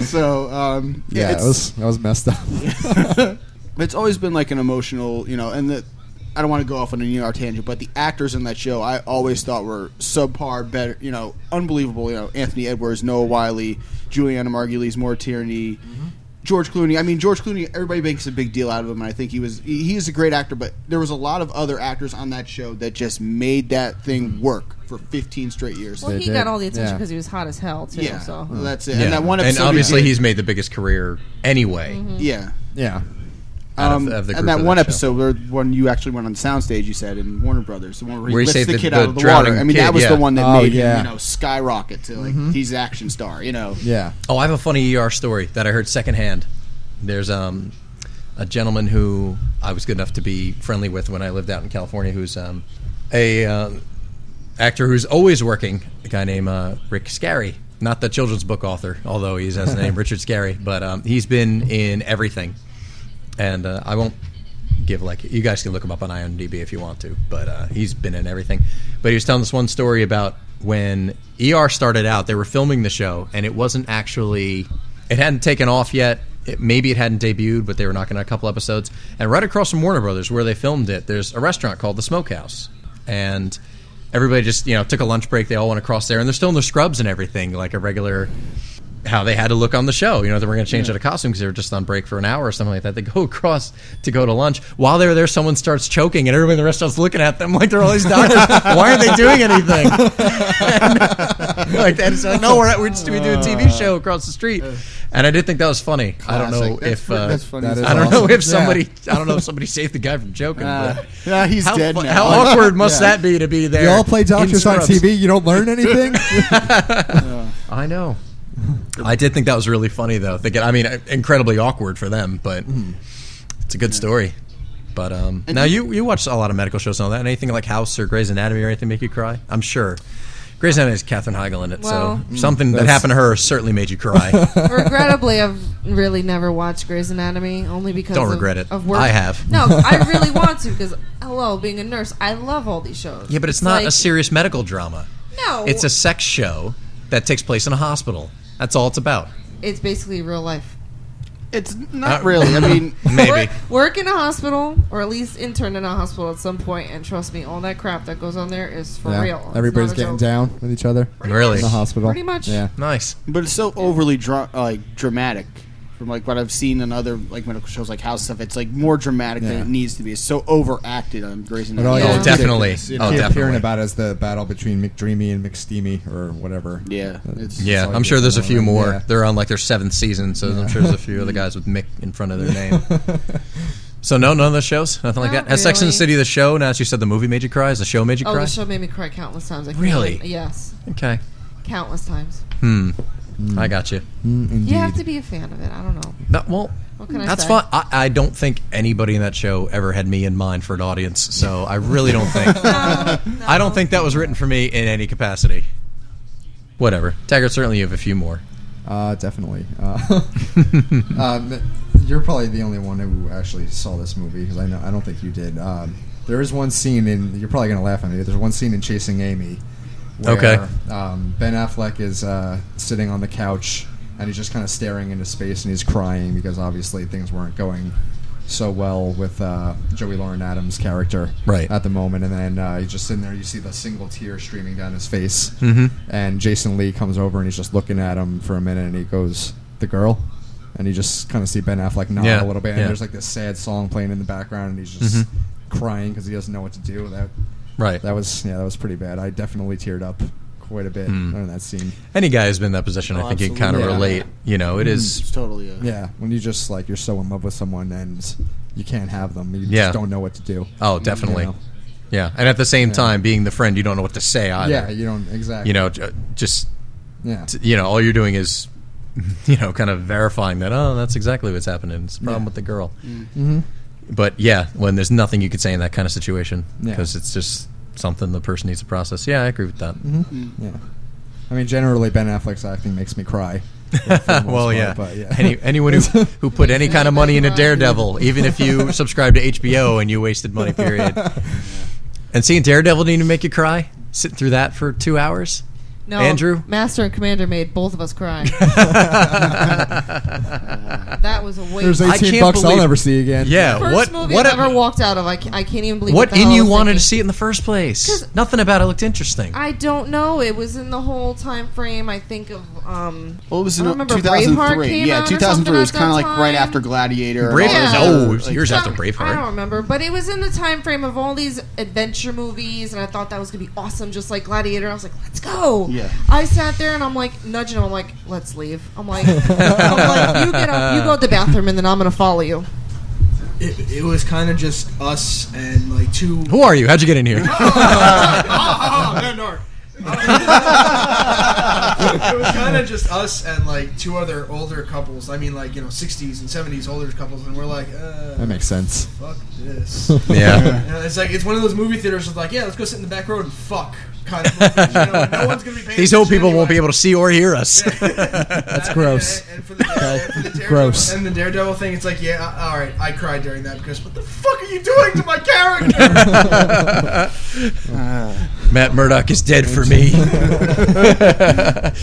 [SPEAKER 1] so, um,
[SPEAKER 2] Yeah,
[SPEAKER 1] it's,
[SPEAKER 2] it was that was messed up.
[SPEAKER 1] it's always been like an emotional, you know, and the. I don't want to go off on a New York tangent, but the actors in that show I always thought were subpar, better, you know, unbelievable. You know, Anthony Edwards, Noah Wiley, Juliana Margulies, Moore Tierney,
[SPEAKER 3] Mm-hmm.
[SPEAKER 1] George Clooney. I mean, George Clooney. Everybody makes a big deal out of him, and I think he was he he is a great actor. But there was a lot of other actors on that show that just made that
[SPEAKER 3] Mm-hmm.
[SPEAKER 1] thing work for 15 straight years.
[SPEAKER 4] Well,
[SPEAKER 2] They
[SPEAKER 4] he
[SPEAKER 2] did.
[SPEAKER 4] got all the attention
[SPEAKER 2] Yeah.
[SPEAKER 4] because he was hot as hell too.
[SPEAKER 1] yeah,
[SPEAKER 4] So
[SPEAKER 1] that's it.
[SPEAKER 3] Yeah.
[SPEAKER 1] And that one episode, he
[SPEAKER 3] obviously
[SPEAKER 1] did- Mm-hmm.
[SPEAKER 3] he's made the biggest career anyway.
[SPEAKER 1] yeah.
[SPEAKER 2] Yeah.
[SPEAKER 3] out of-
[SPEAKER 1] Um,
[SPEAKER 3] of the group
[SPEAKER 1] and that
[SPEAKER 3] of
[SPEAKER 1] one
[SPEAKER 3] that show.
[SPEAKER 1] episode where when you actually went on soundstage, you said in Warner Brothers, the one where he
[SPEAKER 3] Where he
[SPEAKER 1] lifts
[SPEAKER 3] saved
[SPEAKER 1] the
[SPEAKER 3] the-
[SPEAKER 1] kid
[SPEAKER 3] the
[SPEAKER 1] out of the water.
[SPEAKER 3] drowning
[SPEAKER 1] I mean,
[SPEAKER 3] kid,
[SPEAKER 1] that was
[SPEAKER 3] yeah.
[SPEAKER 1] the one that
[SPEAKER 2] Oh,
[SPEAKER 1] made
[SPEAKER 2] yeah. Mm-hmm.
[SPEAKER 1] him, you know, skyrocket to like he's an action star. You know,
[SPEAKER 2] Yeah.
[SPEAKER 3] Oh, I have a funny ER story that I heard secondhand. There's um, a gentleman who I was good enough to be friendly with when I lived out in California, who's um, a um, actor who's always working. A guy named uh, Rick Scarry, not the children's book author, although he has the name Richard Scarry, but um, he's been in everything. And uh, I won't give like you guys can look him up on IMDb if you want to, but uh, he's been in everything. But he was telling this one story about when ER started out, they were filming the show, and it wasn't actually it hadn't taken off yet. It, maybe it hadn't debuted, but they were knocking out a couple episodes. And right across from Warner Brothers, where they filmed it, there's a restaurant called the Smokehouse, and everybody just you know took a lunch break. They all went across there, and they're still in their scrubs and everything, like a regular how they had to look on the show. You know, they were going to change out of costume because they were just on break for an hour or something like that. They go across to go to lunch. While they were there, someone starts choking, and everybody in the restaurant's looking at them like they're all these doctors. Why aren't they doing anything? And, like that is like, no, we're, we're just we do a TV show across the street. And I did think that was funny. I don't know
[SPEAKER 1] Classic. That's
[SPEAKER 3] if
[SPEAKER 1] fr-
[SPEAKER 3] uh,
[SPEAKER 1] that's funny.
[SPEAKER 2] That is
[SPEAKER 3] I don't know
[SPEAKER 2] awesome.
[SPEAKER 3] if somebody I don't know if somebody saved the guy from choking.
[SPEAKER 1] Uh,
[SPEAKER 3] but
[SPEAKER 1] yeah, he's
[SPEAKER 3] how,
[SPEAKER 1] dead
[SPEAKER 3] fu-
[SPEAKER 1] now.
[SPEAKER 3] how awkward must that be to be there?
[SPEAKER 2] You all play
[SPEAKER 3] in
[SPEAKER 2] doctors on
[SPEAKER 3] scrubs?
[SPEAKER 2] TV. You don't learn anything.
[SPEAKER 3] I know. I did think that was really funny, though. Thinking, I mean, incredibly awkward for them, but it's a good story. But um, now you you watch a lot of medical shows and all that. Anything like House or Grey's Anatomy or anything make you cry? I'm sure. Grey's Anatomy has Katherine Heigl in it,
[SPEAKER 4] Well,
[SPEAKER 3] so Mm. something that
[SPEAKER 2] that's-
[SPEAKER 3] happened to her certainly made you cry.
[SPEAKER 4] regrettably, I've really never watched Grey's Anatomy only because
[SPEAKER 3] Don't
[SPEAKER 4] of,
[SPEAKER 3] regret it.
[SPEAKER 4] Of work.
[SPEAKER 3] I have.
[SPEAKER 4] No, I really want to because hello, being a nurse, I love all these shows.
[SPEAKER 3] yeah, but it's not
[SPEAKER 4] like- Oh.
[SPEAKER 3] a serious medical drama.
[SPEAKER 4] No,
[SPEAKER 3] It's a sex show that takes place in a hospital. That's all it's about.
[SPEAKER 4] It's basically real life.
[SPEAKER 1] it's not really. I mean,
[SPEAKER 3] Maybe.
[SPEAKER 4] Work, work in a hospital, or at least intern in a hospital at some point, and trust me, all that crap that goes on there is for
[SPEAKER 2] Yeah.
[SPEAKER 4] real. It's
[SPEAKER 2] Everybody's
[SPEAKER 4] not a
[SPEAKER 2] getting
[SPEAKER 4] joke.
[SPEAKER 2] down with each other.
[SPEAKER 3] Really?
[SPEAKER 2] In the hospital.
[SPEAKER 4] Pretty much.
[SPEAKER 2] Yeah.
[SPEAKER 3] Nice.
[SPEAKER 1] but it's so overly dra- uh, like dramatic. From like what I've seen in other like medical shows, like House stuff, it's like more dramatic than
[SPEAKER 2] Yeah.
[SPEAKER 1] it needs to be. It's so overacted on Grey's
[SPEAKER 2] But all
[SPEAKER 1] Anatomy.
[SPEAKER 2] you
[SPEAKER 4] Yeah.
[SPEAKER 2] keep-
[SPEAKER 3] Definitely.
[SPEAKER 1] Ridiculous, you know?
[SPEAKER 3] Oh,
[SPEAKER 2] keep hearing
[SPEAKER 3] definitely.
[SPEAKER 2] about is the battle between McDreamy and McSteamy or whatever.
[SPEAKER 1] Yeah, it's,
[SPEAKER 3] Yeah,
[SPEAKER 2] all
[SPEAKER 3] I'm
[SPEAKER 2] you
[SPEAKER 3] sure
[SPEAKER 2] get
[SPEAKER 3] there's a
[SPEAKER 2] from
[SPEAKER 3] few
[SPEAKER 2] them,
[SPEAKER 3] more.
[SPEAKER 2] yeah.
[SPEAKER 3] They're on like their seventh season, so I'm sure there's a few other guys with Mick in front of their name. so no, none of those shows, nothing like
[SPEAKER 4] Not
[SPEAKER 3] that. Has Sex and the
[SPEAKER 4] really.
[SPEAKER 3] City the show? Now, as you said, the movie made you cry. Is the show made you
[SPEAKER 4] Oh,
[SPEAKER 3] cry?
[SPEAKER 4] the show made me cry countless times. I can't
[SPEAKER 3] Really?
[SPEAKER 4] even- Yes,
[SPEAKER 3] Okay.
[SPEAKER 4] countless times.
[SPEAKER 3] Hmm. I got you.
[SPEAKER 2] Mm, indeed.
[SPEAKER 4] You have to be a fan of it. I don't know.
[SPEAKER 3] No, well,
[SPEAKER 4] What can I
[SPEAKER 3] that's
[SPEAKER 4] say?
[SPEAKER 3] fine. I, I don't think anybody in that show ever had me in mind for an audience, so I really don't think. I don't think that was written for me in any capacity. Whatever. Taggart, certainly you have a few more.
[SPEAKER 2] Uh, definitely. Uh, um, you're probably the only one who actually saw this movie because I know I don't think you did. Um, there is one scene in you're probably gonna laugh at me. There's one scene in Chasing Amy. Where,
[SPEAKER 3] Okay.
[SPEAKER 2] Um, ben Affleck is uh, sitting on the couch and he's just kind of staring into space and he's crying because obviously things weren't going so well with uh, Joey Lauren Adams' character
[SPEAKER 3] Right.
[SPEAKER 2] at the moment. And then uh, he's just sitting there. You see the single tear streaming down his face
[SPEAKER 3] Mm-hmm.
[SPEAKER 2] and Jason Lee comes over and he's just looking at him for a minute, and he goes, "The girl," and you just kind of see Ben Affleck nod a
[SPEAKER 3] Yeah,
[SPEAKER 2] little bit, and
[SPEAKER 3] yeah. Mm-hmm.
[SPEAKER 2] there's like this sad song playing in the background, and he's just crying 'cause crying because he doesn't know what to do. That
[SPEAKER 3] Right.
[SPEAKER 2] that was yeah, that was pretty bad. I definitely teared up quite a bit
[SPEAKER 3] Mm.
[SPEAKER 2] during that scene.
[SPEAKER 3] Any guy who's been in that position, I
[SPEAKER 1] Oh,
[SPEAKER 3] think you kind of
[SPEAKER 2] absolutely.
[SPEAKER 3] relate. You know, it
[SPEAKER 1] It's
[SPEAKER 3] is.
[SPEAKER 1] totally a,
[SPEAKER 2] Yeah, when you just like you're so in love with someone and you can't have them, you
[SPEAKER 3] Yeah.
[SPEAKER 2] just don't know what to do.
[SPEAKER 3] Oh, definitely.
[SPEAKER 2] You know?
[SPEAKER 3] Yeah. And at the same time, being the friend, you don't know what to say either.
[SPEAKER 2] Yeah, you don't exactly.
[SPEAKER 3] You know, j- just
[SPEAKER 2] yeah.
[SPEAKER 3] t- you know, all you're doing is, you know, kind of verifying that. Oh, that's exactly what's happening. It's a problem
[SPEAKER 2] Yeah.
[SPEAKER 3] with the girl.
[SPEAKER 2] Mhm.
[SPEAKER 3] But yeah, when there's nothing you could say in that kind of situation,
[SPEAKER 2] Yeah.
[SPEAKER 3] because it's just something the person needs to process. Yeah, I agree with that.
[SPEAKER 2] Mm-hmm. Yeah. I mean, generally, Ben Affleck's acting makes me cry.
[SPEAKER 3] well,
[SPEAKER 2] part,
[SPEAKER 3] yeah.
[SPEAKER 2] but, yeah.
[SPEAKER 3] Any, anyone who, who put any kind of money into Daredevil, even if you subscribe to HBO and you wasted money, period. And seeing Daredevil didn't even make you cry, sitting through that for two hours.
[SPEAKER 4] No,
[SPEAKER 3] Andrew?
[SPEAKER 4] Master and Commander made both of us cry. that was a waste.
[SPEAKER 2] There's
[SPEAKER 3] I
[SPEAKER 2] 18
[SPEAKER 3] can't
[SPEAKER 2] bucks I'll
[SPEAKER 3] believe-
[SPEAKER 2] never see again.
[SPEAKER 3] Yeah,
[SPEAKER 4] First
[SPEAKER 3] what
[SPEAKER 4] movie
[SPEAKER 3] what
[SPEAKER 4] I ever walked out of. I, ca- I can't even believe
[SPEAKER 3] what
[SPEAKER 4] the hell
[SPEAKER 3] in
[SPEAKER 4] I
[SPEAKER 3] you
[SPEAKER 4] was
[SPEAKER 3] wanted to
[SPEAKER 4] thinking.
[SPEAKER 3] see it in the first place?
[SPEAKER 4] 'Cause-
[SPEAKER 3] Nothing about it looked interesting.
[SPEAKER 4] I don't know. It was in the whole time frame. I think of um.
[SPEAKER 1] Well, it was
[SPEAKER 4] I
[SPEAKER 1] in
[SPEAKER 4] don't remember
[SPEAKER 1] 2003.
[SPEAKER 4] Braveheart came
[SPEAKER 1] yeah,
[SPEAKER 4] out or
[SPEAKER 1] 2003 was
[SPEAKER 4] something at
[SPEAKER 1] kind of like
[SPEAKER 4] that
[SPEAKER 1] right
[SPEAKER 4] time.
[SPEAKER 1] after Gladiator. and all
[SPEAKER 3] Braveheart
[SPEAKER 1] those
[SPEAKER 4] was
[SPEAKER 1] other,
[SPEAKER 3] always
[SPEAKER 1] like,
[SPEAKER 3] Oh, years
[SPEAKER 4] some-
[SPEAKER 3] after Braveheart.
[SPEAKER 4] I don't remember, but it was in the time frame of all these adventure movies, and I thought that was gonna be awesome, just like Gladiator. I was like, let's go.
[SPEAKER 1] Yeah.
[SPEAKER 4] I sat there and I'm like nudging him. I'm like, let's leave. I'm like, I'm like you get up, you go to the bathroom, and then I'm gonna follow you.
[SPEAKER 5] It, it was kind of just us and like two.
[SPEAKER 3] Who are you? How'd you get in here?
[SPEAKER 5] oh, no, no. it was kind of just us and like two other older couples. I mean, like you know, 60s and 70s older couples, and we're like, uh,
[SPEAKER 2] That makes sense.
[SPEAKER 5] fuck this. You
[SPEAKER 3] yeah.
[SPEAKER 5] know, it's like it's one of those movie theaters. It's like, yeah, let's go sit in the back road and fuck. Kind of. movies, you know, no one's gonna be paying
[SPEAKER 3] These old people
[SPEAKER 5] attention
[SPEAKER 3] won't be
[SPEAKER 5] anyway.
[SPEAKER 3] able to see or hear us.
[SPEAKER 5] That's
[SPEAKER 2] gross.
[SPEAKER 5] And, and for the, and for the Daredevil,
[SPEAKER 2] Gross.
[SPEAKER 5] And the Daredevil thing, it's like, yeah, uh, all right, I cried during that because what the fuck are you doing to my character?
[SPEAKER 3] Matt Murdock is dead for me.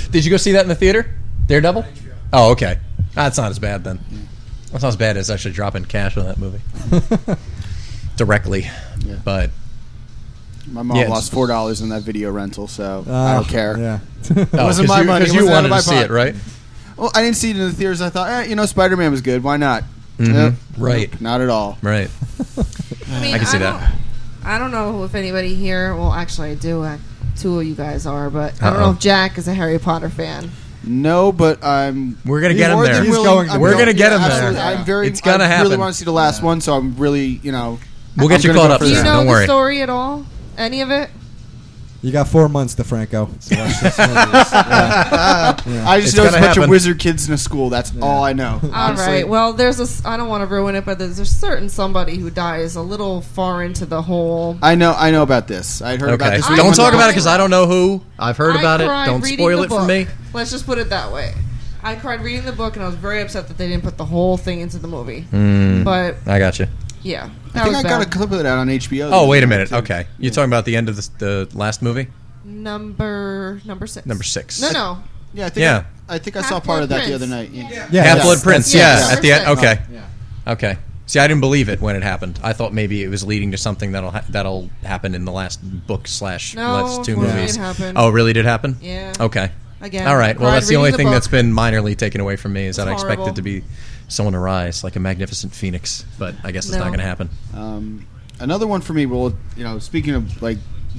[SPEAKER 3] Did you go see that in the theater? Daredevil? Oh, okay. That's not as bad then. That's not as bad as actually dropping cash on that movie directly.
[SPEAKER 1] Yeah.
[SPEAKER 3] But
[SPEAKER 1] My mom
[SPEAKER 3] Yeah, it's- Ah,
[SPEAKER 1] lost four dollars in that video rental, so I don't care.
[SPEAKER 2] Uh, Yeah.
[SPEAKER 3] it
[SPEAKER 1] wasn't my money, it
[SPEAKER 3] Oh, you
[SPEAKER 1] wasn't out
[SPEAKER 3] wanted
[SPEAKER 1] of
[SPEAKER 3] to
[SPEAKER 1] my
[SPEAKER 3] see
[SPEAKER 1] pocket.
[SPEAKER 3] it, right?
[SPEAKER 1] Well, I didn't see it in the theaters. I thought, eh, you know, Spider Man was good. Why not? Nope.
[SPEAKER 3] Mm-hmm. Right.
[SPEAKER 1] Nope, not at all.
[SPEAKER 3] Right.
[SPEAKER 4] I mean,
[SPEAKER 3] I can see that.
[SPEAKER 4] don't- I don't know if anybody here. Well, actually, I do. I, two of you guys are, but I don't know
[SPEAKER 3] Uh-oh.
[SPEAKER 4] if Jack is a Harry Potter fan.
[SPEAKER 1] No, but I'm.
[SPEAKER 3] We're gonna get him
[SPEAKER 1] more
[SPEAKER 3] there.
[SPEAKER 1] than
[SPEAKER 3] He's
[SPEAKER 1] willing-
[SPEAKER 2] going to
[SPEAKER 1] I'm
[SPEAKER 2] be. We're
[SPEAKER 3] gonna get him there.
[SPEAKER 1] absolutely. I'm very.
[SPEAKER 3] It's gonna
[SPEAKER 1] I
[SPEAKER 3] happen.
[SPEAKER 1] Really want to see the last one, so I'm really, you know.
[SPEAKER 3] We'll get
[SPEAKER 1] I'm
[SPEAKER 3] you
[SPEAKER 1] gonna
[SPEAKER 3] caught
[SPEAKER 1] go
[SPEAKER 3] up
[SPEAKER 1] for
[SPEAKER 4] Do
[SPEAKER 3] to
[SPEAKER 4] you
[SPEAKER 1] that.
[SPEAKER 3] that.
[SPEAKER 4] know
[SPEAKER 3] Don't
[SPEAKER 4] the
[SPEAKER 3] worry.
[SPEAKER 4] story at all? Any of it?
[SPEAKER 2] You got four months, DeFranco. So watch this movie. Yeah. Yeah.
[SPEAKER 1] I just know it's a
[SPEAKER 3] It's gonna
[SPEAKER 1] bunch
[SPEAKER 3] happen.
[SPEAKER 1] of wizard kids in a school. That's all I know.
[SPEAKER 4] All
[SPEAKER 1] honestly.
[SPEAKER 4] right. Well, there's a. s- I don't want to ruin it, but there's a certain somebody who dies a little far into the whole.
[SPEAKER 1] I know. I know about this. I heard about
[SPEAKER 3] Okay.
[SPEAKER 1] this.
[SPEAKER 4] I
[SPEAKER 3] Don't
[SPEAKER 4] cried-
[SPEAKER 3] talk about it because I don't know who. I've heard
[SPEAKER 4] I
[SPEAKER 3] about it.
[SPEAKER 4] cried
[SPEAKER 3] Don't
[SPEAKER 4] reading
[SPEAKER 3] spoil
[SPEAKER 4] the
[SPEAKER 3] it for
[SPEAKER 4] book.
[SPEAKER 3] me.
[SPEAKER 4] Let's just put it that way. I cried reading the book, and I was very upset that they didn't put the whole thing into the movie.
[SPEAKER 3] Hmm.
[SPEAKER 4] But
[SPEAKER 3] I got you.
[SPEAKER 4] yeah,
[SPEAKER 1] I
[SPEAKER 4] that
[SPEAKER 1] think
[SPEAKER 4] was
[SPEAKER 1] I
[SPEAKER 4] bad.
[SPEAKER 1] got a clip of it out on HBO.
[SPEAKER 3] Oh, wait a minute. Okay. You're talking about the end of the, the last movie?
[SPEAKER 4] number number six.
[SPEAKER 3] Number six.
[SPEAKER 4] No, no.
[SPEAKER 1] Yeah, I think.
[SPEAKER 3] Yeah.
[SPEAKER 1] I, I think I saw
[SPEAKER 4] Half-Blood
[SPEAKER 1] part of that the
[SPEAKER 4] Prince.
[SPEAKER 1] other night. Yeah.
[SPEAKER 2] Yeah,
[SPEAKER 3] Half Blood
[SPEAKER 2] that's-
[SPEAKER 3] Prince.
[SPEAKER 4] that's-
[SPEAKER 3] Yeah,
[SPEAKER 4] yeah.
[SPEAKER 3] at the end.
[SPEAKER 4] Number
[SPEAKER 3] Okay.
[SPEAKER 2] Yeah.
[SPEAKER 3] Okay. See, I didn't believe it when it happened. I thought maybe it was leading to something that'll ha- that'll happen in the last book slash
[SPEAKER 4] No,
[SPEAKER 3] last two
[SPEAKER 4] it
[SPEAKER 2] really
[SPEAKER 3] movies.
[SPEAKER 4] did happen.
[SPEAKER 3] Oh, it really? Did happen?
[SPEAKER 4] Yeah.
[SPEAKER 3] Okay.
[SPEAKER 4] Again,
[SPEAKER 3] All right. Well,
[SPEAKER 4] cried
[SPEAKER 3] that's the only
[SPEAKER 4] reading the
[SPEAKER 3] thing that's
[SPEAKER 4] book.
[SPEAKER 3] been minorly taken away from me is that I
[SPEAKER 4] It's
[SPEAKER 3] expected
[SPEAKER 4] horrible.
[SPEAKER 3] to be someone to rise like a magnificent phoenix, but I guess it's
[SPEAKER 4] No.
[SPEAKER 3] not going to happen.
[SPEAKER 1] Um, another one for me. Well, you know, speaking of like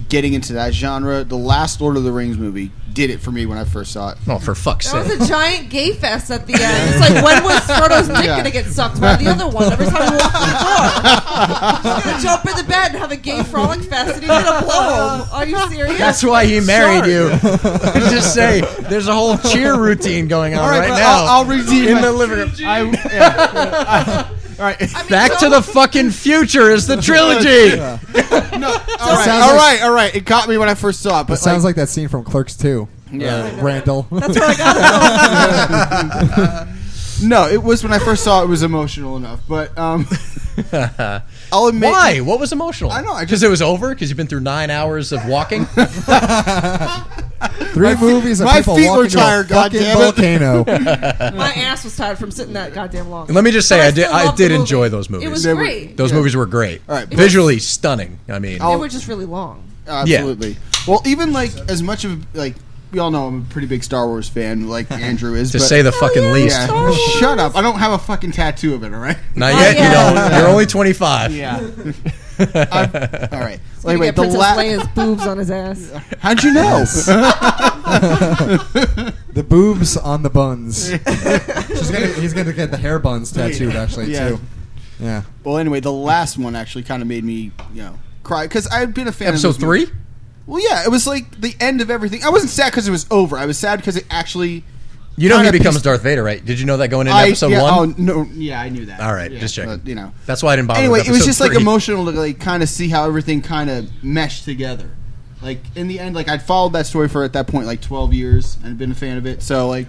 [SPEAKER 1] getting into that genre, the last Lord of the Rings movie did it for me when I first saw it.
[SPEAKER 3] Oh, for fuck's
[SPEAKER 4] That
[SPEAKER 3] sake.
[SPEAKER 4] was a giant gay fest at the end. It's like when was Frodo's dick
[SPEAKER 1] Yeah.
[SPEAKER 4] gonna get sucked by the other one? Every time he walks in the door, he's gonna jump in the bed and have a gay frolic fest, and he's gonna blow him. Are you serious?
[SPEAKER 3] That's why he married you. Just say there's a whole cheer routine going on right,
[SPEAKER 1] but
[SPEAKER 3] now.
[SPEAKER 1] I'll, I'll redeem
[SPEAKER 3] in
[SPEAKER 1] my-
[SPEAKER 3] the living room.
[SPEAKER 1] I, yeah. I- all right.
[SPEAKER 4] I mean,
[SPEAKER 3] Back to
[SPEAKER 4] Joe-
[SPEAKER 3] the fucking future is the trilogy.
[SPEAKER 1] No, all right,
[SPEAKER 2] sounds
[SPEAKER 1] all right,
[SPEAKER 2] like-
[SPEAKER 1] all right. It caught me when I first saw it, but
[SPEAKER 2] It sounds like that scene from Clerks 2.
[SPEAKER 1] Yeah.
[SPEAKER 2] Randall. That's
[SPEAKER 1] no, it was when I first saw it, it was emotional enough. But um, I'll admit,
[SPEAKER 3] Why? What was emotional?
[SPEAKER 1] I know, I
[SPEAKER 3] Because it was over. Because you've been through nine hours of walking.
[SPEAKER 2] Three movies of
[SPEAKER 1] my
[SPEAKER 2] people
[SPEAKER 1] feet
[SPEAKER 2] walking
[SPEAKER 1] were
[SPEAKER 2] to a
[SPEAKER 1] tired,
[SPEAKER 2] fucking
[SPEAKER 1] goddammit.
[SPEAKER 2] volcano.
[SPEAKER 4] My ass was tired from sitting that goddamn long.
[SPEAKER 3] And let me just say,
[SPEAKER 4] But
[SPEAKER 3] I did.
[SPEAKER 4] still
[SPEAKER 3] I
[SPEAKER 4] loved the
[SPEAKER 3] did
[SPEAKER 4] movie.
[SPEAKER 3] enjoy those movies.
[SPEAKER 4] It was
[SPEAKER 1] They were-
[SPEAKER 4] great.
[SPEAKER 3] those movies were great.
[SPEAKER 1] All right, but-
[SPEAKER 3] Visually stunning. I mean,
[SPEAKER 1] I'll-
[SPEAKER 4] they were just really long.
[SPEAKER 1] absolutely. Well, even like as much of like we all know, I'm a pretty big Star Wars fan, like Andrew is.
[SPEAKER 3] to
[SPEAKER 1] but,
[SPEAKER 3] say the fucking
[SPEAKER 4] Oh, yeah,
[SPEAKER 3] least.
[SPEAKER 1] yeah,
[SPEAKER 4] Star Wars.
[SPEAKER 1] shut up. I don't have a fucking tattoo of it. All right.
[SPEAKER 3] Not
[SPEAKER 4] Not
[SPEAKER 3] yet.
[SPEAKER 4] yet.
[SPEAKER 3] You don't. You're only 25.
[SPEAKER 1] Yeah. I've- all right. Wait,
[SPEAKER 4] You
[SPEAKER 1] wait.
[SPEAKER 4] get
[SPEAKER 1] The
[SPEAKER 4] Princess
[SPEAKER 1] last.
[SPEAKER 4] Leia's boobs on his ass.
[SPEAKER 1] How'd you know?
[SPEAKER 2] the boobs on the buns. She's gonna, he's going to get the hair buns tattooed, actually,
[SPEAKER 1] Yeah.
[SPEAKER 2] too. Yeah.
[SPEAKER 1] well, anyway, the last one actually kind of made me, you know, cry because I had been a fan. of
[SPEAKER 3] Episode
[SPEAKER 1] this movie.
[SPEAKER 3] three.
[SPEAKER 1] Well, yeah, it was like the end of everything. I wasn't sad because it was over. I was sad because it actually.
[SPEAKER 3] You know he
[SPEAKER 1] Kinda
[SPEAKER 3] becomes
[SPEAKER 1] pissed-
[SPEAKER 3] Darth Vader, right? Did you know that going into
[SPEAKER 1] I,
[SPEAKER 3] episode
[SPEAKER 1] yeah,
[SPEAKER 3] one?
[SPEAKER 1] Oh no! Yeah, I knew that.
[SPEAKER 3] All right,
[SPEAKER 1] Yeah,
[SPEAKER 3] just checking.
[SPEAKER 1] But, you know.
[SPEAKER 3] that's why I didn't bother.
[SPEAKER 1] Anyway,
[SPEAKER 3] with
[SPEAKER 1] it was
[SPEAKER 3] episode
[SPEAKER 1] just like
[SPEAKER 3] three.
[SPEAKER 1] emotional to like kind of see how everything kind of meshed together. Like in the end, like I'd followed that story for at that point like twelve years and been a fan of it. So like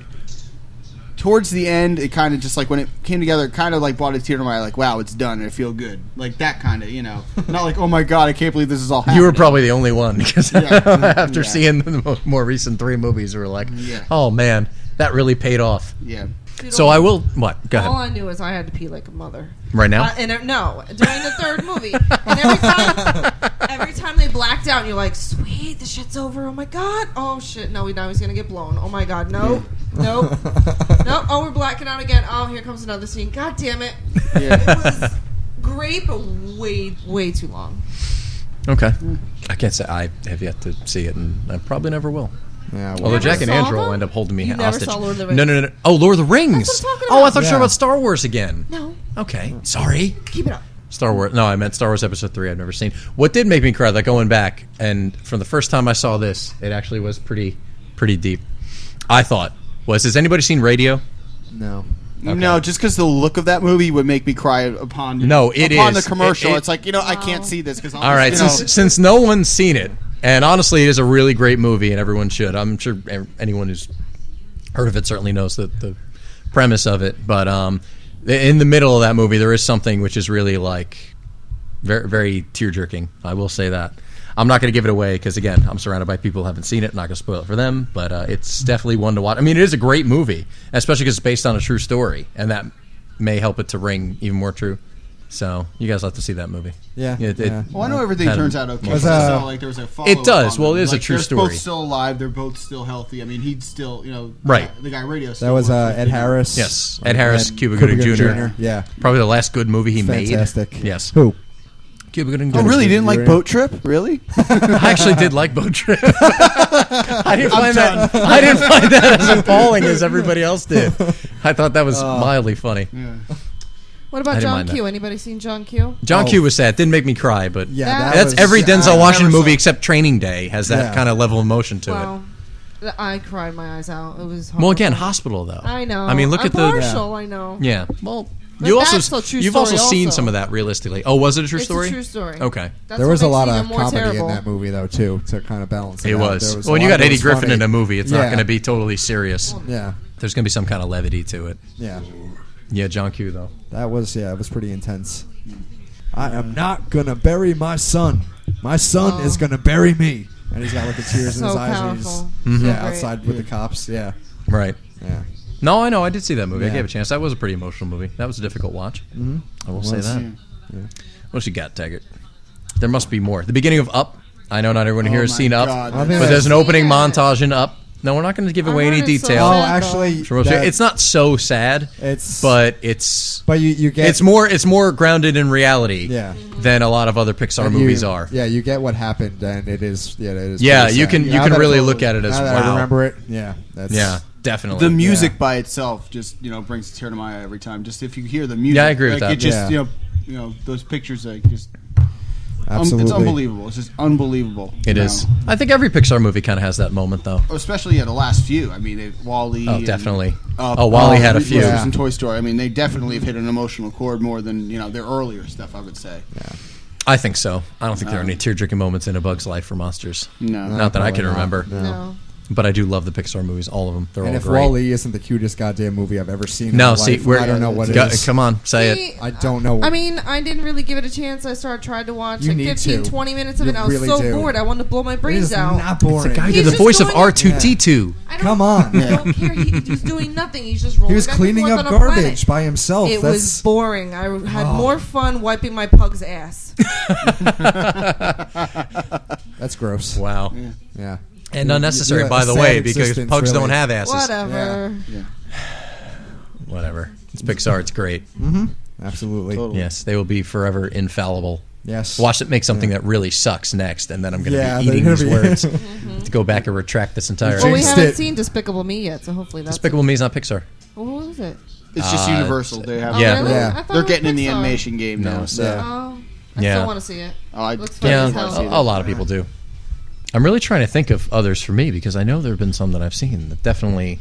[SPEAKER 1] towards the end, it kind of just like when it came together, it kind of like brought a tear to my eye. Like wow, it's done. and I feel good. Like that kind of you know, not like oh my god, I can't believe this is all. Happening.
[SPEAKER 3] You were probably the only one because
[SPEAKER 1] Yeah.
[SPEAKER 3] after
[SPEAKER 1] Yeah.
[SPEAKER 3] seeing the mo- more recent three movies, we were like,
[SPEAKER 1] Yeah.
[SPEAKER 3] "Oh man, that really paid off."
[SPEAKER 1] yeah.
[SPEAKER 4] Dude,
[SPEAKER 3] So
[SPEAKER 4] all-
[SPEAKER 3] I will. What? Go
[SPEAKER 4] All
[SPEAKER 3] ahead.
[SPEAKER 4] I knew was I had to pee like a mother.
[SPEAKER 3] Right now.
[SPEAKER 4] Uh, and uh, no, during the third movie, and every time, every time they blacked out, and you're like, "Sweet, the shit's over." Oh my god. Oh shit. No, we know he's gonna get blown. Oh my god. No. Nope. nope. Oh, we're blacking out again. Oh, here comes another scene. God damn it. It was great, but way, way too long.
[SPEAKER 3] Okay. I can't say I have yet to see it, and I probably never will.
[SPEAKER 2] Yeah.
[SPEAKER 3] Although
[SPEAKER 4] never
[SPEAKER 3] Jack and
[SPEAKER 4] saw
[SPEAKER 3] Andrew will
[SPEAKER 4] them?
[SPEAKER 3] end up holding me
[SPEAKER 4] You never
[SPEAKER 3] hostage.
[SPEAKER 4] saw Lord of the
[SPEAKER 3] No,
[SPEAKER 4] Rings.
[SPEAKER 3] no, no, no. Oh, Lord of the Rings.
[SPEAKER 4] That's what I'm talking
[SPEAKER 3] Oh, I
[SPEAKER 4] about.
[SPEAKER 3] thought you were
[SPEAKER 2] Yeah.
[SPEAKER 3] about Star Wars again.
[SPEAKER 4] No,
[SPEAKER 3] Okay. Sorry.
[SPEAKER 4] keep it up.
[SPEAKER 3] Star Wars. No, I meant Star Wars Episode Three. I've never seen. What did make me cry? Like going back, and from the first time I saw this, it actually was pretty, pretty deep. I thought was has anybody seen Radio?
[SPEAKER 2] No.
[SPEAKER 1] No, just because the look of that movie would make me cry upon
[SPEAKER 3] No, it
[SPEAKER 1] upon
[SPEAKER 3] is.
[SPEAKER 1] the commercial.
[SPEAKER 3] It- it-
[SPEAKER 1] it's like you know I can't
[SPEAKER 4] Wow.
[SPEAKER 1] see this because
[SPEAKER 3] All right,
[SPEAKER 1] you know,
[SPEAKER 3] since since no one's seen it, and honestly, it is a really great movie, and everyone should. I'm sure ev- anyone who's heard of it certainly knows the, the premise of it. But um, in the middle of that movie, there is something which is really like very very tear jerking. I will say that. I'm not going to give it away because again, I'm surrounded by people who haven't seen it. I'm not going to spoil it for them, but uh, it's definitely one to watch. I mean, it is a great movie, especially because it's based on a true story, and that may help it to ring even more true. So you guys will have to see that movie.
[SPEAKER 2] Yeah,
[SPEAKER 3] It- it-
[SPEAKER 2] yeah.
[SPEAKER 1] Well, I know everything
[SPEAKER 3] had
[SPEAKER 1] turns out okay.
[SPEAKER 3] Was,
[SPEAKER 2] uh,
[SPEAKER 1] so, like, there was a
[SPEAKER 3] It does.
[SPEAKER 1] follow-up on
[SPEAKER 3] Well, it
[SPEAKER 1] them.
[SPEAKER 3] is a
[SPEAKER 1] Like,
[SPEAKER 3] true
[SPEAKER 1] they're
[SPEAKER 3] story.
[SPEAKER 1] both still alive. They're both still healthy. I mean, he's still, you know,
[SPEAKER 3] Right.
[SPEAKER 1] The guy radio.
[SPEAKER 2] That
[SPEAKER 1] still
[SPEAKER 2] was uh,
[SPEAKER 1] works.
[SPEAKER 2] Ed Harris.
[SPEAKER 3] Yes, Ed Harris,
[SPEAKER 2] and
[SPEAKER 3] Cuba Gooding Jr.
[SPEAKER 2] Yeah.
[SPEAKER 3] Probably the last good movie he
[SPEAKER 2] Fantastic.
[SPEAKER 3] made. Yes.
[SPEAKER 2] Who?
[SPEAKER 3] Cuba Gooding Jr.
[SPEAKER 1] Oh, really? You didn't like
[SPEAKER 2] You're-
[SPEAKER 1] Boat Trip? Really?
[SPEAKER 3] I actually did like Boat Trip. I didn't find that. I didn't find that as appalling as everybody else did. I thought that
[SPEAKER 2] Uh,
[SPEAKER 3] was mildly funny.
[SPEAKER 4] What
[SPEAKER 3] I
[SPEAKER 4] about
[SPEAKER 3] didn't
[SPEAKER 4] John
[SPEAKER 3] mind that.
[SPEAKER 4] Q? Anybody seen John Q?
[SPEAKER 3] John
[SPEAKER 2] Oh.
[SPEAKER 3] Q was sad. Didn't make me cry, but
[SPEAKER 2] Yeah.
[SPEAKER 4] That-
[SPEAKER 2] That
[SPEAKER 3] that's
[SPEAKER 2] was, uh,
[SPEAKER 3] every Denzel
[SPEAKER 1] I
[SPEAKER 3] Washington
[SPEAKER 1] never saw
[SPEAKER 3] movie
[SPEAKER 1] it.
[SPEAKER 3] except Training Day has that
[SPEAKER 2] Yeah.
[SPEAKER 3] kind of level of emotion to
[SPEAKER 4] Wow.
[SPEAKER 3] it.
[SPEAKER 4] Th- I cried my eyes out. It was
[SPEAKER 3] Well,
[SPEAKER 4] horrible.
[SPEAKER 3] again, Hospital though.
[SPEAKER 4] I know.
[SPEAKER 3] I mean, look
[SPEAKER 4] I'm
[SPEAKER 3] at the
[SPEAKER 4] partial, I know.
[SPEAKER 3] yeah. Well,
[SPEAKER 4] But
[SPEAKER 3] you also
[SPEAKER 4] that's a true
[SPEAKER 3] you've
[SPEAKER 4] story
[SPEAKER 3] also seen
[SPEAKER 4] also.
[SPEAKER 3] some of that realistically. Oh, was it a true
[SPEAKER 4] It's a
[SPEAKER 3] story?
[SPEAKER 4] true story.
[SPEAKER 3] Okay.
[SPEAKER 4] That's
[SPEAKER 2] There
[SPEAKER 4] what
[SPEAKER 2] was a
[SPEAKER 4] makes
[SPEAKER 2] lot
[SPEAKER 4] it even
[SPEAKER 2] of
[SPEAKER 4] more
[SPEAKER 2] comedy
[SPEAKER 4] terrible.
[SPEAKER 2] in that movie, though, too, to kind of balance it,
[SPEAKER 3] It
[SPEAKER 2] out.
[SPEAKER 3] was.
[SPEAKER 2] There a
[SPEAKER 3] well, when you
[SPEAKER 2] lot
[SPEAKER 3] got
[SPEAKER 2] that
[SPEAKER 3] Eddie
[SPEAKER 2] was
[SPEAKER 3] Griffin
[SPEAKER 2] funny.
[SPEAKER 3] in a movie, it's not
[SPEAKER 2] Yeah.
[SPEAKER 3] going to be totally serious.
[SPEAKER 2] Yeah,
[SPEAKER 3] There's going to be some kind of levity to it.
[SPEAKER 2] yeah.
[SPEAKER 3] Yeah, John Q though.
[SPEAKER 2] That was yeah. It was pretty intense. I am not gonna bury my son. My son
[SPEAKER 4] Oh.
[SPEAKER 2] is gonna bury me. And he's got like the tears in
[SPEAKER 4] So
[SPEAKER 2] his eyes. and he's-
[SPEAKER 4] powerful.
[SPEAKER 3] Mm-hmm.
[SPEAKER 2] Yeah,
[SPEAKER 4] So great.
[SPEAKER 2] outside with the cops. Yeah,
[SPEAKER 3] Right.
[SPEAKER 2] yeah.
[SPEAKER 3] No, I know. I did see that movie. I
[SPEAKER 2] Yeah.
[SPEAKER 3] gave it a chance. That was a pretty emotional movie. That was a difficult watch. Mm-hmm. I will say
[SPEAKER 2] was.
[SPEAKER 3] that. What you got, Taggart? There must be more. The beginning of Up. I know not everyone here has
[SPEAKER 1] Oh my
[SPEAKER 3] seen Up,
[SPEAKER 1] God.
[SPEAKER 2] I
[SPEAKER 3] but
[SPEAKER 2] think
[SPEAKER 3] there's an
[SPEAKER 4] I've
[SPEAKER 3] opening
[SPEAKER 4] seen it.
[SPEAKER 3] montage in Up. No, we're not going to give away
[SPEAKER 4] I
[SPEAKER 3] any
[SPEAKER 4] heard it's so
[SPEAKER 3] detail.
[SPEAKER 2] Oh,
[SPEAKER 4] sad.
[SPEAKER 2] actually,
[SPEAKER 3] From upstairs.
[SPEAKER 2] that-
[SPEAKER 3] it's not so sad,
[SPEAKER 2] It's
[SPEAKER 3] but it's
[SPEAKER 2] but you you get
[SPEAKER 3] it's more it's more grounded in reality
[SPEAKER 2] Yeah.
[SPEAKER 3] than a lot of other Pixar
[SPEAKER 2] and you-
[SPEAKER 3] movies are.
[SPEAKER 2] Yeah, you get what happened, and it is yeah it is.
[SPEAKER 3] Yeah,
[SPEAKER 2] pretty
[SPEAKER 3] you
[SPEAKER 2] sad.
[SPEAKER 3] can- you
[SPEAKER 2] Now
[SPEAKER 3] can
[SPEAKER 2] that I
[SPEAKER 3] really
[SPEAKER 2] told-
[SPEAKER 3] look at it as,
[SPEAKER 2] now that
[SPEAKER 3] wow.
[SPEAKER 2] I remember it. Yeah, that's
[SPEAKER 1] Um,
[SPEAKER 3] Yeah, definitely.
[SPEAKER 1] The music
[SPEAKER 2] Yeah.
[SPEAKER 1] by itself just you know brings a tear to my eye every time. Just if you hear the music,
[SPEAKER 3] Yeah, I agree with
[SPEAKER 1] like,
[SPEAKER 3] that.
[SPEAKER 1] It just
[SPEAKER 2] Yeah.
[SPEAKER 1] you know you know those pictures like just um,
[SPEAKER 2] absolutely.
[SPEAKER 1] it's unbelievable. It's just unbelievable.
[SPEAKER 3] It
[SPEAKER 1] you
[SPEAKER 3] is.
[SPEAKER 1] know.
[SPEAKER 3] I think every Pixar movie kind of has that moment, though.
[SPEAKER 1] especially yeah, the last few. I mean, it, Wally.
[SPEAKER 3] Oh,
[SPEAKER 1] and
[SPEAKER 3] definitely.
[SPEAKER 1] Up,
[SPEAKER 3] Oh, Wally had a
[SPEAKER 1] Loose
[SPEAKER 3] few.
[SPEAKER 1] Losers and Toy Story. I mean, they definitely have hit an emotional chord more than you know their earlier stuff. I would say.
[SPEAKER 3] I think so. I don't think there are
[SPEAKER 2] Uh,
[SPEAKER 3] any tear-jerking moments in A Bug's Life for monsters.
[SPEAKER 1] No. No,
[SPEAKER 3] not that I
[SPEAKER 2] probably
[SPEAKER 3] can
[SPEAKER 2] not.
[SPEAKER 3] remember.
[SPEAKER 2] No.
[SPEAKER 4] No.
[SPEAKER 3] But I do love the Pixar movies, all of them. They're
[SPEAKER 2] And
[SPEAKER 3] all
[SPEAKER 2] if
[SPEAKER 3] great.
[SPEAKER 2] Wally isn't the cutest goddamn movie I've ever seen, in
[SPEAKER 3] no,
[SPEAKER 2] my
[SPEAKER 3] see,
[SPEAKER 2] life,
[SPEAKER 3] we're,
[SPEAKER 2] I don't know what it
[SPEAKER 3] Go-
[SPEAKER 2] is.
[SPEAKER 3] Come on, say
[SPEAKER 4] See,
[SPEAKER 3] it.
[SPEAKER 2] I don't know.
[SPEAKER 4] I mean, I didn't really give it a chance. I started tried to watch
[SPEAKER 2] You
[SPEAKER 4] like
[SPEAKER 2] need
[SPEAKER 4] 15,
[SPEAKER 2] to.
[SPEAKER 4] 20 minutes of
[SPEAKER 2] You
[SPEAKER 4] it. I was
[SPEAKER 2] really
[SPEAKER 4] so
[SPEAKER 2] do.
[SPEAKER 4] bored. I wanted to blow my
[SPEAKER 2] it is
[SPEAKER 4] brains out.
[SPEAKER 2] not boring.
[SPEAKER 3] The guy
[SPEAKER 4] He's
[SPEAKER 3] did the
[SPEAKER 4] just
[SPEAKER 3] voice of
[SPEAKER 4] going-
[SPEAKER 3] R2D2.
[SPEAKER 4] I don't-
[SPEAKER 2] Come on.
[SPEAKER 4] I don't care. He, he's doing nothing. He's just rolling.
[SPEAKER 2] He was
[SPEAKER 4] back and
[SPEAKER 2] cleaning
[SPEAKER 4] forth
[SPEAKER 2] up
[SPEAKER 4] on a planet.
[SPEAKER 2] garbage by himself.
[SPEAKER 4] It
[SPEAKER 2] That's,
[SPEAKER 4] was boring. I had
[SPEAKER 2] Oh.
[SPEAKER 4] more fun wiping my pug's ass.
[SPEAKER 2] that's gross.
[SPEAKER 3] Wow.
[SPEAKER 2] Yeah.
[SPEAKER 3] And
[SPEAKER 2] You-
[SPEAKER 3] unnecessary,
[SPEAKER 2] you- you
[SPEAKER 3] by
[SPEAKER 2] have
[SPEAKER 3] the
[SPEAKER 2] sad
[SPEAKER 3] way, because
[SPEAKER 2] existence,
[SPEAKER 3] pugs
[SPEAKER 2] really.
[SPEAKER 3] don't have asses.
[SPEAKER 4] Whatever.
[SPEAKER 3] Whatever. It's Pixar. It's great.
[SPEAKER 2] Absolutely.
[SPEAKER 1] Totally.
[SPEAKER 3] Yes, they will be forever infallible.
[SPEAKER 2] Yes.
[SPEAKER 3] Watch it make something that really sucks next, and then I'm going to
[SPEAKER 2] Yeah,
[SPEAKER 3] be
[SPEAKER 2] they're
[SPEAKER 3] eating
[SPEAKER 2] gonna
[SPEAKER 3] these
[SPEAKER 2] be-
[SPEAKER 3] words to go back and retract this entire.
[SPEAKER 4] Well, we
[SPEAKER 2] Jinxed
[SPEAKER 4] haven't
[SPEAKER 2] it.
[SPEAKER 4] seen Despicable Me yet, so hopefully that's.
[SPEAKER 3] Despicable Me is not Pixar.
[SPEAKER 4] Well, what was it?
[SPEAKER 1] It's just
[SPEAKER 3] Uh,
[SPEAKER 1] universal. They have.
[SPEAKER 4] Oh,
[SPEAKER 3] Yeah.
[SPEAKER 4] really?
[SPEAKER 2] Yeah.
[SPEAKER 4] I thought it
[SPEAKER 1] They're
[SPEAKER 4] was
[SPEAKER 1] getting in the
[SPEAKER 4] Pixar.
[SPEAKER 1] animation game
[SPEAKER 3] No.
[SPEAKER 1] now. So
[SPEAKER 2] Yeah.
[SPEAKER 4] Oh, I
[SPEAKER 3] Yeah.
[SPEAKER 4] still want to see it.
[SPEAKER 1] Oh, I
[SPEAKER 4] Looks
[SPEAKER 1] totally
[SPEAKER 4] fun
[SPEAKER 3] Yeah,
[SPEAKER 4] as
[SPEAKER 1] wanna
[SPEAKER 4] hell.
[SPEAKER 1] see
[SPEAKER 3] a, a
[SPEAKER 1] that.
[SPEAKER 3] lot of people do. I'm really trying to think of others for me because I know there have been some that I've seen that definitely.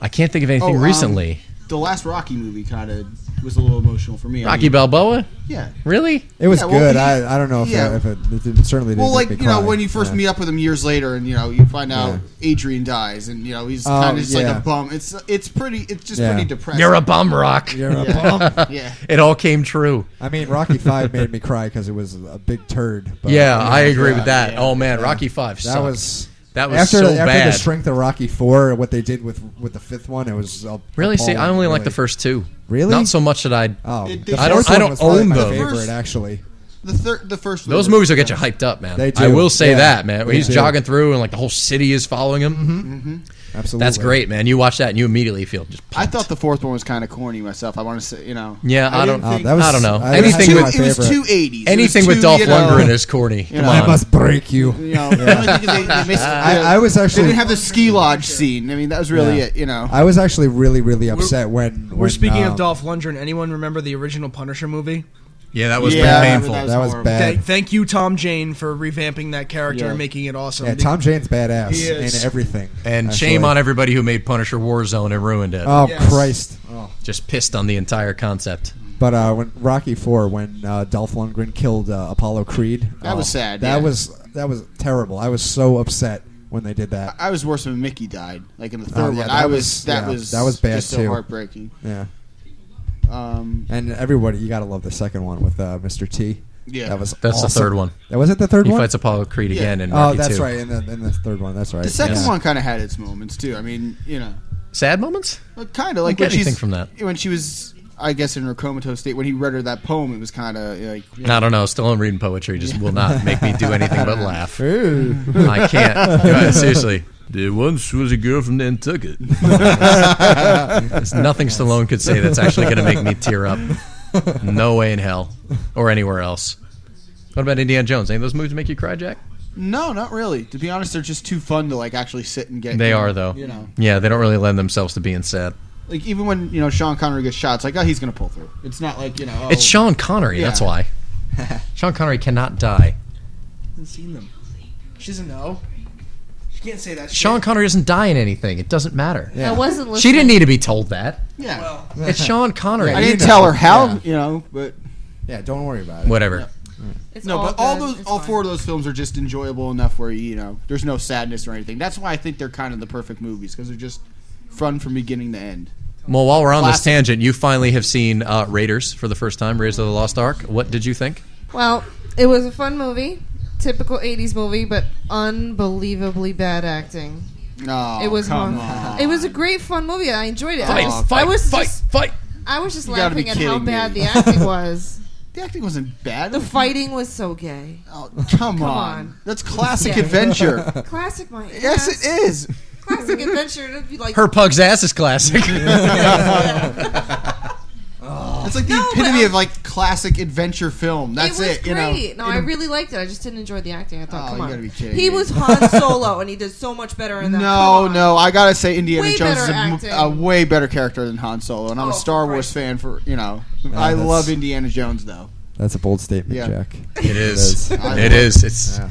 [SPEAKER 3] I can't think of anything
[SPEAKER 1] Oh, um,
[SPEAKER 3] recently.
[SPEAKER 1] The last Rocky movie kind of was a little emotional for me. I
[SPEAKER 3] Rocky
[SPEAKER 1] mean,
[SPEAKER 3] Balboa,
[SPEAKER 1] Yeah.
[SPEAKER 3] really?
[SPEAKER 2] It was
[SPEAKER 1] Yeah, well,
[SPEAKER 2] good.
[SPEAKER 1] he-
[SPEAKER 2] I, I don't know if,
[SPEAKER 1] yeah.
[SPEAKER 2] I- if it, it didn't, certainly didn't.
[SPEAKER 1] Well,
[SPEAKER 2] make
[SPEAKER 1] like
[SPEAKER 2] me
[SPEAKER 1] you know,
[SPEAKER 2] cry.
[SPEAKER 1] when you first
[SPEAKER 2] Yeah.
[SPEAKER 1] meet up with him years later, and you know, you find out
[SPEAKER 2] Yeah.
[SPEAKER 1] Adrian dies, and you know, he's
[SPEAKER 2] Oh,
[SPEAKER 1] kind of just like
[SPEAKER 2] yeah.
[SPEAKER 1] a bum. It's it's pretty. It's just
[SPEAKER 2] Yeah.
[SPEAKER 1] pretty depressing.
[SPEAKER 3] You're a bum rock.
[SPEAKER 2] You're a
[SPEAKER 1] Yeah.
[SPEAKER 2] bum.
[SPEAKER 1] yeah.
[SPEAKER 3] It all came true.
[SPEAKER 2] I mean, Rocky Five made me cry because it was a big turd. But
[SPEAKER 3] yeah, I agree
[SPEAKER 1] yeah,
[SPEAKER 3] with that.
[SPEAKER 1] yeah.
[SPEAKER 3] oh man, Rocky Five.
[SPEAKER 2] That
[SPEAKER 3] sucked.
[SPEAKER 2] was
[SPEAKER 3] That was
[SPEAKER 2] after
[SPEAKER 3] so
[SPEAKER 2] after the
[SPEAKER 3] bad.
[SPEAKER 2] strength of Rocky Four. What they did with with the fifth one, it was uh,
[SPEAKER 3] really. See, I
[SPEAKER 2] appalling,
[SPEAKER 3] only like the
[SPEAKER 2] really.
[SPEAKER 3] first two.
[SPEAKER 2] Really?
[SPEAKER 3] Not so much that I.
[SPEAKER 2] Oh,
[SPEAKER 1] It-
[SPEAKER 2] the
[SPEAKER 1] I don't-
[SPEAKER 2] fourth
[SPEAKER 3] I
[SPEAKER 2] one
[SPEAKER 3] don't
[SPEAKER 2] was probably
[SPEAKER 3] own
[SPEAKER 2] my
[SPEAKER 3] those.
[SPEAKER 2] Favorite,
[SPEAKER 1] First-
[SPEAKER 2] actually.
[SPEAKER 1] The third, the first.
[SPEAKER 3] Those
[SPEAKER 1] movie-
[SPEAKER 3] movies will get you hyped up, man.
[SPEAKER 2] They
[SPEAKER 3] I
[SPEAKER 2] do.
[SPEAKER 3] will say
[SPEAKER 2] Yeah.
[SPEAKER 3] that, man. When
[SPEAKER 2] They
[SPEAKER 3] he's
[SPEAKER 2] do. Mm-hmm.
[SPEAKER 3] jogging through and like the whole city is following him.
[SPEAKER 2] Absolutely,
[SPEAKER 3] That's great, man. You watch that and you immediately feel just.
[SPEAKER 1] I
[SPEAKER 3] pumped.
[SPEAKER 1] thought the fourth one was kind of corny myself. I want to say, you know.
[SPEAKER 3] Yeah, I
[SPEAKER 1] didn't
[SPEAKER 3] don't-
[SPEAKER 1] think-
[SPEAKER 2] Oh, that was-
[SPEAKER 3] I don't know.
[SPEAKER 2] I-
[SPEAKER 3] Anything
[SPEAKER 2] that's
[SPEAKER 3] with-
[SPEAKER 2] my
[SPEAKER 1] It was
[SPEAKER 2] favorite.
[SPEAKER 1] two eighties.
[SPEAKER 3] anything with Dolph Lundgren is corny. Come
[SPEAKER 1] know,
[SPEAKER 3] on.
[SPEAKER 2] I must break you.
[SPEAKER 1] You know, the only thing is they- they missed-
[SPEAKER 2] I, I was
[SPEAKER 1] They
[SPEAKER 2] actually
[SPEAKER 1] didn't have the ski lodge scene. I mean, that was really
[SPEAKER 2] Yeah.
[SPEAKER 1] it. You know.
[SPEAKER 2] I was actually really really upset when
[SPEAKER 5] We're
[SPEAKER 2] when,
[SPEAKER 5] speaking
[SPEAKER 2] um,
[SPEAKER 5] of Dolph Lundgren. Anyone remember the original Punisher movie?
[SPEAKER 3] Yeah, that was
[SPEAKER 1] Yeah,
[SPEAKER 3] pretty
[SPEAKER 1] I remember
[SPEAKER 3] painful.
[SPEAKER 1] that
[SPEAKER 2] That was
[SPEAKER 1] horrible.
[SPEAKER 2] bad.
[SPEAKER 5] Thank, thank you, Tom Jane, for revamping that character
[SPEAKER 1] Yeah.
[SPEAKER 5] and making it awesome.
[SPEAKER 2] Yeah, Tom Jane's badass
[SPEAKER 5] He is.
[SPEAKER 2] in everything.
[SPEAKER 3] and shame on everybody who made Punisher Warzone and ruined it.
[SPEAKER 2] Oh
[SPEAKER 5] Yes.
[SPEAKER 2] Christ! Oh.
[SPEAKER 3] Just pissed on the entire concept.
[SPEAKER 2] But uh, when Rocky Four, when uh, Dolph Lundgren killed uh, Apollo Creed,
[SPEAKER 1] That
[SPEAKER 2] oh,
[SPEAKER 1] was sad,
[SPEAKER 2] That
[SPEAKER 1] yeah.
[SPEAKER 2] was that was terrible. I was so upset when they did that.
[SPEAKER 1] I was worse when Mickey died. Like in the
[SPEAKER 2] Oh,
[SPEAKER 1] third
[SPEAKER 2] yeah,
[SPEAKER 1] one,
[SPEAKER 2] that
[SPEAKER 1] I
[SPEAKER 2] was-
[SPEAKER 1] was that
[SPEAKER 2] yeah,
[SPEAKER 1] was
[SPEAKER 2] that was bad,
[SPEAKER 1] just
[SPEAKER 2] too.
[SPEAKER 1] So heartbreaking.
[SPEAKER 2] Yeah,
[SPEAKER 1] Um,
[SPEAKER 2] and everybody, you gotta love the second one with uh, Mr. T.
[SPEAKER 1] Yeah.
[SPEAKER 2] that was
[SPEAKER 3] That's the
[SPEAKER 2] awesome.
[SPEAKER 3] third one.
[SPEAKER 2] That was it. The third
[SPEAKER 3] He
[SPEAKER 2] one.
[SPEAKER 3] fights Apollo Creed
[SPEAKER 1] Yeah.
[SPEAKER 3] again in
[SPEAKER 2] oh,
[SPEAKER 3] Rocky
[SPEAKER 2] that's
[SPEAKER 3] II.
[SPEAKER 2] right. In the, in the third one, that's right.
[SPEAKER 1] the second
[SPEAKER 2] yeah.
[SPEAKER 1] one kind of had its moments too. I mean, you know,
[SPEAKER 3] Sad moments?
[SPEAKER 1] kind of like
[SPEAKER 3] get
[SPEAKER 1] when she's
[SPEAKER 3] anything from that.
[SPEAKER 1] when she was, I guess, in her comatose state when he read her that poem. It was kind of like
[SPEAKER 3] I don't know. Still, I'm reading poetry. Just will not make me do anything but laugh.
[SPEAKER 2] Ooh.
[SPEAKER 3] I can't. Right, seriously. There once was a girl from Nantucket. There's nothing Stallone could say that's actually going to make me tear up. No way in hell. Or anywhere else. What about Indiana Jones? Any of those movies make you cry, Jack?
[SPEAKER 1] no, not really. To be honest, they're just too fun to like actually sit and get.
[SPEAKER 3] They are, though.
[SPEAKER 1] You know,
[SPEAKER 3] Yeah, they don't really lend themselves to being sad.
[SPEAKER 1] like even when you know Sean Connery gets shot, it's like oh he's gonna pull through. It's not like you know oh,
[SPEAKER 3] It's Sean Connery,
[SPEAKER 1] Yeah.
[SPEAKER 3] that's why. Sean Connery cannot die.
[SPEAKER 5] Hasn't seen them. She doesn't know. She can't say that.
[SPEAKER 3] Sean
[SPEAKER 5] shit.
[SPEAKER 3] Connery doesn't die in anything. It doesn't matter.
[SPEAKER 4] I wasn't listening.
[SPEAKER 3] She didn't need to be told that.
[SPEAKER 1] Yeah,
[SPEAKER 5] Well,
[SPEAKER 3] It's Sean Connery.
[SPEAKER 2] Yeah,
[SPEAKER 1] I
[SPEAKER 2] you
[SPEAKER 1] didn't
[SPEAKER 2] know.
[SPEAKER 1] tell her how
[SPEAKER 2] Yeah.
[SPEAKER 1] you know, but
[SPEAKER 2] Yeah, don't worry about it.
[SPEAKER 3] Whatever.
[SPEAKER 4] It's
[SPEAKER 1] No, but all
[SPEAKER 4] good.
[SPEAKER 1] those,
[SPEAKER 4] It's
[SPEAKER 1] all
[SPEAKER 4] fine.
[SPEAKER 1] four of those films are just enjoyable enough where you know there's no sadness or anything. That's why I think they're kind of the perfect movies because they're just fun from beginning to end.
[SPEAKER 3] Well, while we're on this
[SPEAKER 1] Classic.
[SPEAKER 3] tangent, you finally have seen uh, Raiders for the first time, Raiders of the Lost Ark. What did you think?
[SPEAKER 4] Well, it was a fun movie, typical '80s movie, but unbelievably bad acting.
[SPEAKER 1] No,
[SPEAKER 4] It was
[SPEAKER 1] Oh, come
[SPEAKER 4] hor-
[SPEAKER 1] on.
[SPEAKER 4] It was a great, fun movie. I enjoyed it. I
[SPEAKER 1] Oh,
[SPEAKER 3] Fight,
[SPEAKER 4] was,
[SPEAKER 3] fight,
[SPEAKER 4] I was
[SPEAKER 3] fight,
[SPEAKER 4] just,
[SPEAKER 3] fight.
[SPEAKER 4] I was just
[SPEAKER 1] gotta be
[SPEAKER 4] laughing at how
[SPEAKER 1] kidding
[SPEAKER 4] bad
[SPEAKER 1] me.
[SPEAKER 4] the acting was.
[SPEAKER 1] The acting wasn't bad.
[SPEAKER 4] The fighting was so gay.
[SPEAKER 1] Oh, come,
[SPEAKER 4] Come
[SPEAKER 1] on.
[SPEAKER 4] on.
[SPEAKER 1] That's classic
[SPEAKER 4] Yeah.
[SPEAKER 1] adventure.
[SPEAKER 4] Classic, my
[SPEAKER 1] yes, it is.
[SPEAKER 4] Classic adventure. It'd be like
[SPEAKER 3] Her pug's ass is classic.
[SPEAKER 1] It's like the
[SPEAKER 4] No, but
[SPEAKER 1] epitome
[SPEAKER 4] I-
[SPEAKER 1] of like classic adventure film. That's
[SPEAKER 4] it
[SPEAKER 1] it.
[SPEAKER 4] was
[SPEAKER 1] you know.
[SPEAKER 4] great. No, I really liked it. I just didn't enjoy the acting. I thought,
[SPEAKER 1] Oh,
[SPEAKER 4] come
[SPEAKER 1] you
[SPEAKER 4] on,
[SPEAKER 1] gotta be kidding
[SPEAKER 4] he
[SPEAKER 1] me.
[SPEAKER 4] was Han Solo, and he did so much better in that.
[SPEAKER 1] No,
[SPEAKER 4] Come on.
[SPEAKER 1] no, I gotta say Indiana
[SPEAKER 4] Way
[SPEAKER 1] Jones is
[SPEAKER 4] better
[SPEAKER 1] a, m-
[SPEAKER 4] acting.
[SPEAKER 1] a way better character than Han Solo, and I'm
[SPEAKER 4] Oh,
[SPEAKER 1] a Star
[SPEAKER 4] for
[SPEAKER 1] Wars
[SPEAKER 4] Christ's
[SPEAKER 1] fan for you know. I
[SPEAKER 6] that's-
[SPEAKER 1] love Indiana Jones though.
[SPEAKER 6] That's a bold statement,
[SPEAKER 1] Yeah.
[SPEAKER 6] Jack.
[SPEAKER 3] It is.
[SPEAKER 1] I
[SPEAKER 3] It
[SPEAKER 1] know.
[SPEAKER 3] is. It's
[SPEAKER 2] Yeah.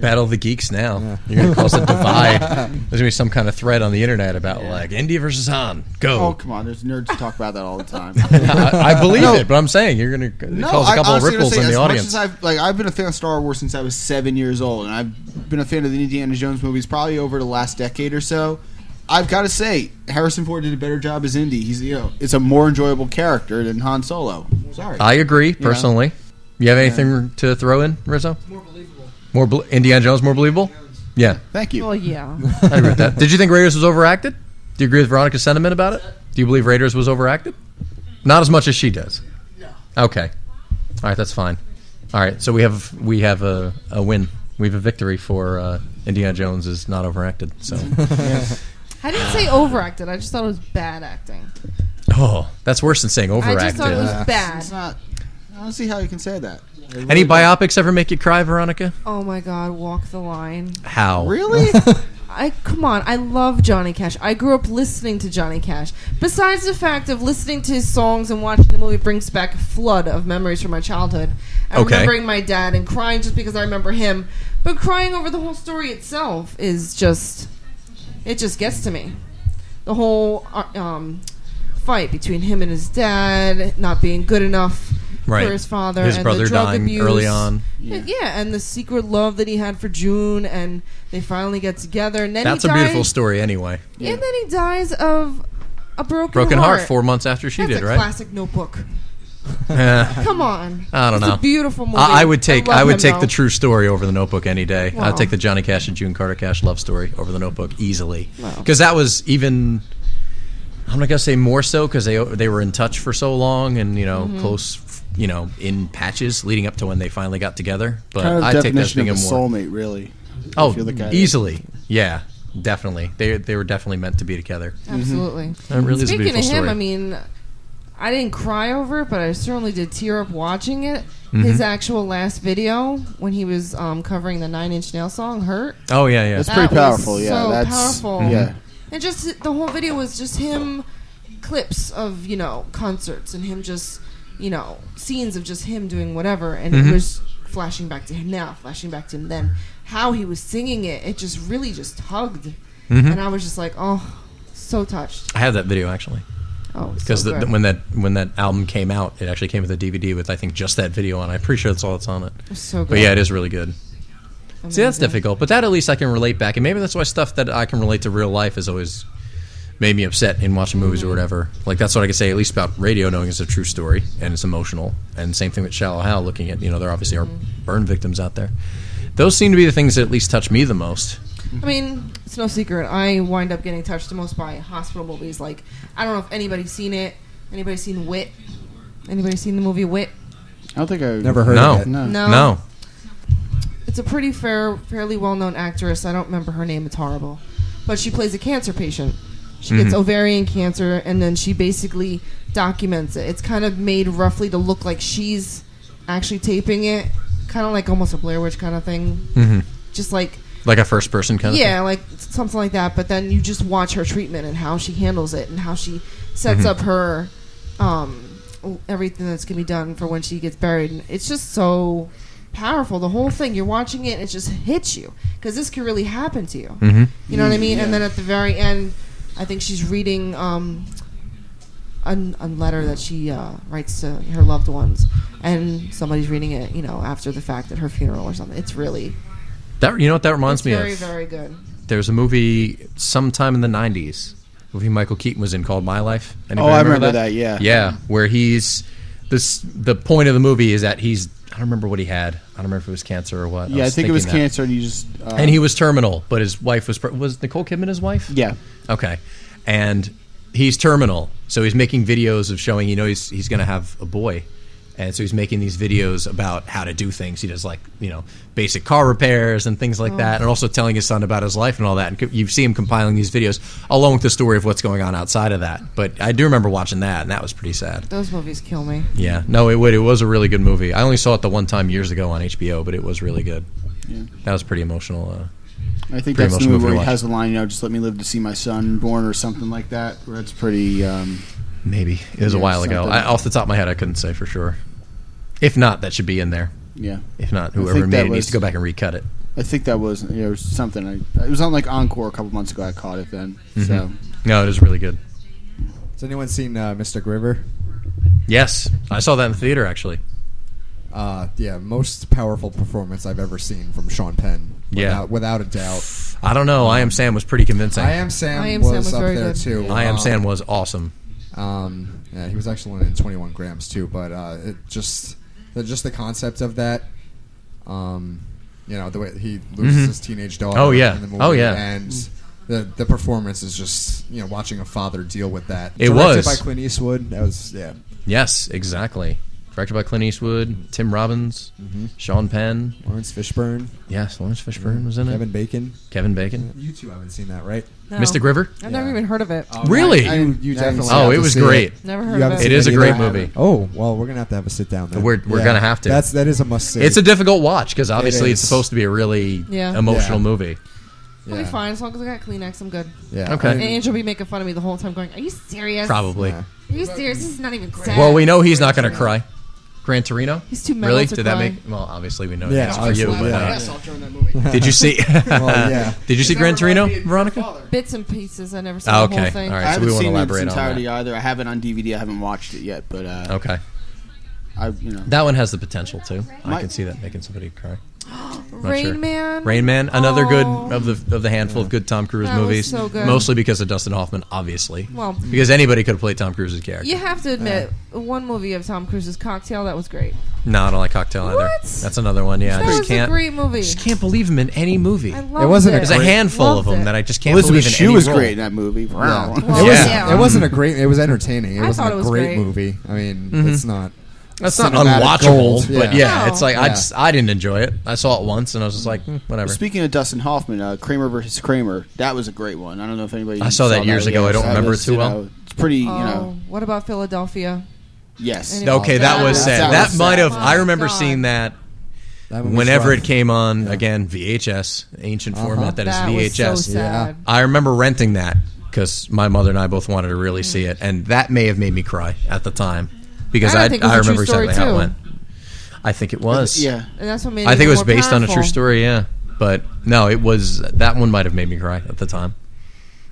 [SPEAKER 3] Battle of the Geeks now.
[SPEAKER 6] Yeah.
[SPEAKER 3] You're going to cause a divide. There's going to be some kind of thread on the internet about, like, India versus Han. Go.
[SPEAKER 1] Oh come on, there's nerds who talk about that all the time.
[SPEAKER 3] I, I believe
[SPEAKER 1] No.
[SPEAKER 3] it, but I'm saying you're going to
[SPEAKER 1] No,
[SPEAKER 3] cause a
[SPEAKER 1] I
[SPEAKER 3] couple of
[SPEAKER 1] honestly
[SPEAKER 3] ripples
[SPEAKER 1] gotta say,
[SPEAKER 3] in the
[SPEAKER 1] as
[SPEAKER 3] audience.
[SPEAKER 1] Much as I've, like I've been a fan of Star Wars since I was seven years old, and I've been a fan of the Indiana Jones movies probably over the last decade or so. I've got to say, Harrison Ford did a better job as Indy. He's you know, it's a more enjoyable character than Han Solo. Sorry,
[SPEAKER 3] I agree personally. You have anything to throw in, Rizzo?
[SPEAKER 5] More believable.
[SPEAKER 3] More bel Indiana Jones more believable? Yeah,
[SPEAKER 1] thank you.
[SPEAKER 4] Well, yeah.
[SPEAKER 3] I agree with that. Did you think Raiders was overacted? Do you agree with Veronica's sentiment about it? Do you believe Raiders was overacted? Not as much as she does. No. Okay. All right, that's fine. All right, so we have we have a, a win. We have a victory for uh, Indiana Jones is not overacted. So,
[SPEAKER 4] I didn't say overacted. I just thought it was bad acting.
[SPEAKER 3] oh, that's worse than saying
[SPEAKER 4] I just
[SPEAKER 3] overacted.
[SPEAKER 4] thought it was
[SPEAKER 1] It's
[SPEAKER 4] bad.
[SPEAKER 1] not. I don't see how you can say that.
[SPEAKER 3] Any biopics ever make you cry, Veronica?
[SPEAKER 4] Oh my God, Walk the Line.
[SPEAKER 3] How?
[SPEAKER 1] Really?
[SPEAKER 4] I come on. I love Johnny Cash. I grew up listening to Johnny Cash. Besides the fact of listening to his songs and watching the movie brings back a flood of memories from my childhood. I
[SPEAKER 3] Okay.
[SPEAKER 4] remembering my dad and crying just because I remember him, but crying over the whole story itself is just it just gets to me. The whole uh, um, fight between him and his dad not being good enough
[SPEAKER 3] Right.
[SPEAKER 4] for his father
[SPEAKER 3] His
[SPEAKER 4] and
[SPEAKER 3] brother
[SPEAKER 4] the drug
[SPEAKER 3] dying
[SPEAKER 4] abuse
[SPEAKER 3] early on.
[SPEAKER 4] yeah. and the secret love that he had for June, and they finally get together, and then
[SPEAKER 3] That's
[SPEAKER 4] he
[SPEAKER 3] a
[SPEAKER 4] dies,
[SPEAKER 3] beautiful story, anyway.
[SPEAKER 4] And then he dies of a broken,
[SPEAKER 3] Broken heart four months after she
[SPEAKER 4] That's
[SPEAKER 3] did,
[SPEAKER 4] a
[SPEAKER 3] right?
[SPEAKER 4] classic Notebook.
[SPEAKER 3] Eh.
[SPEAKER 4] Come on,
[SPEAKER 3] I don't
[SPEAKER 4] It's
[SPEAKER 3] know.
[SPEAKER 4] A beautiful movie.
[SPEAKER 3] I, I would take
[SPEAKER 4] love
[SPEAKER 3] I, would
[SPEAKER 4] him,
[SPEAKER 3] take
[SPEAKER 4] though.
[SPEAKER 3] the true story over the Notebook any day.
[SPEAKER 4] Wow.
[SPEAKER 3] I'd take the Johnny Cash and June Carter Cash love story over the Notebook easily because that was even I'm not gonna say more so because they they were in touch for so long and you
[SPEAKER 4] Mm-hmm.
[SPEAKER 3] know close you know in patches leading up to when they finally got together. But
[SPEAKER 1] kind of
[SPEAKER 3] I take that as
[SPEAKER 1] definition
[SPEAKER 3] being
[SPEAKER 1] of
[SPEAKER 3] a
[SPEAKER 1] a
[SPEAKER 3] more
[SPEAKER 1] soulmate, really.
[SPEAKER 3] oh
[SPEAKER 1] if you look at it.
[SPEAKER 3] easily yeah definitely they they were definitely meant to be together.
[SPEAKER 4] Absolutely.
[SPEAKER 3] That Mm-hmm. really
[SPEAKER 4] Speaking
[SPEAKER 3] is a beautiful
[SPEAKER 4] of him,
[SPEAKER 3] story.
[SPEAKER 4] I mean, I didn't cry over it, but I certainly did tear up watching it.
[SPEAKER 3] Mm-hmm.
[SPEAKER 4] His actual last video when he was um, covering the Nine Inch Nail song "Hurt."
[SPEAKER 3] oh yeah yeah
[SPEAKER 1] That's pretty Mm-hmm.
[SPEAKER 4] was
[SPEAKER 1] powerful. Yeah,
[SPEAKER 4] so
[SPEAKER 1] that's
[SPEAKER 4] powerful.
[SPEAKER 1] Yeah,
[SPEAKER 4] And just the whole video was just him clips of, you know, concerts and him just, you know, scenes of just him doing whatever. And
[SPEAKER 3] Mm-hmm.
[SPEAKER 4] it was flashing back to him now, flashing back to him then. How he was singing it, it just really just hugged.
[SPEAKER 3] Mm-hmm.
[SPEAKER 4] And I was just like, oh, so touched.
[SPEAKER 3] I have that video actually.
[SPEAKER 4] Oh,
[SPEAKER 3] because
[SPEAKER 4] so good.
[SPEAKER 3] when that when that album came out, it actually came with a DVD with I think just that video on. it. I'm pretty sure that's all that's on it.
[SPEAKER 4] so good.
[SPEAKER 3] But yeah, it is really good. See, that's
[SPEAKER 4] Amazing.
[SPEAKER 3] difficult, but that at least I can relate back, and maybe that's why stuff that I can relate to real life has always made me upset in watching movies
[SPEAKER 4] Mm-hmm.
[SPEAKER 3] or whatever. Like that's what I could say at least about radio, knowing it's a true story and it's emotional. And same thing with Shallow Hal, looking at you know there obviously are
[SPEAKER 4] Mm-hmm.
[SPEAKER 3] burn victims out there. Those seem to be the things that at least touch me the most.
[SPEAKER 4] I mean, it's no secret. I wind up getting touched the most by hospital movies. Like, I don't know if anybody's seen it. Anybody seen Wit? Anybody seen the movie Wit?
[SPEAKER 1] I don't think I
[SPEAKER 6] Never heard
[SPEAKER 3] No.
[SPEAKER 6] of it.
[SPEAKER 1] No.
[SPEAKER 4] No.
[SPEAKER 3] Uh, No,
[SPEAKER 4] it's a pretty fair, fairly well-known actress. I don't remember her name. It's horrible, but she plays a cancer patient. She gets ovarian cancer, and then she basically documents it. It's kind of made roughly to look like she's actually taping it, kind of like almost a Blair Witch kind of thing. Mm-hmm. Just like
[SPEAKER 3] like a first person kind of
[SPEAKER 4] yeah, like something like that. But then you just watch her treatment and how she handles it and how she sets
[SPEAKER 3] Mm-hmm.
[SPEAKER 4] up her um, everything that's gonna be done for when she gets buried. And it's just so powerful. The whole thing you're watching it, and it just hits you because this could really happen to you.
[SPEAKER 3] Mm-hmm.
[SPEAKER 4] You know what I mean? And then at the very end, I think she's reading. Um, a, a letter that she uh, writes to her loved ones, and somebody's reading it, you know, after the fact at her funeral or something. It's really,
[SPEAKER 3] thing. That you know what that reminds
[SPEAKER 4] it's
[SPEAKER 3] me
[SPEAKER 4] very,
[SPEAKER 3] of.
[SPEAKER 4] very good.
[SPEAKER 3] There's a movie sometime in the 90s, a movie Michael Keaton was in called My Life. Anybody
[SPEAKER 1] Oh, I remember that. Yeah.
[SPEAKER 3] Yeah, where he's this the point of the movie is that he's I don't remember what he had. I don't remember if it was cancer or what.
[SPEAKER 1] Yeah, I,
[SPEAKER 3] was
[SPEAKER 1] think it was
[SPEAKER 3] thinking that.
[SPEAKER 1] cancer, and you just uh,
[SPEAKER 3] And he was terminal, but his wife was pre- was Nicole Kidman his wife?
[SPEAKER 1] yeah.
[SPEAKER 3] Okay. And he's terminal, so he's making videos of showing. You know, he's he's going to have a boy, And so he's making these videos about how to do things. He does like you know basic car repairs and things like that, and also telling his son about his life and all that. And co- you see him compiling these videos along with the story of what's going on outside of that. But I do remember watching that, and that was pretty sad.
[SPEAKER 4] Those movies kill me.
[SPEAKER 3] Yeah, no, it would. It was a really good movie. I only saw it the one time years ago on HBO, but it was really good. That was pretty emotional. Uh,
[SPEAKER 1] I think
[SPEAKER 3] Pretty
[SPEAKER 1] that's
[SPEAKER 3] much
[SPEAKER 1] the movie
[SPEAKER 3] movie
[SPEAKER 1] where
[SPEAKER 3] to
[SPEAKER 1] he
[SPEAKER 3] watch.
[SPEAKER 1] has the line, you know, just let me live to see my son born or something like that. Where it's pretty. Um,
[SPEAKER 3] maybe it was a
[SPEAKER 1] Yeah,
[SPEAKER 3] while ago.
[SPEAKER 1] something.
[SPEAKER 3] I, off the top of my head, I couldn't say for sure. If not, that should be in there.
[SPEAKER 1] yeah,
[SPEAKER 3] If not,
[SPEAKER 1] think
[SPEAKER 3] whoever made
[SPEAKER 1] that
[SPEAKER 3] it needs
[SPEAKER 1] was-
[SPEAKER 3] to go back and recut it.
[SPEAKER 1] I think that was you know something. I, it was on like Encore a couple months ago. I caught it then. So
[SPEAKER 3] No, it is really good.
[SPEAKER 2] Has anyone seen uh, Mr. Griver?
[SPEAKER 3] Yes, I saw that in the theater actually.
[SPEAKER 2] Uh, yeah, most powerful performance I've ever seen from Sean Penn.
[SPEAKER 3] Yeah.
[SPEAKER 2] Without, without a doubt.
[SPEAKER 3] I don't know. I am Sam was pretty convincing.
[SPEAKER 2] I Am Sam
[SPEAKER 4] I Am
[SPEAKER 2] was,
[SPEAKER 4] Sam was
[SPEAKER 2] up
[SPEAKER 4] very
[SPEAKER 2] there
[SPEAKER 4] good.
[SPEAKER 2] too.
[SPEAKER 3] I am
[SPEAKER 2] Um,
[SPEAKER 3] Sam was awesome.
[SPEAKER 2] Um, yeah, he was excellent in 21 grams too, but uh, it just the, just the concept of that, um, you know, the way he loses his teenage daughter.
[SPEAKER 3] Oh, yeah.
[SPEAKER 2] In the movie,
[SPEAKER 3] Oh, yeah.
[SPEAKER 2] And
[SPEAKER 4] Mm-hmm.
[SPEAKER 2] the the performance is just you know watching a father deal with that.
[SPEAKER 3] It
[SPEAKER 2] Directed
[SPEAKER 3] was.
[SPEAKER 2] by Clint Eastwood. That was yeah.
[SPEAKER 3] Yes, exactly. Directed by Clint Eastwood, Tim Robbins,
[SPEAKER 2] Mm-hmm.
[SPEAKER 3] Sean Penn.
[SPEAKER 2] Lawrence Fishburne,
[SPEAKER 3] Yes, Lawrence Fishburne was in it.
[SPEAKER 2] Kevin
[SPEAKER 3] Kevin,
[SPEAKER 2] Bacon.
[SPEAKER 3] Bacon,
[SPEAKER 2] You two haven't seen that, right?
[SPEAKER 4] No.
[SPEAKER 3] Mr. Griver.
[SPEAKER 4] I've never
[SPEAKER 2] Yeah.
[SPEAKER 4] even heard of it.
[SPEAKER 3] Really?
[SPEAKER 1] I- I
[SPEAKER 2] You, you
[SPEAKER 1] haven't
[SPEAKER 2] definitely.
[SPEAKER 1] seen
[SPEAKER 3] oh,
[SPEAKER 2] have
[SPEAKER 3] it
[SPEAKER 2] to
[SPEAKER 3] was
[SPEAKER 2] see
[SPEAKER 3] great.
[SPEAKER 4] Never
[SPEAKER 2] You
[SPEAKER 4] heard
[SPEAKER 2] haven't
[SPEAKER 4] of
[SPEAKER 2] seen
[SPEAKER 3] It is a
[SPEAKER 2] either?
[SPEAKER 3] great movie.
[SPEAKER 2] Oh well, we're gonna have to have a sit down. Then.
[SPEAKER 3] We're- we're
[SPEAKER 2] Yeah.
[SPEAKER 3] gonna have to.
[SPEAKER 2] That's that is a must see.
[SPEAKER 3] It's a difficult watch because obviously it's
[SPEAKER 2] is.
[SPEAKER 3] supposed to be a really
[SPEAKER 4] Yeah.
[SPEAKER 3] emotional
[SPEAKER 2] Yeah.
[SPEAKER 3] movie.
[SPEAKER 4] I'll be fine as long as I got Kleenex. I'm good.
[SPEAKER 2] Yeah.
[SPEAKER 3] Okay.
[SPEAKER 4] And Angel will be making fun of me the whole time, going, "Are you serious?
[SPEAKER 3] Probably.
[SPEAKER 2] Yeah.
[SPEAKER 4] Are you serious? This is not even sad."
[SPEAKER 3] Well, we know he's not going to cry. Gran Torino.
[SPEAKER 4] He's too mental
[SPEAKER 3] really?
[SPEAKER 4] to
[SPEAKER 3] Did
[SPEAKER 4] cry.
[SPEAKER 3] that make? Well, obviously we know
[SPEAKER 2] Yeah,
[SPEAKER 3] that's for you.
[SPEAKER 2] absolutely,
[SPEAKER 3] But,
[SPEAKER 2] yeah.
[SPEAKER 3] uh,
[SPEAKER 5] ass off during that movie.
[SPEAKER 3] did you see?
[SPEAKER 2] Well, yeah.
[SPEAKER 3] Did you see
[SPEAKER 5] That
[SPEAKER 3] Gran
[SPEAKER 5] reminded
[SPEAKER 3] Torino,
[SPEAKER 5] me of your
[SPEAKER 3] Veronica?
[SPEAKER 5] father.
[SPEAKER 4] bits and pieces. I never saw
[SPEAKER 3] Ah,
[SPEAKER 4] the whole
[SPEAKER 3] okay.
[SPEAKER 4] thing.
[SPEAKER 3] All
[SPEAKER 1] I
[SPEAKER 3] right. So we
[SPEAKER 1] haven't
[SPEAKER 3] want to
[SPEAKER 1] seen it in its
[SPEAKER 3] elaborate on
[SPEAKER 1] entirety
[SPEAKER 3] that.
[SPEAKER 1] either. I have it on DVD. I haven't watched it yet, but uh,
[SPEAKER 3] Okay.
[SPEAKER 1] I you know
[SPEAKER 3] That one has the potential too. I
[SPEAKER 1] My-
[SPEAKER 3] can see that making somebody cry.
[SPEAKER 4] Rain
[SPEAKER 3] sure.
[SPEAKER 4] Man.
[SPEAKER 3] Rain Man, another good
[SPEAKER 4] Oh.
[SPEAKER 3] of the of the handful of good Tom Cruise
[SPEAKER 4] That was
[SPEAKER 3] movies,
[SPEAKER 4] so good.
[SPEAKER 3] mostly because of Dustin Hoffman, obviously.
[SPEAKER 4] Well-
[SPEAKER 3] because anybody could have played Tom Cruise's character.
[SPEAKER 4] You have to admit, one movie of Tom Cruise's Cocktail that was great.
[SPEAKER 3] No, I don't like Cocktail either.
[SPEAKER 4] What?
[SPEAKER 3] That's another one. Yeah,
[SPEAKER 4] That
[SPEAKER 3] I just
[SPEAKER 4] was
[SPEAKER 3] can't.
[SPEAKER 4] a great movie.
[SPEAKER 3] Just can't believe him in any movie.
[SPEAKER 4] I loved
[SPEAKER 2] wasn't a
[SPEAKER 4] it.
[SPEAKER 3] There's a
[SPEAKER 2] great-
[SPEAKER 3] handful of them that I just can't
[SPEAKER 1] Elizabeth
[SPEAKER 3] believe in
[SPEAKER 1] Shue
[SPEAKER 3] any
[SPEAKER 1] was
[SPEAKER 3] role.
[SPEAKER 1] great in that movie. Wow.
[SPEAKER 2] It,
[SPEAKER 4] Well,
[SPEAKER 2] wasn't,
[SPEAKER 4] yeah.
[SPEAKER 2] it wasn't a great. It was entertaining. It
[SPEAKER 4] I
[SPEAKER 2] wasn't
[SPEAKER 4] thought
[SPEAKER 2] a
[SPEAKER 4] it was
[SPEAKER 2] great,
[SPEAKER 4] great.
[SPEAKER 2] movie. I mean, it's not.
[SPEAKER 3] Mm-hmm. That's not
[SPEAKER 1] Cinematic
[SPEAKER 3] unwatchable,
[SPEAKER 2] gold.
[SPEAKER 3] but
[SPEAKER 2] Yeah.
[SPEAKER 3] yeah,
[SPEAKER 4] No.
[SPEAKER 3] it's like I
[SPEAKER 2] Yeah.
[SPEAKER 3] just I didn't enjoy it. I saw it once and I was just like, hmm, whatever.
[SPEAKER 1] Speaking of Dustin Hoffman, uh, Kramer versus Kramer, that was a great one. I don't know if anybody.
[SPEAKER 3] I saw that years ago. I don't remember it too
[SPEAKER 1] you
[SPEAKER 3] well.
[SPEAKER 1] know, it's pretty, you
[SPEAKER 4] Oh,
[SPEAKER 1] know.
[SPEAKER 4] what about Philadelphia?
[SPEAKER 1] Yes.
[SPEAKER 4] Anyway.
[SPEAKER 3] okay, that was
[SPEAKER 1] That
[SPEAKER 3] sad.
[SPEAKER 1] was
[SPEAKER 3] That
[SPEAKER 1] sad.
[SPEAKER 3] might have.
[SPEAKER 4] Oh
[SPEAKER 3] I
[SPEAKER 4] my
[SPEAKER 3] remember
[SPEAKER 4] God.
[SPEAKER 3] seeing that
[SPEAKER 2] That movie's
[SPEAKER 3] whenever
[SPEAKER 2] rough.
[SPEAKER 3] it came on again. VHS, ancient format that is
[SPEAKER 4] Uh-huh. that
[SPEAKER 3] VHS.
[SPEAKER 4] was so sad.
[SPEAKER 3] I remember renting that because my mother and I both wanted to really see it, and that may have made me cry at the time because
[SPEAKER 4] I don't
[SPEAKER 3] I,
[SPEAKER 4] think it
[SPEAKER 3] I,
[SPEAKER 4] was a true
[SPEAKER 3] remember exactly
[SPEAKER 4] story,
[SPEAKER 3] how it
[SPEAKER 4] too.
[SPEAKER 3] went. I think it was.
[SPEAKER 1] Yeah.
[SPEAKER 4] And that's what made.
[SPEAKER 3] I think
[SPEAKER 4] even
[SPEAKER 3] it was
[SPEAKER 4] more
[SPEAKER 3] based on a true
[SPEAKER 4] powerful.
[SPEAKER 3] story. Yeah, but no, it was that one might have made me cry at the time.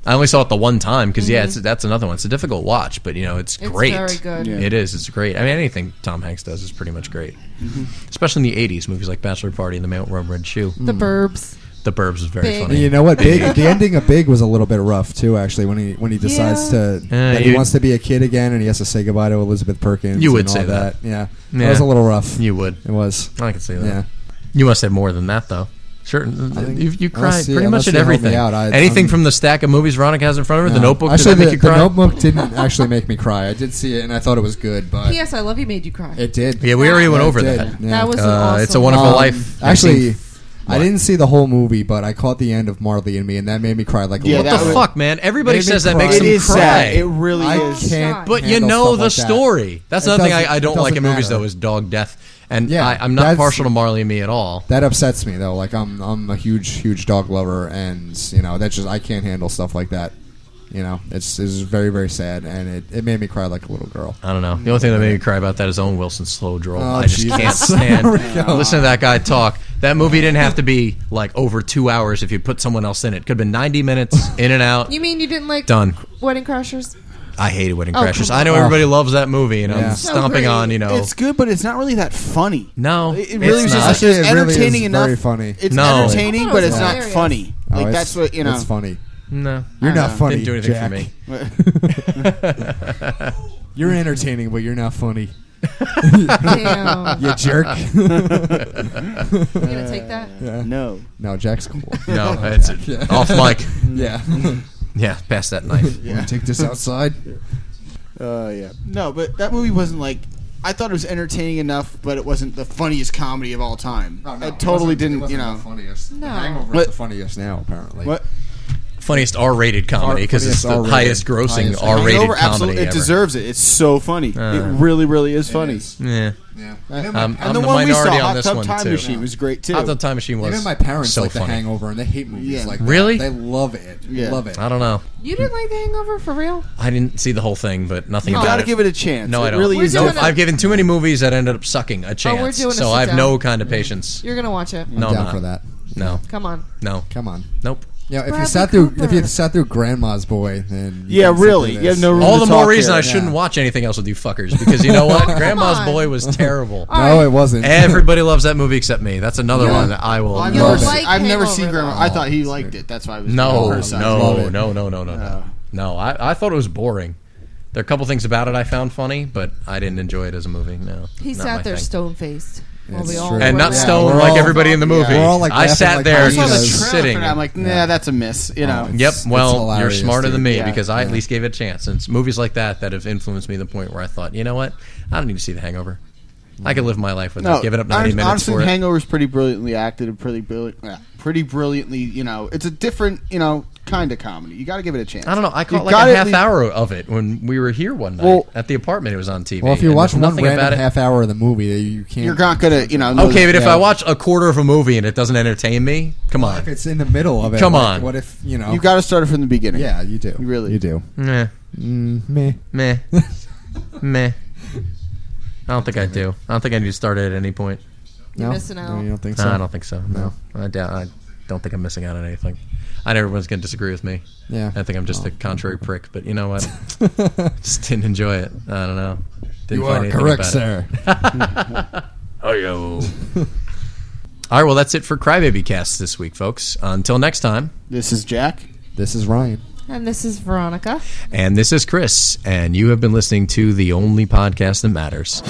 [SPEAKER 3] I only saw it the one time because yeah, it's, that's another one. It's a difficult watch, but you know it's,
[SPEAKER 4] Mm-hmm. It's
[SPEAKER 3] great.
[SPEAKER 4] very good.
[SPEAKER 1] Yeah.
[SPEAKER 3] It is. It's great. I mean, anything Tom Hanks does is pretty much great,
[SPEAKER 2] Mm-hmm.
[SPEAKER 3] especially in the '80s movies like Bachelor Party and The Mount Rum Red Shoe.
[SPEAKER 4] The Burbs.
[SPEAKER 3] The Burbs was very
[SPEAKER 4] Big.
[SPEAKER 3] funny.
[SPEAKER 2] And you know what? Big. the ending of Big was a little bit rough too. Actually, when he when he decides to
[SPEAKER 3] Yeah,
[SPEAKER 2] that he
[SPEAKER 3] Uh, you-
[SPEAKER 2] wants to be a kid again and he has to say goodbye to Elizabeth Perkins.
[SPEAKER 3] You would
[SPEAKER 2] and all
[SPEAKER 3] say that.
[SPEAKER 2] Yeah.
[SPEAKER 3] Yeah.
[SPEAKER 2] That was a little rough.
[SPEAKER 3] You would.
[SPEAKER 2] It was.
[SPEAKER 3] I can see that.
[SPEAKER 2] Yeah.
[SPEAKER 3] You must have more than that, though. Certain,
[SPEAKER 2] think-
[SPEAKER 3] you, you cry
[SPEAKER 2] unless you-
[SPEAKER 3] pretty
[SPEAKER 2] unless
[SPEAKER 3] much at
[SPEAKER 2] you help me
[SPEAKER 3] everything.
[SPEAKER 2] out, I-
[SPEAKER 3] Anything
[SPEAKER 2] I'm-
[SPEAKER 3] from the stack of movies Veronica has in front of her, The
[SPEAKER 2] No.
[SPEAKER 3] Notebook,
[SPEAKER 2] Actually,
[SPEAKER 3] did
[SPEAKER 2] the,
[SPEAKER 3] that make you
[SPEAKER 2] the
[SPEAKER 3] cry?
[SPEAKER 2] Notebook didn't actually make me cry. I did see it and I thought it was good, but
[SPEAKER 4] P.S. I Love You made you cry.
[SPEAKER 2] it did.
[SPEAKER 3] Yeah, we already went
[SPEAKER 2] it
[SPEAKER 3] over
[SPEAKER 2] did.
[SPEAKER 3] that.
[SPEAKER 2] Yeah.
[SPEAKER 4] That was an
[SPEAKER 3] Uh,
[SPEAKER 4] awesome.
[SPEAKER 3] It's a Wonderful Life. I've
[SPEAKER 2] Um, Actually,
[SPEAKER 3] seen-
[SPEAKER 2] I didn't see the whole movie, but I caught the end of Marley and Me, and that made me cry like a
[SPEAKER 1] Yeah,
[SPEAKER 2] little
[SPEAKER 1] that
[SPEAKER 3] the
[SPEAKER 1] was-
[SPEAKER 3] fuck, man! Everybody
[SPEAKER 2] Made me
[SPEAKER 3] says that
[SPEAKER 2] cry.
[SPEAKER 3] makes
[SPEAKER 2] It
[SPEAKER 3] them
[SPEAKER 2] is
[SPEAKER 3] cry.
[SPEAKER 1] sad. It really
[SPEAKER 2] I
[SPEAKER 1] is.
[SPEAKER 2] can't.
[SPEAKER 3] but you
[SPEAKER 2] handle
[SPEAKER 3] know
[SPEAKER 2] stuff
[SPEAKER 3] the
[SPEAKER 2] like that.
[SPEAKER 3] story. That's
[SPEAKER 2] It
[SPEAKER 3] another thing I,
[SPEAKER 2] doesn't-
[SPEAKER 3] I
[SPEAKER 2] it
[SPEAKER 3] don't like in
[SPEAKER 2] doesn't
[SPEAKER 3] movies
[SPEAKER 2] matter.
[SPEAKER 3] though is dog death. And
[SPEAKER 2] Yeah,
[SPEAKER 3] I, I'm not
[SPEAKER 2] that's-
[SPEAKER 3] partial to Marley and Me at all.
[SPEAKER 2] that upsets me though. Like I'm I'm a huge huge dog lover, and you know that's just I can't handle stuff like that. You know, it's it's very very sad, and it, it made me cry like a little girl.
[SPEAKER 3] I don't know. The only thing that made me cry about that is Owen Wilson's slow drawl.
[SPEAKER 2] Oh,
[SPEAKER 3] I just
[SPEAKER 2] Jesus.
[SPEAKER 3] can't
[SPEAKER 2] There we go.
[SPEAKER 3] stand listen to that guy talk. That movie didn't have to be like over two hours if you put someone else in it. Could have been ninety minutes in and out.
[SPEAKER 4] You mean you didn't like
[SPEAKER 3] Done.
[SPEAKER 4] Wedding Crashers?
[SPEAKER 3] I hated Wedding
[SPEAKER 4] Oh,
[SPEAKER 3] Crashers.
[SPEAKER 4] come
[SPEAKER 3] I know
[SPEAKER 2] on.
[SPEAKER 3] everybody loves that movie, and
[SPEAKER 2] Yeah.
[SPEAKER 3] I'm
[SPEAKER 2] So
[SPEAKER 3] stomping
[SPEAKER 4] great.
[SPEAKER 3] on you know.
[SPEAKER 1] It's good, but it's not really that funny.
[SPEAKER 3] No,
[SPEAKER 1] It,
[SPEAKER 3] it's
[SPEAKER 1] it really was
[SPEAKER 3] not.
[SPEAKER 1] just
[SPEAKER 2] Actually,
[SPEAKER 1] it's
[SPEAKER 2] it really
[SPEAKER 1] entertaining
[SPEAKER 2] is
[SPEAKER 1] enough.
[SPEAKER 2] very funny.
[SPEAKER 1] It's
[SPEAKER 3] No.
[SPEAKER 4] I
[SPEAKER 1] entertaining,
[SPEAKER 4] thought it
[SPEAKER 1] but
[SPEAKER 4] was
[SPEAKER 1] it's not
[SPEAKER 4] hilarious.
[SPEAKER 1] funny.
[SPEAKER 2] Oh,
[SPEAKER 1] Like
[SPEAKER 2] it's-
[SPEAKER 1] that's what you know.
[SPEAKER 2] It's funny.
[SPEAKER 3] no,
[SPEAKER 2] You're not
[SPEAKER 1] know.
[SPEAKER 2] funny.
[SPEAKER 3] didn't do anything
[SPEAKER 2] Jack.
[SPEAKER 3] for me.
[SPEAKER 2] You're entertaining, but you're not funny.
[SPEAKER 4] Damn.
[SPEAKER 2] You jerk.
[SPEAKER 4] You gonna take that?
[SPEAKER 1] no.
[SPEAKER 2] no, Jack's cool.
[SPEAKER 3] No, it's off mic.
[SPEAKER 2] Yeah.
[SPEAKER 3] Yeah, pass that knife.
[SPEAKER 2] Wanna Take this outside.
[SPEAKER 1] Uh, yeah. No, but that movie wasn't like I thought it was entertaining enough, but it wasn't the funniest comedy of all time.
[SPEAKER 2] Oh, no,
[SPEAKER 1] it totally
[SPEAKER 2] wasn't- it
[SPEAKER 1] didn't,
[SPEAKER 2] wasn't
[SPEAKER 1] you know.
[SPEAKER 2] The funniest.
[SPEAKER 4] No.
[SPEAKER 2] The Hangover is
[SPEAKER 1] What-
[SPEAKER 2] the funniest now, apparently.
[SPEAKER 1] What?
[SPEAKER 3] Funniest R-rated comedy because it's
[SPEAKER 2] funniest
[SPEAKER 3] the
[SPEAKER 2] R-rated.
[SPEAKER 3] highest grossing
[SPEAKER 2] Highest-
[SPEAKER 3] R-rated
[SPEAKER 1] Hangover,
[SPEAKER 3] comedy
[SPEAKER 1] absolutely, it
[SPEAKER 3] ever.
[SPEAKER 1] deserves it. It's so funny.
[SPEAKER 3] Uh,
[SPEAKER 1] it really, really is funny.
[SPEAKER 2] is.
[SPEAKER 3] yeah.
[SPEAKER 2] Yeah.
[SPEAKER 3] Um, I'm
[SPEAKER 1] and the,
[SPEAKER 3] the
[SPEAKER 1] one we saw,
[SPEAKER 3] minority on
[SPEAKER 1] Hot
[SPEAKER 3] this
[SPEAKER 1] Tub
[SPEAKER 3] one,
[SPEAKER 1] Time
[SPEAKER 3] too.
[SPEAKER 1] Machine, was great too.
[SPEAKER 3] Hot Tub Time Machine was
[SPEAKER 2] Even my parents
[SPEAKER 3] so
[SPEAKER 2] like
[SPEAKER 3] funny.
[SPEAKER 2] The Hangover, and they hate movies
[SPEAKER 1] Yeah.
[SPEAKER 2] like that.
[SPEAKER 3] Really?
[SPEAKER 2] They love it.
[SPEAKER 1] Yeah.
[SPEAKER 2] Love it.
[SPEAKER 3] I don't know.
[SPEAKER 4] You didn't like The Hangover for real?
[SPEAKER 3] I didn't see the whole thing, but nothing
[SPEAKER 1] you
[SPEAKER 3] about
[SPEAKER 1] gotta
[SPEAKER 3] it.
[SPEAKER 1] give it a chance.
[SPEAKER 3] no,
[SPEAKER 1] it
[SPEAKER 3] I don't.
[SPEAKER 1] Really
[SPEAKER 4] We're
[SPEAKER 1] is
[SPEAKER 4] doing
[SPEAKER 1] a-
[SPEAKER 4] it.
[SPEAKER 3] I've given too many movies that ended up sucking a chance.
[SPEAKER 4] we're doing a
[SPEAKER 3] so I have
[SPEAKER 4] sit-down.
[SPEAKER 3] no kind of patience.
[SPEAKER 4] You're gonna watch it.
[SPEAKER 2] I'm
[SPEAKER 3] No, I'm
[SPEAKER 2] down
[SPEAKER 3] not.
[SPEAKER 2] for that.
[SPEAKER 3] No,
[SPEAKER 4] Come on.
[SPEAKER 3] no,
[SPEAKER 2] Come on.
[SPEAKER 3] nope.
[SPEAKER 2] Yeah, if you
[SPEAKER 4] Bradley
[SPEAKER 2] sat through if you
[SPEAKER 4] Cooper.
[SPEAKER 2] sat through Grandma's Boy, then you
[SPEAKER 1] Yeah,
[SPEAKER 2] can sit
[SPEAKER 1] really.
[SPEAKER 2] through
[SPEAKER 1] You have
[SPEAKER 2] this.
[SPEAKER 1] no room
[SPEAKER 3] All
[SPEAKER 1] to
[SPEAKER 3] the more
[SPEAKER 1] talk
[SPEAKER 3] reason
[SPEAKER 1] here.
[SPEAKER 3] I shouldn't watch anything else with you fuckers because you know what? Grandma's
[SPEAKER 4] on.
[SPEAKER 3] Boy was terrible.
[SPEAKER 2] No, it wasn't.
[SPEAKER 3] Everybody loves that movie except me. That's another
[SPEAKER 2] Yeah.
[SPEAKER 3] one that I will.
[SPEAKER 1] I've
[SPEAKER 4] You'll
[SPEAKER 1] never,
[SPEAKER 3] love
[SPEAKER 1] seen-
[SPEAKER 4] like
[SPEAKER 1] I've never
[SPEAKER 4] Hangover,
[SPEAKER 1] seen Grandma.
[SPEAKER 4] though.
[SPEAKER 1] I thought he liked it. That's why I was
[SPEAKER 3] No,
[SPEAKER 1] I was
[SPEAKER 2] Love
[SPEAKER 3] no,
[SPEAKER 2] it.
[SPEAKER 3] no, no, no, no,
[SPEAKER 1] Uh,
[SPEAKER 3] no, no. I, I thought it was boring. There are a couple things about it I found funny, but I didn't enjoy it as a movie. No,
[SPEAKER 4] He
[SPEAKER 3] not my
[SPEAKER 4] sat there
[SPEAKER 3] thing.
[SPEAKER 4] stone faced.
[SPEAKER 2] It's
[SPEAKER 4] we all
[SPEAKER 2] true.
[SPEAKER 4] were
[SPEAKER 3] and not
[SPEAKER 4] laughing.
[SPEAKER 3] stoned
[SPEAKER 2] we're
[SPEAKER 3] like
[SPEAKER 2] all-
[SPEAKER 3] everybody in the movie.
[SPEAKER 2] we're all, like,
[SPEAKER 3] I
[SPEAKER 2] laughing
[SPEAKER 3] sat
[SPEAKER 2] like
[SPEAKER 3] there
[SPEAKER 1] I saw the
[SPEAKER 2] Because-
[SPEAKER 1] trailer
[SPEAKER 3] just
[SPEAKER 1] for
[SPEAKER 3] sitting. Oh,
[SPEAKER 1] that. I'm like, nah, that's a miss. You know,
[SPEAKER 2] it's-
[SPEAKER 3] Yep.
[SPEAKER 2] it's
[SPEAKER 3] Well, you're
[SPEAKER 2] hilarious,
[SPEAKER 3] smarter than
[SPEAKER 2] dude.
[SPEAKER 3] me
[SPEAKER 1] Yeah.
[SPEAKER 3] because I at
[SPEAKER 2] Yeah.
[SPEAKER 3] least gave it a chance. And it's movies like that that have influenced me to the point where I thought, you know what, I don't need to see The Hangover. I could live my life without giving up 90
[SPEAKER 1] hon-
[SPEAKER 3] minutes
[SPEAKER 1] honestly,
[SPEAKER 3] for it.
[SPEAKER 1] Hangover's pretty brilliantly acted and pretty brilliant, uh, pretty brilliantly. You know, it's a different, you know, kind of comedy. You got to give it a chance.
[SPEAKER 3] I don't know. I
[SPEAKER 1] You
[SPEAKER 3] caught like
[SPEAKER 1] gotta
[SPEAKER 3] a
[SPEAKER 1] at
[SPEAKER 3] half
[SPEAKER 1] least-
[SPEAKER 3] hour of it when we were here one night
[SPEAKER 1] Well-
[SPEAKER 3] at the apartment. It was on TV.
[SPEAKER 2] Well, if you
[SPEAKER 3] and
[SPEAKER 2] watch
[SPEAKER 3] there's
[SPEAKER 2] one
[SPEAKER 3] nothing about
[SPEAKER 2] random
[SPEAKER 3] it.
[SPEAKER 2] half hour of the movie, you can't.
[SPEAKER 1] You're not gonna, you know. know
[SPEAKER 3] Okay, but if
[SPEAKER 2] Yeah.
[SPEAKER 3] I watch a quarter of a movie and it doesn't entertain me, come
[SPEAKER 2] If
[SPEAKER 3] on.
[SPEAKER 2] it's in the middle of it,
[SPEAKER 3] Come
[SPEAKER 2] like,
[SPEAKER 3] on.
[SPEAKER 2] What if you know?
[SPEAKER 1] you got to start it from the beginning.
[SPEAKER 2] Yeah, you do.
[SPEAKER 1] You really-
[SPEAKER 2] you do.
[SPEAKER 3] Meh,
[SPEAKER 2] Mm, meh.
[SPEAKER 3] meh, meh. I don't think I do. I don't think I need to start it at any point.
[SPEAKER 4] You're
[SPEAKER 2] no?
[SPEAKER 4] missing out.
[SPEAKER 2] No, you don't think
[SPEAKER 3] No,
[SPEAKER 2] so?
[SPEAKER 3] I don't think so. No, I doubt. I don't think I'm missing out on anything. I know everyone's going to disagree with me.
[SPEAKER 2] Yeah.
[SPEAKER 3] I think I'm just a contrary prick, but you know what? just didn't enjoy it. I don't know. Didn't
[SPEAKER 2] you
[SPEAKER 3] find
[SPEAKER 2] are
[SPEAKER 3] anything
[SPEAKER 2] correct,
[SPEAKER 3] about it.
[SPEAKER 2] sir.
[SPEAKER 3] Oh, yo. All right, well, that's it for Crybaby Cast this week, folks. Until next time,
[SPEAKER 1] This is Jack.
[SPEAKER 2] this is Ryan.
[SPEAKER 4] And this is Veronica.
[SPEAKER 3] and this is Chris, and you have been listening to the only podcast that matters.